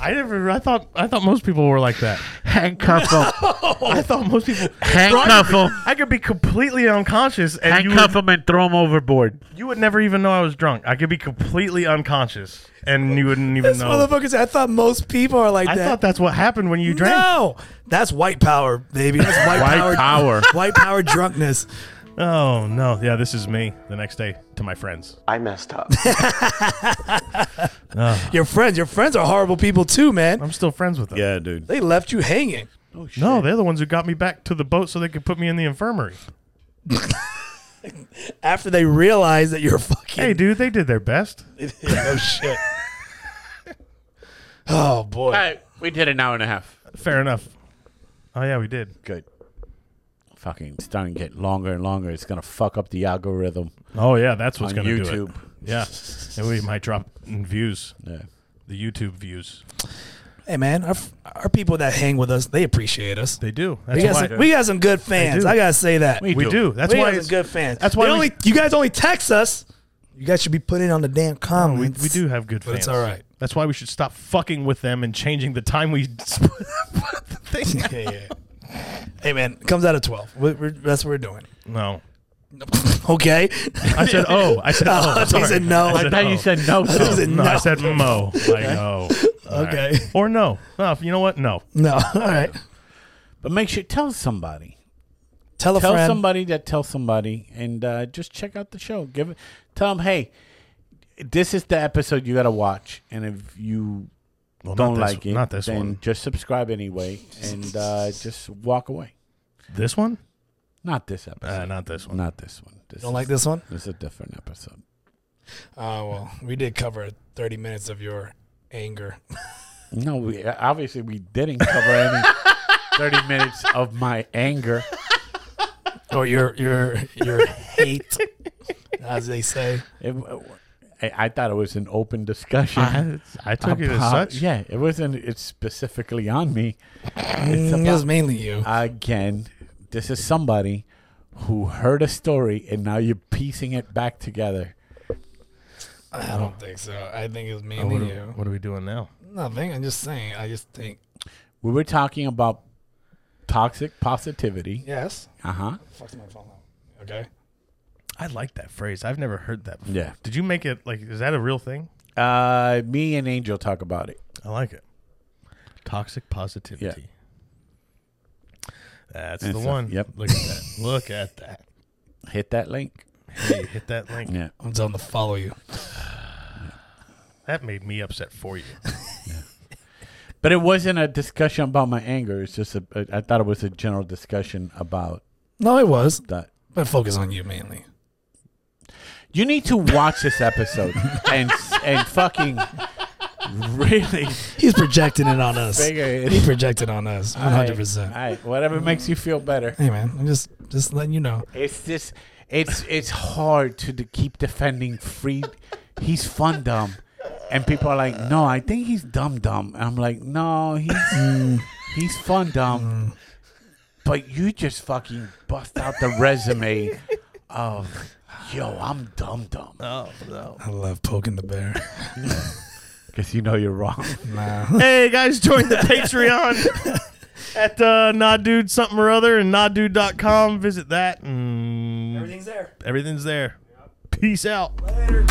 Speaker 3: I never. I thought. I thought most people were like that.
Speaker 5: Handcuff him.
Speaker 1: Oh.
Speaker 3: I thought most people.
Speaker 5: Handcuff him.
Speaker 3: I could be completely unconscious, and you
Speaker 5: Handcuff
Speaker 3: would,
Speaker 5: him and throw him overboard.
Speaker 3: you would never even know I was drunk. I could be completely unconscious, and you wouldn't even
Speaker 2: This
Speaker 3: know.
Speaker 2: motherfucker said, I thought most people are like
Speaker 3: I
Speaker 2: that.
Speaker 3: thought that's what happened when you drank.
Speaker 2: No, that's white power, baby. That's white,
Speaker 5: White power.
Speaker 2: White power drunkenness.
Speaker 3: Oh no! Yeah, this is me. The next day to my friends.
Speaker 6: I messed up.
Speaker 2: Your friends, your friends are horrible people too, man.
Speaker 3: I'm still friends with them.
Speaker 1: Yeah, dude.
Speaker 2: They left you hanging.
Speaker 3: No, they're the ones who got me back to the boat so they could put me in the infirmary.
Speaker 2: after they realize that you're fucking.
Speaker 3: Hey, dude, they did their best.
Speaker 2: no shit. oh boy.
Speaker 1: All right, we did an hour and a half.
Speaker 3: Fair enough. Oh yeah, we did.
Speaker 1: Good. Fucking starting to get longer and longer. It's going to fuck up the algorithm
Speaker 3: Oh yeah, that's what's
Speaker 1: on
Speaker 3: gonna do it.
Speaker 1: YouTube.
Speaker 3: Yeah, and we might drop in views,
Speaker 1: Yeah.
Speaker 3: the YouTube views.
Speaker 2: Hey man, our, our people that hang with us, they appreciate us.
Speaker 3: They do. That's
Speaker 2: We got,
Speaker 3: why
Speaker 2: some, we got some good fans.
Speaker 3: do.
Speaker 2: I gotta say that.
Speaker 1: We
Speaker 3: we
Speaker 1: do.
Speaker 3: do. That's
Speaker 2: we
Speaker 3: why
Speaker 2: got
Speaker 3: it's
Speaker 2: some good fans.
Speaker 3: that's why
Speaker 2: They
Speaker 3: we-
Speaker 2: only you guys only text us. You guys should be putting on the damn
Speaker 3: We,
Speaker 2: comments.
Speaker 3: we do have good fans.
Speaker 2: it's all right.
Speaker 3: That's why we should stop fucking with them and changing the time we put the thing. out.
Speaker 2: Yeah, yeah. hey man, it comes out of twelve. We're, we're, that's what we're doing.
Speaker 3: No.
Speaker 2: Okay.
Speaker 3: I said oh. I said oh.
Speaker 2: they
Speaker 3: sorry.
Speaker 2: said no.
Speaker 3: I oh.
Speaker 2: I
Speaker 1: thought you said no.
Speaker 3: No,
Speaker 2: said
Speaker 3: no, I
Speaker 2: no.
Speaker 3: said mo. Like oh. All right.
Speaker 2: Okay.
Speaker 3: Or no. No. if- You know what? No.
Speaker 2: no. All right.
Speaker 1: But make sure, tell somebody.
Speaker 2: Tell a
Speaker 1: tell
Speaker 2: friend.
Speaker 1: somebody that tells somebody and uh, just check out the show give it tell them hey this is the episode you got to watch and if you
Speaker 3: Well,
Speaker 1: don't
Speaker 3: not this,
Speaker 1: like it
Speaker 3: Not this
Speaker 1: then
Speaker 3: one.
Speaker 1: just subscribe anyway and uh, just walk away
Speaker 3: This one?
Speaker 1: not this episode
Speaker 3: Uh, not this one.
Speaker 1: not this one this
Speaker 2: Don't like this one?
Speaker 1: this is a different episode
Speaker 2: Oh well, we did cover thirty minutes of your anger.
Speaker 1: no we obviously we didn't cover any 30 minutes of my anger
Speaker 2: or your your your hate, as they say.
Speaker 1: It, I, I thought it was an open discussion.
Speaker 3: I, I took it as
Speaker 1: about-
Speaker 3: such.
Speaker 1: Yeah, it wasn't. It's specifically on me. It's
Speaker 2: Mm, it was
Speaker 1: about,
Speaker 2: mainly you.
Speaker 1: again, this is somebody who heard a story and now you're piecing it back together.
Speaker 2: I don't think so. I think it was
Speaker 3: Oh, What
Speaker 2: mainly
Speaker 3: are,
Speaker 2: you.
Speaker 3: what are we doing now?
Speaker 2: Nothing. I'm just saying. I just think
Speaker 1: We were talking about toxic positivity.
Speaker 2: yes.
Speaker 1: Uh huh.
Speaker 2: Fucked my phone up. Okay.
Speaker 3: I like that phrase. I've never heard that. Before.
Speaker 1: Yeah.
Speaker 3: Did you make it like? Is that a real thing?
Speaker 1: Uh, me and Angel talk about it.
Speaker 3: I like it. Toxic positivity. That's
Speaker 1: It's
Speaker 3: the
Speaker 1: a-
Speaker 3: one.
Speaker 1: yep.
Speaker 3: Look at that. Look at that.
Speaker 1: Hit that link.
Speaker 3: Hey, hit that link.
Speaker 1: Yeah.
Speaker 2: I'm telling to follow you.
Speaker 3: That made me upset for you.
Speaker 1: But it wasn't a discussion about my anger. It's just a, I thought it was a general discussion about
Speaker 2: No, it was.
Speaker 1: that.
Speaker 2: But focus on you mainly.
Speaker 1: You need to watch this episode and and fucking really
Speaker 2: He's projecting it on us.
Speaker 1: figure it.
Speaker 2: He projected on us. One hundred
Speaker 1: All
Speaker 2: percent.
Speaker 1: right, whatever makes you feel better.
Speaker 2: Hey man, I'm just just letting you know.
Speaker 1: It's just it's it's hard to de- keep defending free. He's fun dumb, and people are like, no, I think he's dumb dumb. And I'm like, no, he's he's fun dumb. But you just fucking bust out the resume of, yo, I'm dumb dumb
Speaker 3: Oh no.
Speaker 2: I love poking the bear.
Speaker 1: because you know you're wrong.
Speaker 2: Nah.
Speaker 3: Hey guys, join the Patreon at uh, Nadude something or other and Nadude.com. Visit that and
Speaker 2: there.
Speaker 3: everything's there. Peace out.
Speaker 2: Later.